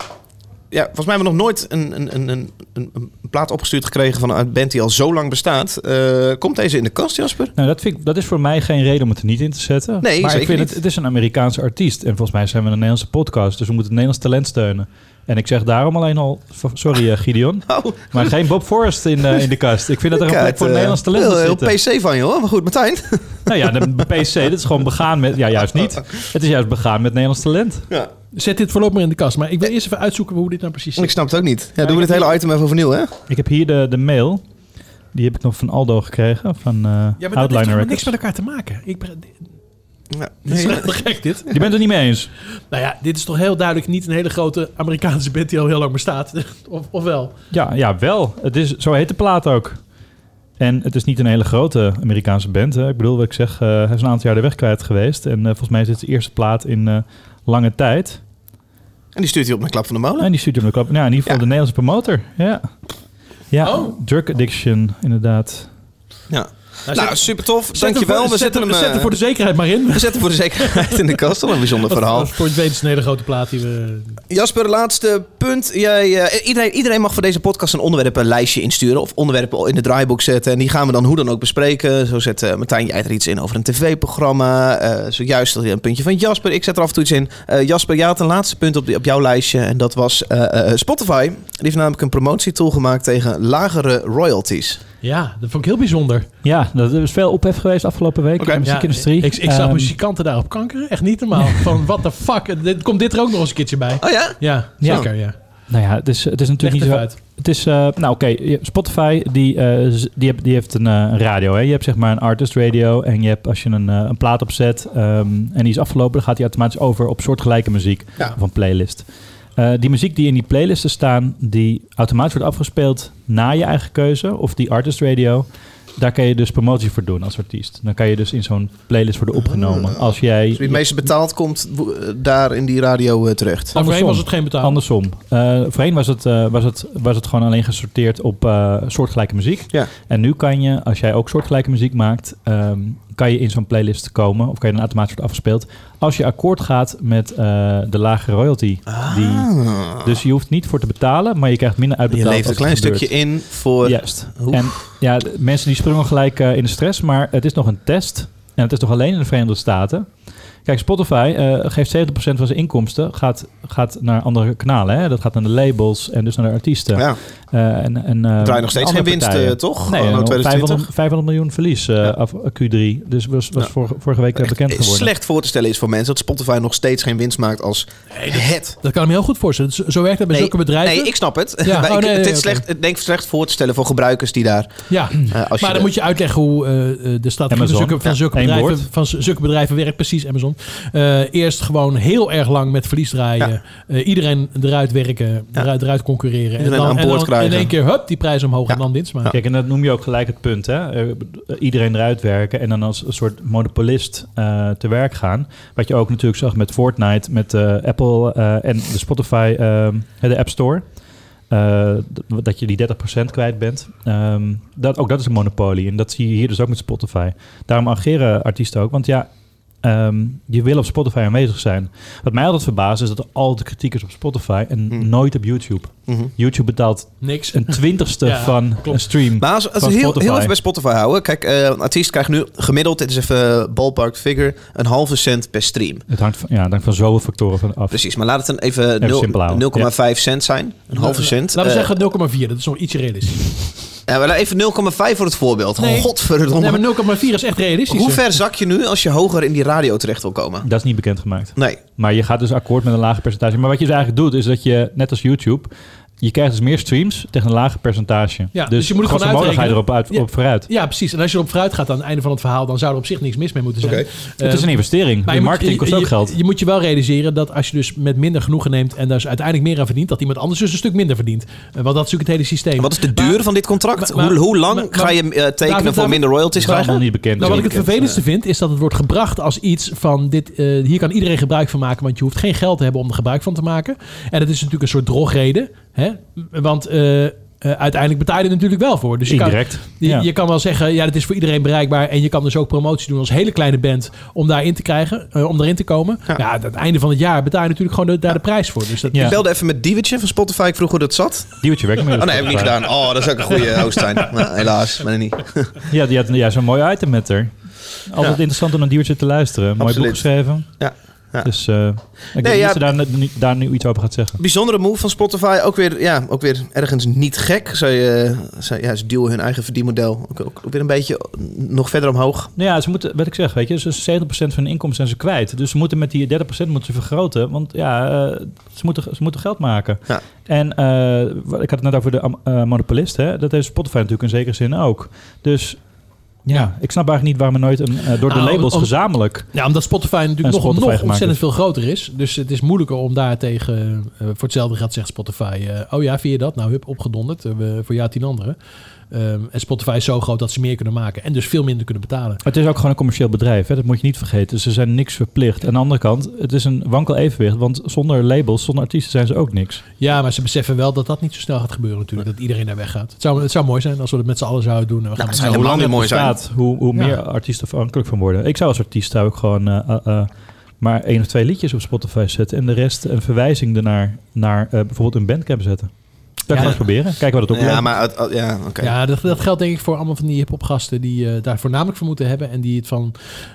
Speaker 1: Ja, volgens mij hebben we nog nooit een, een, een, een, een, een plaat opgestuurd gekregen van een band die al zo lang bestaat. Eh, komt deze in de kast, Jasper? Oh,
Speaker 4: Nou, dat, vind ik, dat is voor mij geen reden om het er niet in te zetten.
Speaker 1: Nee,
Speaker 4: maar
Speaker 1: zeker
Speaker 4: ik vind
Speaker 1: niet.
Speaker 4: Het, het is een Amerikaanse artiest. En volgens mij zijn we een Nederlandse podcast. Dus we moeten het Nederlands talent steunen. En ik zeg daarom alleen al. v- Sorry, eh,
Speaker 1: *laughs*
Speaker 4: Gideon. Maar geen Bob Forrest in, eh, in de kast. Ik vind dat er een
Speaker 1: Kijk,
Speaker 4: plek voor
Speaker 1: eh,
Speaker 4: Nederlands talent moet
Speaker 1: heel, heel
Speaker 4: zitten.
Speaker 1: PC van je hoor. Maar goed, Martijn.
Speaker 4: Nou ja, de PC, dat is gewoon begaan met. Ja, juist
Speaker 1: Oh,
Speaker 4: niet. Het is juist begaan met Nederlands talent.
Speaker 2: Zet dit voorlopig maar in de kast. Maar ik wil eerst even uitzoeken hoe dit nou precies
Speaker 1: *laughs*
Speaker 2: zit.
Speaker 1: Ik snap het ook niet. Ja, doen we dit hele item even overnieuw, hè?
Speaker 4: Ik heb hier de, de mail. Die heb ik nog van Aldo gekregen. Van eh
Speaker 2: Ja, maar dat heeft
Speaker 4: Outliner
Speaker 2: helemaal
Speaker 4: Records.
Speaker 2: niks met elkaar te maken. Ik, bre- dit is
Speaker 4: Nee.
Speaker 2: echt te gek, dit.
Speaker 4: Je bent het niet mee eens.
Speaker 2: Nou ja, dit is toch heel duidelijk niet een hele grote Amerikaanse band die al heel lang bestaat. *laughs* of, of wel?
Speaker 4: Ja, ja wel. Het is, zo heet de plaat ook. En het is niet een hele grote Amerikaanse band. Hè. Ik bedoel, wat ik zeg, eh, hij is een aantal jaar de weg kwijt geweest. En eh, volgens mij is dit de eerste plaat in eh, lange tijd.
Speaker 1: En die stuurt hij op naar Klap van de Molen.
Speaker 4: En die stuurt hem de klap. Nou, in ieder geval de Nederlandse promotor. Ja, ja Drug Addiction, inderdaad.
Speaker 1: Ja. Nou, super tof. Dankjewel.
Speaker 2: hem voor-
Speaker 1: We
Speaker 2: zet
Speaker 1: zetten
Speaker 2: hem-
Speaker 1: hem, eh,
Speaker 2: zet hem voor de zekerheid maar in.
Speaker 1: We zetten hem voor de zekerheid in de kast. Al een bijzonder
Speaker 2: Wat-
Speaker 1: verhaal.
Speaker 2: wat Voor het weten is het een hele grote plaat die we...
Speaker 1: Jasper, laatste punt. Jij, eh, iedereen, iedereen mag voor deze podcast een onderwerpenlijstje insturen. Of onderwerpen in de draaiboek zetten. En die gaan we dan hoe dan ook bespreken. Zo zet eh, Martijn jij er iets in over een tv-programma. Eh, zojuist had je een puntje van Jasper. Ik zet er af en toe iets in. Eh, Jasper, jij had een laatste punt op, die- op jouw lijstje. En dat was eh, eh, Spotify. Die heeft namelijk een promotietool gemaakt tegen lagere royalties.
Speaker 2: Ja, dat vond ik heel bijzonder.
Speaker 4: Ja, dat is veel ophef geweest afgelopen week in de muziekindustrie.
Speaker 2: Ja, ik, ik zag
Speaker 4: Ehm,
Speaker 2: muzikanten daarop kankeren. Echt niet normaal. Van, what the fuck? Dit, komt dit er ook nog eens een keertje bij?
Speaker 1: Oh ja?
Speaker 2: Ja,
Speaker 4: Ja.
Speaker 2: zeker, ja.
Speaker 4: Nou ja, het is, het is
Speaker 2: Leg
Speaker 4: natuurlijk
Speaker 2: het
Speaker 4: niet
Speaker 2: even
Speaker 4: zo... Het is, eh, nou oké, je- Spotify die, eh, z- die, heb, die heeft een eh, een radio. Hè? Je hebt zeg maar een artist radio en je hebt als je een, eh, een plaat opzet ehm, en die is afgelopen, dan gaat die automatisch over op soortgelijke muziek
Speaker 1: Ja.
Speaker 4: of een playlist. Eh, die muziek die in die playlisten staan, die automatisch wordt afgespeeld na je eigen keuze of die artist radio. Daar kan je dus promotie voor doen als artiest. Dan kan je dus in zo'n playlist worden opgenomen. Als jij
Speaker 1: Dus wie het meeste betaald komt, wo- eh, daar in die radio eh, terecht.
Speaker 4: Andersom. Andersom. Eh, voorheen was het, eh, was, het, was het gewoon alleen gesorteerd op eh, soortgelijke muziek. En nu kan je, als jij ook soortgelijke muziek maakt, ehm, kan je in zo'n playlist komen. Of kan je dan automatisch worden afgespeeld. Als je akkoord gaat met eh, de lage royalty. Die, dus je hoeft niet voor te betalen, maar je krijgt minder
Speaker 1: Ah. Je
Speaker 4: uitbetaald.
Speaker 1: leeft een
Speaker 4: als
Speaker 1: klein
Speaker 4: het gebeurt.
Speaker 1: stukje in voor...
Speaker 4: Juist.
Speaker 1: Oef.
Speaker 4: En ja, de mensen die springen gelijk eh, in de stress, maar het is nog een test. En het is nog alleen in de Verenigde Staten. Kijk, Spotify eh, geeft 70% van zijn inkomsten gaat, gaat naar andere kanalen. Hè? Dat gaat naar de labels en dus naar de artiesten.
Speaker 1: Ja.
Speaker 4: Eh, en, en, eh,
Speaker 1: Draait nog steeds
Speaker 4: andere
Speaker 1: geen winst,
Speaker 4: partijen.
Speaker 1: eh, toch?
Speaker 4: Nee,
Speaker 1: Anno
Speaker 4: eh,
Speaker 1: 2020?
Speaker 4: 500, 500 miljoen verlies eh, af Q3. Dus was, was
Speaker 1: Ja.
Speaker 4: vorige, vorige week eh, bekend
Speaker 1: Is
Speaker 4: geworden.
Speaker 1: slecht voor te stellen is voor mensen dat Spotify nog steeds geen winst maakt als het.
Speaker 2: Dat kan ik me heel goed voorstellen. Zo- Zo werkt dat bij zulke bedrijven.
Speaker 1: Nee, ik snap het. *laughs*
Speaker 2: Ja,
Speaker 1: Maar
Speaker 2: oh,
Speaker 1: ik-
Speaker 2: nee,
Speaker 1: het
Speaker 2: nee,
Speaker 1: is
Speaker 2: oké.
Speaker 1: slecht, ik denk slecht voor te stellen voor gebruikers die daar...
Speaker 2: Ja,
Speaker 1: eh, als
Speaker 2: maar
Speaker 1: je
Speaker 2: dan
Speaker 1: de-
Speaker 2: moet je uitleggen hoe eh, eh, de strategie van
Speaker 1: Amazon.
Speaker 2: zulke, van,
Speaker 1: Ja,
Speaker 2: zulke
Speaker 1: één
Speaker 2: bedrijven,
Speaker 1: woord.
Speaker 2: van z- zulke bedrijven werkt. Precies, Amazon. Eh, eerst gewoon heel erg lang met verlies draaien. Eh, iedereen eruit werken, eruit, eruit concurreren.
Speaker 4: Iedereen aan
Speaker 2: en
Speaker 4: boord
Speaker 2: dan
Speaker 4: krijgen.
Speaker 2: in één keer, hup, die prijs omhoog en dan winst maken.
Speaker 4: Kijk, en dat noem je ook gelijk het punt. Hè? Eh, Iedereen eruit werken en dan als een soort monopolist eh, te werk gaan. Wat je ook natuurlijk zag met Fortnite, met eh, Apple eh, en de Spotify, ehm, de App Store. Eh, d- dat je die 30% kwijt bent. Ehm, dat, ook dat is een monopolie. En dat zie je hier dus ook met Spotify. Daarom ageren artiesten ook. Want ja, ehm, je wil op Spotify aanwezig zijn. Wat mij altijd verbaast is dat er altijd kritiek is op Spotify en nooit op YouTube. YouTube betaalt
Speaker 2: Niks.
Speaker 4: een twintigste
Speaker 1: Ja,
Speaker 4: van
Speaker 1: klopt.
Speaker 4: een stream.
Speaker 1: Maar als, als
Speaker 4: van
Speaker 1: we heel,
Speaker 4: Spotify.
Speaker 1: heel even bij Spotify houden. Kijk, eh, een artiest krijgt nu gemiddeld, dit is even eh, ballpark figure, een halve cent per stream.
Speaker 4: Het hangt van, ja, het hangt van zoveel factoren van af.
Speaker 1: Precies, maar laat het een even,
Speaker 4: Even
Speaker 1: nul-
Speaker 4: simpel houden.
Speaker 1: 0,5 cent zijn. Een halve cent.
Speaker 2: Nou, Laten we
Speaker 1: Eh,
Speaker 2: zeggen 0,4. Dat is nog ietsje realistisch.
Speaker 1: ja, maar even 0,5 voor het voorbeeld.
Speaker 2: Nee.
Speaker 1: Godverdomme.
Speaker 2: Nee, maar 0,4 is echt realistisch.
Speaker 1: Hoe ver zak je nu als je hoger in die radio terecht wil komen?
Speaker 4: Dat is niet bekendgemaakt.
Speaker 1: Nee.
Speaker 4: Maar je gaat dus akkoord met een lager percentage. Maar wat je dus eigenlijk doet, is dat je, net als YouTube, je krijgt dus meer streams tegen een lager percentage.
Speaker 2: Ja, dus, je moet het
Speaker 4: grosso
Speaker 2: gewoon
Speaker 4: modo ga
Speaker 2: uitrekenen.
Speaker 4: je erop uit,
Speaker 2: Ja,
Speaker 4: op vooruit.
Speaker 2: Ja, precies. En als je erop vooruit gaat aan het einde van het verhaal, dan zou er op zich niks mis mee moeten zijn.
Speaker 4: Oké.
Speaker 2: Eh,
Speaker 4: Het is een investering.
Speaker 2: maar
Speaker 4: Je
Speaker 2: moet-
Speaker 4: marketing kost
Speaker 2: je-
Speaker 4: ook geld.
Speaker 2: Je, moet je wel realiseren dat als je dus met minder genoegen neemt en daar dus uiteindelijk meer aan verdient, dat iemand anders dus een stuk minder verdient. Eh, want dat is natuurlijk het hele systeem.
Speaker 1: Wat is de duur van dit contract? Hoe- hoe lang ga je, eh, tekenen voor minder royalties
Speaker 2: Dat is
Speaker 1: krijgen?
Speaker 4: niet bekend.
Speaker 2: Nou, wat
Speaker 1: Niet
Speaker 2: ik
Speaker 1: bekend,
Speaker 2: het vervelendste vind, is dat het wordt gebracht als iets van dit. eh, hier kan iedereen gebruik van maken, want je hoeft geen geld te hebben om er gebruik van te maken. En dat is natuurlijk een soort drogreden. Hè? Want eh, eh, uiteindelijk betaal je er natuurlijk wel voor. Dus je
Speaker 4: Indirect,
Speaker 2: Kan, je,
Speaker 4: ja.
Speaker 2: je kan wel zeggen, ja, dat is voor iedereen bereikbaar. En je kan dus ook promotie doen als hele kleine band om daarin te krijgen, eh, om daarin te komen. Ja. aan het einde van het jaar betaal je natuurlijk gewoon de- daar de prijs voor. Dus dat
Speaker 1: Ik belde even met Diewertje van Spotify. Ik vroeg hoe dat zat.
Speaker 4: Diewertje werkt
Speaker 1: Oh
Speaker 4: inmiddels
Speaker 1: nee, heb ik niet
Speaker 4: Spotify.
Speaker 1: gedaan. Oh, dat zou ook een goede
Speaker 4: *laughs*
Speaker 1: host zijn. Nou, helaas, maar niet.
Speaker 4: Ja, die had ja, zo'n mooi item met haar. Altijd
Speaker 1: Ja.
Speaker 4: interessant om naar Diewertje te luisteren. Mooi
Speaker 1: Absoluut.
Speaker 4: boek geschreven.
Speaker 1: Ja. Ja.
Speaker 4: Dus eh, ik denk
Speaker 1: ja,
Speaker 4: dat ze daar, nu- daar nu iets over gaat zeggen.
Speaker 1: Bijzondere move van Spotify. Ook weer, ja, ook weer ergens niet gek. Ze, eh, ze, ja, ze duwen hun eigen verdienmodel ook, ook, ook weer een beetje nog verder omhoog.
Speaker 4: Nou ja, ze moeten, wat ik zeg, weet je, dus 70% van hun inkomsten zijn ze kwijt. Dus ze moeten met die 30% moeten ze vergroten, want ja, eh, ze, moeten, ze moeten geld maken. En eh, wat- ik had het net over de am- eh, monopolist, hè? dat heeft Spotify natuurlijk in zekere zin ook. Dus ja, ik snap eigenlijk niet waarom er nooit een, eh, door
Speaker 2: Nou,
Speaker 4: de labels
Speaker 2: om-
Speaker 4: gezamenlijk...
Speaker 2: Ja, omdat Spotify
Speaker 4: En
Speaker 2: natuurlijk nog,
Speaker 4: Spotify
Speaker 2: nog
Speaker 4: gemaakt
Speaker 2: ontzettend veel groter is. Dus het is moeilijker om daartegen... eh, voor hetzelfde geld zegt Spotify... eh, oh ja, vind je dat? Nou, hup, opgedonderd. eh, we- voor jou tien anderen. Ehm, en Spotify is zo groot dat ze meer kunnen maken. En dus veel minder kunnen betalen.
Speaker 4: Het is ook gewoon een commercieel bedrijf, hè? dat moet je niet vergeten. Dus ze zijn niks verplicht. Aan de andere kant, het is een wankel evenwicht, want zonder labels, zonder artiesten zijn ze ook niks.
Speaker 2: Ja, maar ze beseffen wel dat dat niet zo snel gaat gebeuren natuurlijk. Dat iedereen daar weggaat. Het zou, het zou mooi zijn als we dat met z'n allen zouden doen. En we gaan
Speaker 4: Nou,
Speaker 2: met
Speaker 4: hoe
Speaker 2: z'n allen-
Speaker 4: langer het
Speaker 2: bestaat,
Speaker 4: bestaat, Hoe, hoe
Speaker 2: Ja.
Speaker 4: meer artiesten afhankelijk van worden. Ik zou als artiest zou ik gewoon eh, eh, eh, maar één of twee liedjes op Spotify zetten. En de rest een verwijzing ernaar naar eh, bijvoorbeeld een bandcamp zetten. Dat
Speaker 2: Ja.
Speaker 4: gaan we proberen. Kijken wat het oplevert.
Speaker 1: Ja, maar het- het- ja, oké.
Speaker 2: Ja, dat, dat geldt denk ik voor allemaal van die hiphopgasten die eh, daar voornamelijk voor moeten hebben. En die het van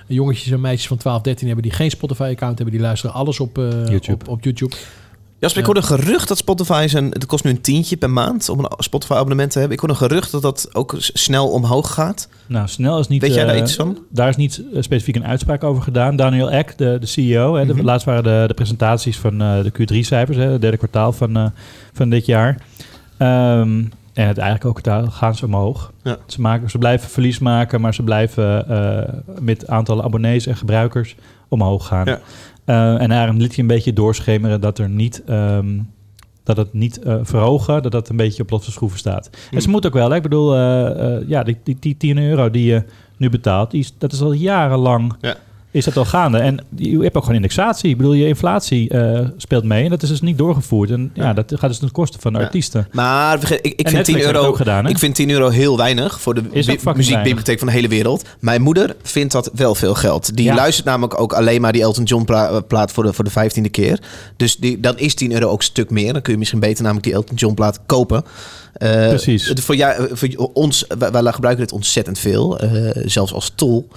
Speaker 2: jongetjes en meisjes van 12, 13 hebben die geen Spotify-account hebben. Die luisteren alles op, eh,
Speaker 1: YouTube.
Speaker 2: Op, op YouTube.
Speaker 1: Jasper, ik
Speaker 2: Ja.
Speaker 1: hoorde een gerucht dat Spotify zijn... Het kost nu een tientje per maand om een Spotify-abonnement te hebben. Ik hoorde een gerucht dat dat ook s- snel omhoog gaat.
Speaker 4: Nou, snel is niet.
Speaker 1: Weet jij daar
Speaker 4: eh,
Speaker 1: iets van?
Speaker 4: Daar is niet eh, specifiek een uitspraak over gedaan. Daniel Eck, de, de CEO. Hè, de-
Speaker 1: Mhm.
Speaker 4: Laatst waren de, de presentaties van eh, de Q3-cijfers, het derde kwartaal van, eh, van dit jaar. Ehm, en het eigenlijk ook kwartaal gaan ze omhoog. Ze, maken, ze blijven verlies maken, maar ze blijven eh, met aantallen abonnees en gebruikers omhoog gaan.
Speaker 1: Ja.
Speaker 4: Eh, en daarom liet hij een beetje doorschemeren dat er niet... ehm, dat het niet eh, verhogen, dat dat een beetje op losse schroeven staat. En
Speaker 1: Mhm.
Speaker 4: ze moet ook wel. hè. Ik bedoel, eh, eh, ja, die, die, die 10 euro die je nu betaalt, die is, dat is al jarenlang is dat al gaande. En je hebt ook gewoon indexatie. Ik bedoel, je inflatie eh, speelt mee en dat is dus niet doorgevoerd. En ja, dat gaat dus ten koste van de
Speaker 1: Ja.
Speaker 4: artiesten.
Speaker 1: Maar vergeet- ik, ik,
Speaker 4: En
Speaker 1: vind 10
Speaker 4: Netflix heeft
Speaker 1: euro,
Speaker 4: het ook gedaan, hè?
Speaker 1: ik vind 10 euro heel weinig voor de bi-
Speaker 4: fucking
Speaker 1: muziekbibliotheek van de hele wereld. Mijn moeder vindt dat wel veel geld. Die
Speaker 4: Ja.
Speaker 1: luistert namelijk ook alleen maar die Elton John pla- plaat voor de, voor de 15e keer. Dus die, dan is 10 euro ook een stuk meer. Dan kun je misschien beter namelijk die Elton John plaat kopen. Eh,
Speaker 4: Precies.
Speaker 1: het- Voor, jou, voor ons, wij, wij gebruiken dit ontzettend veel. eh, zelfs als tool.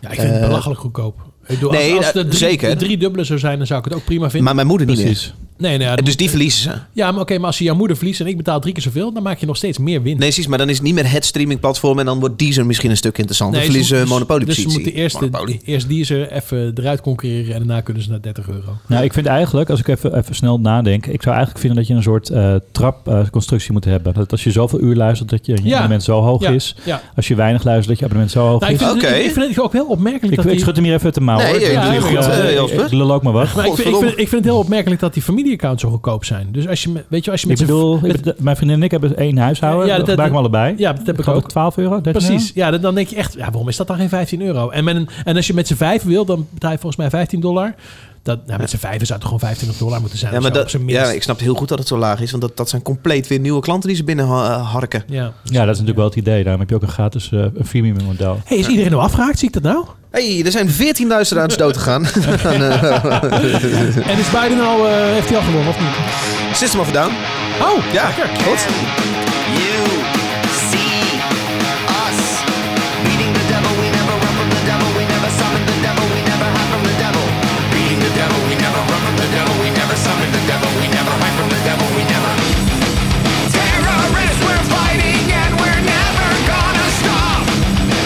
Speaker 2: Ja, ik vind het
Speaker 1: Eh,
Speaker 2: belachelijk goedkoop. Ik bedoel,
Speaker 1: nee,
Speaker 2: als, als
Speaker 1: eh,
Speaker 2: de drie,
Speaker 1: zeker.
Speaker 2: de drie dubbele zou zijn, dan zou ik het ook prima vinden.
Speaker 1: Maar mijn moeder niet
Speaker 4: Precies.
Speaker 2: Nee, nee, ja,
Speaker 1: meer.
Speaker 2: dan-
Speaker 1: Dus die verliezen ze.
Speaker 2: Ja, maar oké, maar als je jouw moeder verliest en ik betaal drie keer zoveel, dan maak je nog steeds meer winst.
Speaker 1: Nee, precies, maar dan is het niet meer het streamingplatform en dan wordt Deezer misschien een stuk interessanter.
Speaker 2: Nee,
Speaker 1: verliezen
Speaker 2: ze-
Speaker 1: hun monopoliepositie.
Speaker 2: Dus ze moeten eerst,
Speaker 1: Monopolie.
Speaker 2: de, eerst Deezer even eruit concurreren en daarna kunnen ze naar 30 euro.
Speaker 4: Nou, ik vind eigenlijk, als ik even, even snel nadenk, ik zou eigenlijk vinden dat je een soort eh, trapconstructie moet hebben. Dat als je zoveel uur luistert, dat je je
Speaker 2: Ja.
Speaker 4: abonnement zo hoog
Speaker 2: Ja,
Speaker 4: is.
Speaker 2: ja.
Speaker 4: Als je weinig luistert, dat je abonnement zo hoog
Speaker 2: Nou, ik,
Speaker 4: is.
Speaker 2: vind het, ik vind het ook heel opmerkelijk
Speaker 4: Ik,
Speaker 2: dat
Speaker 4: ik
Speaker 2: die-
Speaker 4: schud hem hier even uit de mouw.
Speaker 2: Nee,
Speaker 4: hoor.
Speaker 2: je doet het
Speaker 4: ik,
Speaker 2: goed,
Speaker 4: eh,
Speaker 2: eh,
Speaker 1: Jasper.
Speaker 4: ik lul ook maar wat.
Speaker 2: Maar ik, vind, ik, vind, ik vind het heel opmerkelijk dat die familieaccounts zo goedkoop zijn. Dus als je, me- weet je, als je
Speaker 4: Ik
Speaker 2: met z'n-
Speaker 4: bedoel, ik
Speaker 2: met-
Speaker 4: bedoel, mijn vriendin en ik hebben één huishouden.
Speaker 2: Ja,
Speaker 4: Ja,
Speaker 2: dat-
Speaker 4: dat gebruiken we allebei.
Speaker 2: Ja, dat heb ik
Speaker 4: geloof
Speaker 2: ook.
Speaker 4: ik 12 euro, 13
Speaker 2: Precies.
Speaker 4: euro?
Speaker 2: Ja, dan, dan denk je echt, ja, waarom is dat dan geen 15 euro? En, met een, en als je met z'n vijf wil, dan betaal je volgens mij 15 dollar. Dat, nou, met z'n vijven zou het toch gewoon 25 dollar moeten zijn.
Speaker 1: Ja,
Speaker 2: of
Speaker 1: maar
Speaker 2: zo, op
Speaker 1: dat,
Speaker 2: zijn minst.
Speaker 1: ja, ik snap heel goed dat het zo laag is. Want dat, dat zijn compleet weer nieuwe klanten die ze binnen ha- harken.
Speaker 2: Ja.
Speaker 4: Ja, dat is natuurlijk wel het idee. Daarom heb je ook een gratis eh, een freemium model.
Speaker 2: Hey, is iedereen nou afgehaakt? Zie ik dat
Speaker 1: *laughs*
Speaker 2: nou?
Speaker 1: hey, er zijn 14 luisteraars dood
Speaker 2: *laughs*
Speaker 1: gegaan.
Speaker 2: En is Biden al, eh, heeft hij al gewonnen of niet?
Speaker 1: System of a Down.
Speaker 2: Oh,
Speaker 1: ja, goed.
Speaker 15: You see us beating the devil. We never run from the devil. We never summon the devil. We never hide from the devil. Beating the devil. We never run from the devil. We never summon the devil. We never hide from the devil. We never. Terrorists, we're fighting and we're never gonna stop.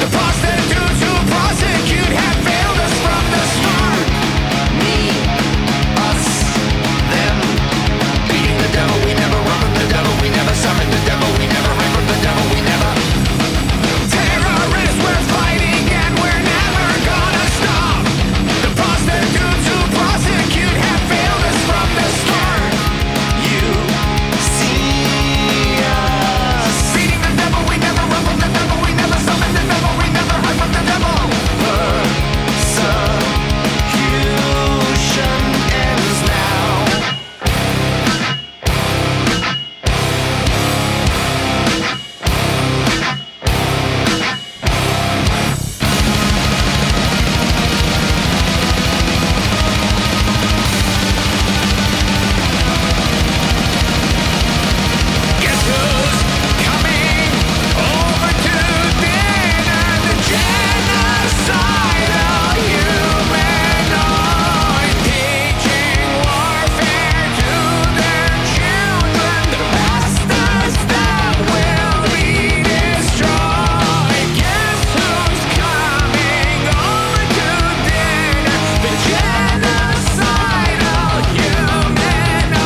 Speaker 15: The prostitutes who prosecute have failed us from the start. Me, us, them, beating the devil. We never run from the devil. We never summon the devil. We never hide from the devil. We never. Terrorists, we're fighting and we're never gonna stop. The prostitutes who prosecute have failed us from the start. You see us beating the devil. We never run from the devil. We never summon the devil. We never hide from the devil. Persecution ends now.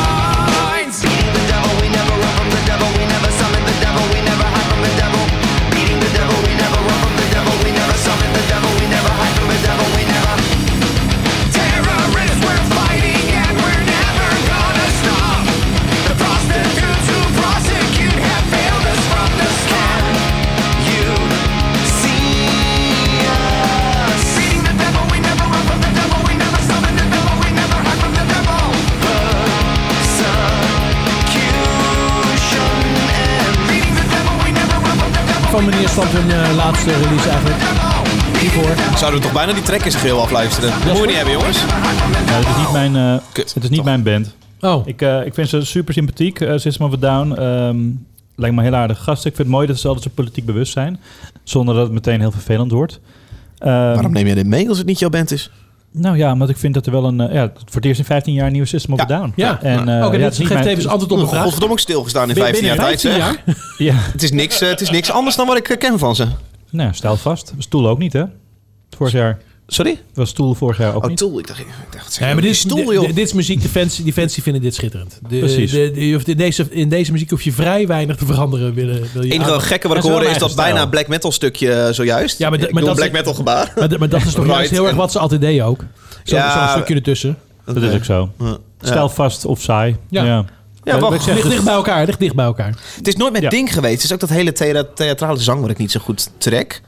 Speaker 15: Beating the devil, we never run from the devil, we never summon the devil, we never hide from the devil. Beating the devil, we never run from the devil, we never summon the devil, we never hide from the devil, we never. Terrorists, we're fighting and we're never gonna stop. The prostitutes who prosecute have failed us from the start. You see us. Beating the devil, we never run from the devil, we never summon the devil, we never hide from the devil. Persecution and
Speaker 2: Van meneer stamt hun eh, laatste release eigenlijk. Hiervoor.
Speaker 1: Zouden we toch bijna die track in zijn geheel afluisteren? Dat moet je niet hebben, jongens.
Speaker 4: Ja, het is niet mijn, eh, het is niet mijn band.
Speaker 2: Oh.
Speaker 4: Ik, eh, ik vind ze super sympathiek, eh, System of a Down. Ehm, lijkt me een heel aardige gast. Ik vind het mooi dat ze altijd zo politiek bewust zijn. Zonder dat het meteen heel vervelend wordt. Ehm,
Speaker 1: Waarom neem je dit mee als het niet jouw band is?
Speaker 4: Nou ja, omdat ik vind dat er wel een... eh, ja, voor het eerst in 15 jaar een nieuwe System of a Down.
Speaker 2: Ja.
Speaker 4: En, eh,
Speaker 2: Oké, dit
Speaker 4: het is niet
Speaker 2: geeft
Speaker 4: mijn-
Speaker 2: even antwoord op de vraag.
Speaker 1: Godverdomme, ook stilgestaan in
Speaker 4: Binnen-
Speaker 1: 15 jaar
Speaker 4: binnen
Speaker 1: tijd.
Speaker 4: 15
Speaker 1: zeg.
Speaker 4: Ja.
Speaker 1: Het, is niks, eh, het is niks anders dan wat ik eh, ken van ze.
Speaker 4: Nou, stijl vast. Stoel ook niet, hè? Vorig jaar.
Speaker 1: Sorry?
Speaker 4: Was stoel vorig jaar ook
Speaker 1: Oh,
Speaker 4: niet.
Speaker 1: Tool. Ik dacht, ik dacht
Speaker 2: Nee, maar dit, is-
Speaker 1: Stoel,
Speaker 2: dit-
Speaker 1: joh.
Speaker 2: dit is muziek, de fans, die fans die vinden dit schitterend. De,
Speaker 4: Precies.
Speaker 2: de- de- je hoeft in, deze, in deze muziek hoef je vrij weinig te veranderen. Willen, wil je
Speaker 1: Het enige
Speaker 2: aandacht.
Speaker 1: gekke wat ik
Speaker 2: En ze
Speaker 1: hoorde is
Speaker 2: hebben
Speaker 1: dat
Speaker 2: eigen
Speaker 1: bijna black metal stukje eh, zojuist.
Speaker 2: Ja,
Speaker 1: Ik
Speaker 2: maar, dat-
Speaker 1: doe
Speaker 2: maar
Speaker 1: een
Speaker 2: dat
Speaker 1: black metal gebaar.
Speaker 2: Maar, dat- maar dat is toch juist
Speaker 1: Right
Speaker 2: heel erg
Speaker 1: en-
Speaker 2: wat ze altijd deden ook. Zo- Zo'n
Speaker 1: Ja.
Speaker 2: stukje ertussen.
Speaker 4: Dat is ook zo.
Speaker 1: Ja.
Speaker 4: Stijlvast of saai.
Speaker 1: Ja.
Speaker 4: Ja,
Speaker 1: Ja,
Speaker 4: Wat ik
Speaker 1: wacht.
Speaker 4: zeg,
Speaker 1: Ligt
Speaker 4: het-
Speaker 1: dicht
Speaker 2: bij elkaar, ligt dicht bij elkaar.
Speaker 1: Het is nooit mijn
Speaker 4: Ja.
Speaker 1: ding geweest. Het is ook dat hele thea- theatrale zang wat ik niet zo goed trek.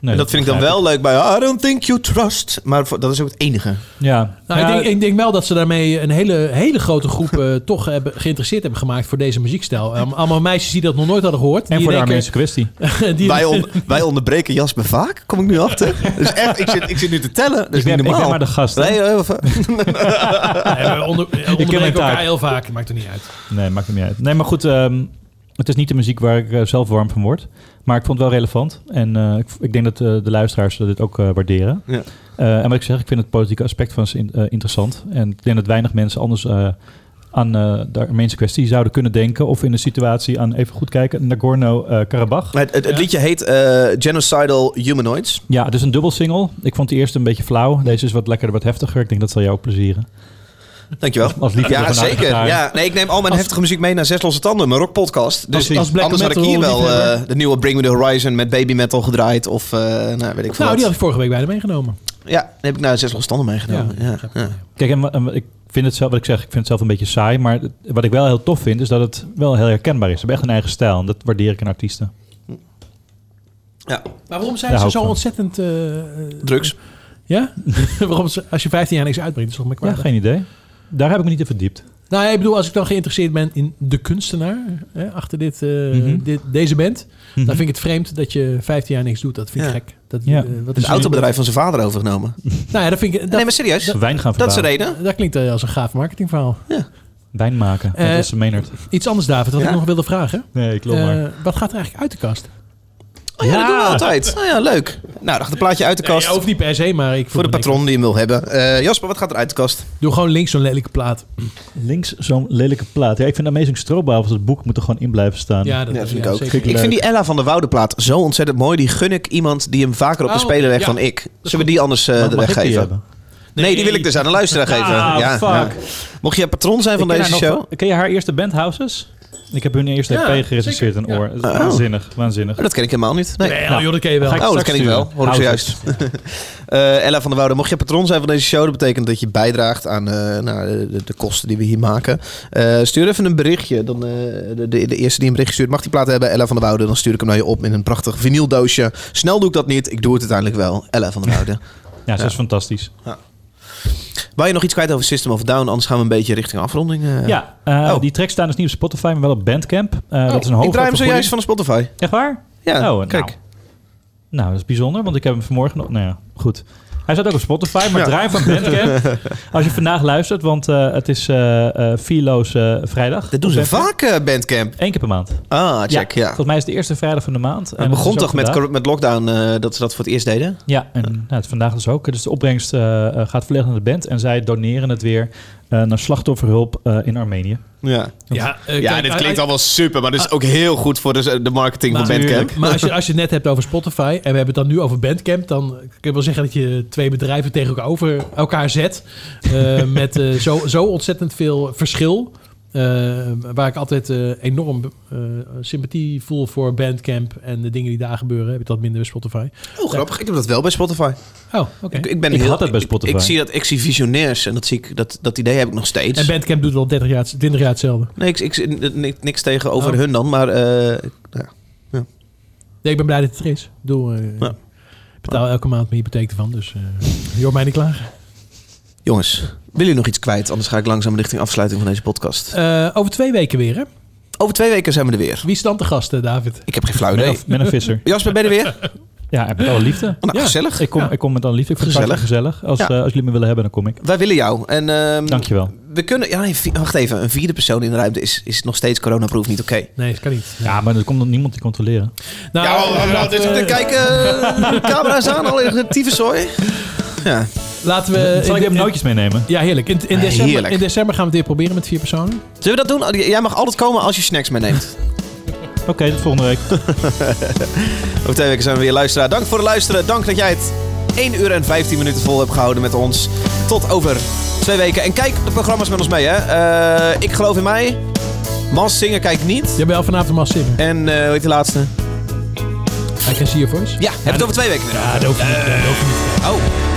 Speaker 1: en dat
Speaker 4: dat
Speaker 1: vind ik dan
Speaker 4: begrijp
Speaker 1: wel leuk bij I don't think you trust. Maar voor- dat is ook het enige.
Speaker 4: Ja.
Speaker 2: Nou, ik, denk, ik denk wel dat ze daarmee een hele, hele grote groep eh, *laughs* toch hebben, geïnteresseerd hebben gemaakt voor deze muziekstijl. Ehm, allemaal meisjes die dat nog nooit hadden gehoord.
Speaker 1: voor de
Speaker 4: Armeense kwestie.
Speaker 2: *laughs* Die-
Speaker 1: wij, on- *laughs* wij onderbreken Jasper vaak, kom ik nu achter. Dus echt, ik zit, ik zit nu te tellen. Dat is
Speaker 4: Ik ben-
Speaker 1: niet normaal.
Speaker 4: ik ben maar de gast, hè?
Speaker 1: Nee,
Speaker 4: *laughs*
Speaker 1: eh, heel even.
Speaker 2: *laughs* we eh, onder,
Speaker 4: mijn
Speaker 2: onderbreken elkaar
Speaker 4: taak.
Speaker 2: heel vaak, maakt er niet uit.
Speaker 4: Nee, maakt het niet uit. Nee, maar goed, ehm, het is niet de muziek waar ik eh, zelf warm van word. Maar ik vond het wel relevant. En eh, ik, ik denk dat eh, de luisteraars dit ook eh, waarderen.
Speaker 1: Ja.
Speaker 4: Eh, en wat ik zeg, ik vind het politieke aspect van ze in- eh, interessant. En ik denk dat weinig mensen anders eh, aan eh, de Armeense kwestie zouden kunnen denken. Of in de situatie aan, even goed kijken, Nagorno-Karabakh.
Speaker 1: Maar het, het, het liedje heet eh, Genocidal Humanoids.
Speaker 4: Ja, het is een dubbel single. Ik vond die eerste een beetje flauw. Deze is wat lekkerder, wat heftiger. Ik denk dat zal jou ook plezieren.
Speaker 1: Dankjewel.
Speaker 4: Als liefhebber
Speaker 1: ja,
Speaker 4: van oude
Speaker 1: zeker.
Speaker 4: gitaar.
Speaker 1: Ja, nee, ik neem al mijn heftige muziek mee naar Zes Losse Tanden, mijn rockpodcast. Dus
Speaker 4: Als- als black
Speaker 1: anders had ik
Speaker 4: metal
Speaker 1: hier wel eh,
Speaker 4: liefhebber.
Speaker 1: de nieuwe Bring Me The Horizon met baby metal gedraaid. Of eh, nou, weet ik veel
Speaker 2: Nou, die
Speaker 1: wat.
Speaker 2: had ik vorige week bijna meegenomen.
Speaker 1: Ja, die heb ik naar Zes Losse Tanden meegenomen. Ja, ja.
Speaker 4: Kijk, en, wa- en wa- ik vind het zelf, wat ik zeg, ik vind het zelf een beetje saai. Maar het- wat ik wel heel tof vind, is dat het wel heel herkenbaar is. Ze hebben echt een eigen stijl. En dat waardeer ik in artiesten.
Speaker 2: Maar waarom zijn
Speaker 4: Daar
Speaker 2: ze
Speaker 4: hou
Speaker 2: zo
Speaker 4: ik van.
Speaker 2: ontzettend... eh, eh,
Speaker 1: Drugs.
Speaker 2: Ja? *laughs* waarom ze, als je 15 jaar niks uitbrengt, is dat
Speaker 4: Ja,
Speaker 2: merkwaardig.
Speaker 4: geen idee. Daar heb ik me niet in verdiept.
Speaker 2: Nou, ja, ik bedoel, als ik dan geïnteresseerd ben in de kunstenaar hè, achter dit, eh,
Speaker 4: Mhm.
Speaker 2: dit, deze band,
Speaker 4: Mhm.
Speaker 2: dan vind ik het vreemd dat je 15 jaar niks doet. Dat vind ik
Speaker 1: Ja.
Speaker 2: gek. Dat,
Speaker 1: Ja.
Speaker 2: eh, wat
Speaker 1: Het
Speaker 2: is
Speaker 1: is
Speaker 2: er-
Speaker 1: een autobedrijf van zijn vader overgenomen.
Speaker 2: Nou ja, dat vind ik. Dat,
Speaker 1: nee, maar serieus.
Speaker 4: Wijn gaan
Speaker 1: dat is de
Speaker 4: verbouwen.
Speaker 1: reden.
Speaker 2: Dat klinkt eh, als een gaaf marketingverhaal.
Speaker 4: Wijn maken.
Speaker 2: Eh,
Speaker 4: dat is Maynard.
Speaker 2: Iets anders, David, wat
Speaker 4: Ja?
Speaker 2: ik nog wilde vragen.
Speaker 4: Nee, ik loop maar.
Speaker 2: Eh, wat gaat er eigenlijk uit de kast?
Speaker 1: Oh ja, dat doen we altijd. Nou ja, leuk. Nou, dacht een plaatje uit de kast.
Speaker 2: Nee, hoeft niet per se, maar ik
Speaker 1: Voor de
Speaker 2: vond het
Speaker 1: patroon die hem wil hebben. Eh, Jasper, wat gaat er uit de kast?
Speaker 2: Doe gewoon links zo'n lelijke plaat.
Speaker 4: Links zo'n lelijke plaat. Ja, ik vind Amazing Strobe als het boek moet er gewoon in blijven staan.
Speaker 2: Ja, dat- Ja,
Speaker 1: vind ik ook. Ik vind die Ella van der Woude plaat zo ontzettend mooi. Die gun ik iemand die hem vaker op de
Speaker 2: Oh,
Speaker 1: speler legt
Speaker 2: ja.
Speaker 1: dan ik. Zullen we die anders eh,
Speaker 4: Mag-
Speaker 1: de
Speaker 4: mag
Speaker 1: weg
Speaker 4: ik die
Speaker 1: geven?
Speaker 4: hebben?
Speaker 1: nee, die wil ik dus aan de luisteraar
Speaker 4: Ah,
Speaker 1: geven. ja,
Speaker 4: fuck.
Speaker 1: ja. Mocht jij patroon zijn van
Speaker 4: Ik ken
Speaker 1: deze
Speaker 4: haar nog
Speaker 1: show?
Speaker 4: wel- ken je haar eerste band, Houses? Ik heb hun eerste E
Speaker 1: Ja,
Speaker 4: EP gerecenseerd in oor. Dat is
Speaker 1: Oh.
Speaker 4: Waanzinnig, waanzinnig.
Speaker 1: Oh, dat ken ik helemaal niet. Nee,
Speaker 4: Nee, joh, dat ken je wel.
Speaker 1: Ga ik Oh, dat
Speaker 4: straks
Speaker 1: ken ik wel.
Speaker 4: sturen.
Speaker 1: Hoor ik
Speaker 4: Houd
Speaker 1: zojuist. *laughs* Eh, Ella van der Woude, mocht je patroon zijn van deze show, dat betekent dat je bijdraagt aan eh, nou, de, de kosten die we hier maken. Eh, stuur even een berichtje. Dan, eh, de, de, de eerste die een berichtje stuurt, mag die plaat hebben. Ella van der Woude, dan stuur ik hem naar je op in een prachtig vinyldoosje. Snel doe ik dat niet, ik doe het uiteindelijk wel. Ella van der
Speaker 4: *laughs*
Speaker 1: Woude.
Speaker 4: Ja, ze is fantastisch.
Speaker 1: Wou je nog iets kwijt over System of a Down? Anders gaan we een beetje richting afronding. eh.
Speaker 4: Ja, eh, die tracks staan dus niet op Spotify, maar wel op Bandcamp. Eh, dat is een hoge
Speaker 1: Oh. ik draai hem
Speaker 4: vergoeding.
Speaker 1: zojuist van de Spotify.
Speaker 4: Echt waar?
Speaker 1: Ja,
Speaker 4: Oh,
Speaker 1: kijk.
Speaker 4: Nou. nou, dat is bijzonder, want ik heb hem vanmorgen nog... Nou ja, goed. Hij staat ook op Spotify, maar
Speaker 1: Ja.
Speaker 4: draai hem van Bandcamp.
Speaker 1: *laughs*
Speaker 4: Als je vandaag luistert, want eh, het is eh eh Filo's eh, vrijdag.
Speaker 1: Dat doen
Speaker 4: op
Speaker 1: ze
Speaker 4: Bandcamp.
Speaker 1: vaak, eh, Bandcamp.
Speaker 4: Eén keer per maand.
Speaker 1: Ah, check, ja.
Speaker 4: Volgens mij is het de eerste vrijdag van de maand. En
Speaker 1: Het begon
Speaker 4: is ook
Speaker 1: toch met,
Speaker 4: vandaag.
Speaker 1: cor- met lockdown eh, dat ze dat voor het eerst deden?
Speaker 4: Ja, en nou, het is vandaag dus ook. Dus de opbrengst eh, eh, gaat volledig naar de band. En zij doneren het weer eh, naar slachtofferhulp eh, in Armenië.
Speaker 1: Ja,
Speaker 2: Ja, eh, kijk,
Speaker 1: ja dit
Speaker 2: hij-
Speaker 1: klinkt
Speaker 2: hij-
Speaker 1: allemaal super, maar dat
Speaker 4: Ah.
Speaker 1: is ook heel goed voor de, de marketing van Bandcamp.
Speaker 2: *laughs* Maar als je, als je het net hebt over Spotify en we hebben het dan nu over Bandcamp, dan kun je wel zeggen dat je twee bedrijven tegen elkaar, over, elkaar
Speaker 1: *laughs*
Speaker 2: zet. eh, met eh, zo, zo ontzettend veel verschil. eh, waar ik altijd eh, enorm eh, sympathie voel voor Bandcamp en de dingen die daar gebeuren, heb ik dat minder bij Spotify.
Speaker 1: Oh, grappig. Ik heb dat wel bij Spotify.
Speaker 2: Oh, oké.
Speaker 1: Ik, ik ben
Speaker 4: Ik
Speaker 1: heel,
Speaker 4: had dat bij
Speaker 1: ik-
Speaker 4: Spotify.
Speaker 1: Ik, zie dat, ik zie visionairs en dat, zie ik, dat, dat idee heb ik nog steeds.
Speaker 2: En Bandcamp doet wel 30 jaar, 20 jaar hetzelfde.
Speaker 1: Nee, ik, ik, ni- niks tegenover
Speaker 2: Oh.
Speaker 1: hun dan, maar eh, ja.
Speaker 2: Nee, ik ben blij dat het er is. Ik bedoel, eh,
Speaker 1: Ja.
Speaker 2: ik betaal elke maand mijn hypotheek ervan, dus eh je hoort mij niet klagen.
Speaker 1: jongens, willen jullie nog iets kwijt? Anders ga ik langzaam richting afsluiting van deze podcast.
Speaker 2: Eh, over twee weken weer, hè?
Speaker 1: Over twee weken zijn we er weer.
Speaker 2: Wie is dan de gasten, David?
Speaker 1: Ik heb geen flauw
Speaker 4: Menno-
Speaker 1: idee.
Speaker 4: Menno Visser.
Speaker 1: Jasper, ben je er weer?
Speaker 4: *laughs* Ja, en met alle liefde.
Speaker 1: *laughs* Nou, gezellig.
Speaker 4: Ik kom, ik kom met alle liefde. Ik vind het
Speaker 1: Gezellig.
Speaker 4: hartstikke gezellig. Als,
Speaker 1: Ja.
Speaker 4: eh, als jullie me willen hebben, dan kom ik.
Speaker 1: Wij willen jou. En, ehm,
Speaker 4: Dankjewel.
Speaker 1: We kunnen... Ja, nee, vi- wacht even. Een vierde persoon in de ruimte is, is nog steeds coronaproof niet oké.
Speaker 2: Nee, dat kan niet.
Speaker 4: Ja, maar er komt nog niemand die controleren.
Speaker 2: Nou, eh, laten we-
Speaker 1: Kijk, eh, camera's aan. Al in tyfuszooi. Ja.
Speaker 2: Laten we...
Speaker 4: Zal Eh, ik even nootjes meenemen?
Speaker 2: Ja, heerlijk. In, in,
Speaker 1: Ja,
Speaker 2: december,
Speaker 1: heerlijk.
Speaker 2: in december gaan we het weer proberen met vier personen.
Speaker 1: Zullen we dat doen? Oh, Jij mag altijd komen als je snacks meeneemt.
Speaker 4: Oké, tot volgende week.
Speaker 1: Over twee weken zijn we weer luisteraar. Dank voor het luisteren. Dank dat jij het 1 uur en 15 minuten vol hebt gehouden met ons. Tot over twee weken. En kijk de programma's met ons mee. Hè. Eh, ik geloof in mij. Mas zingen kijk ik niet.
Speaker 2: Jawel, vanavond Mas zingen.
Speaker 1: En eh, hoe heet de laatste?
Speaker 2: I can see your voice.
Speaker 1: Ja, heb het over twee weken weer.
Speaker 2: Ja, dat hoeft niet. dat hoeft niet.
Speaker 1: Oh.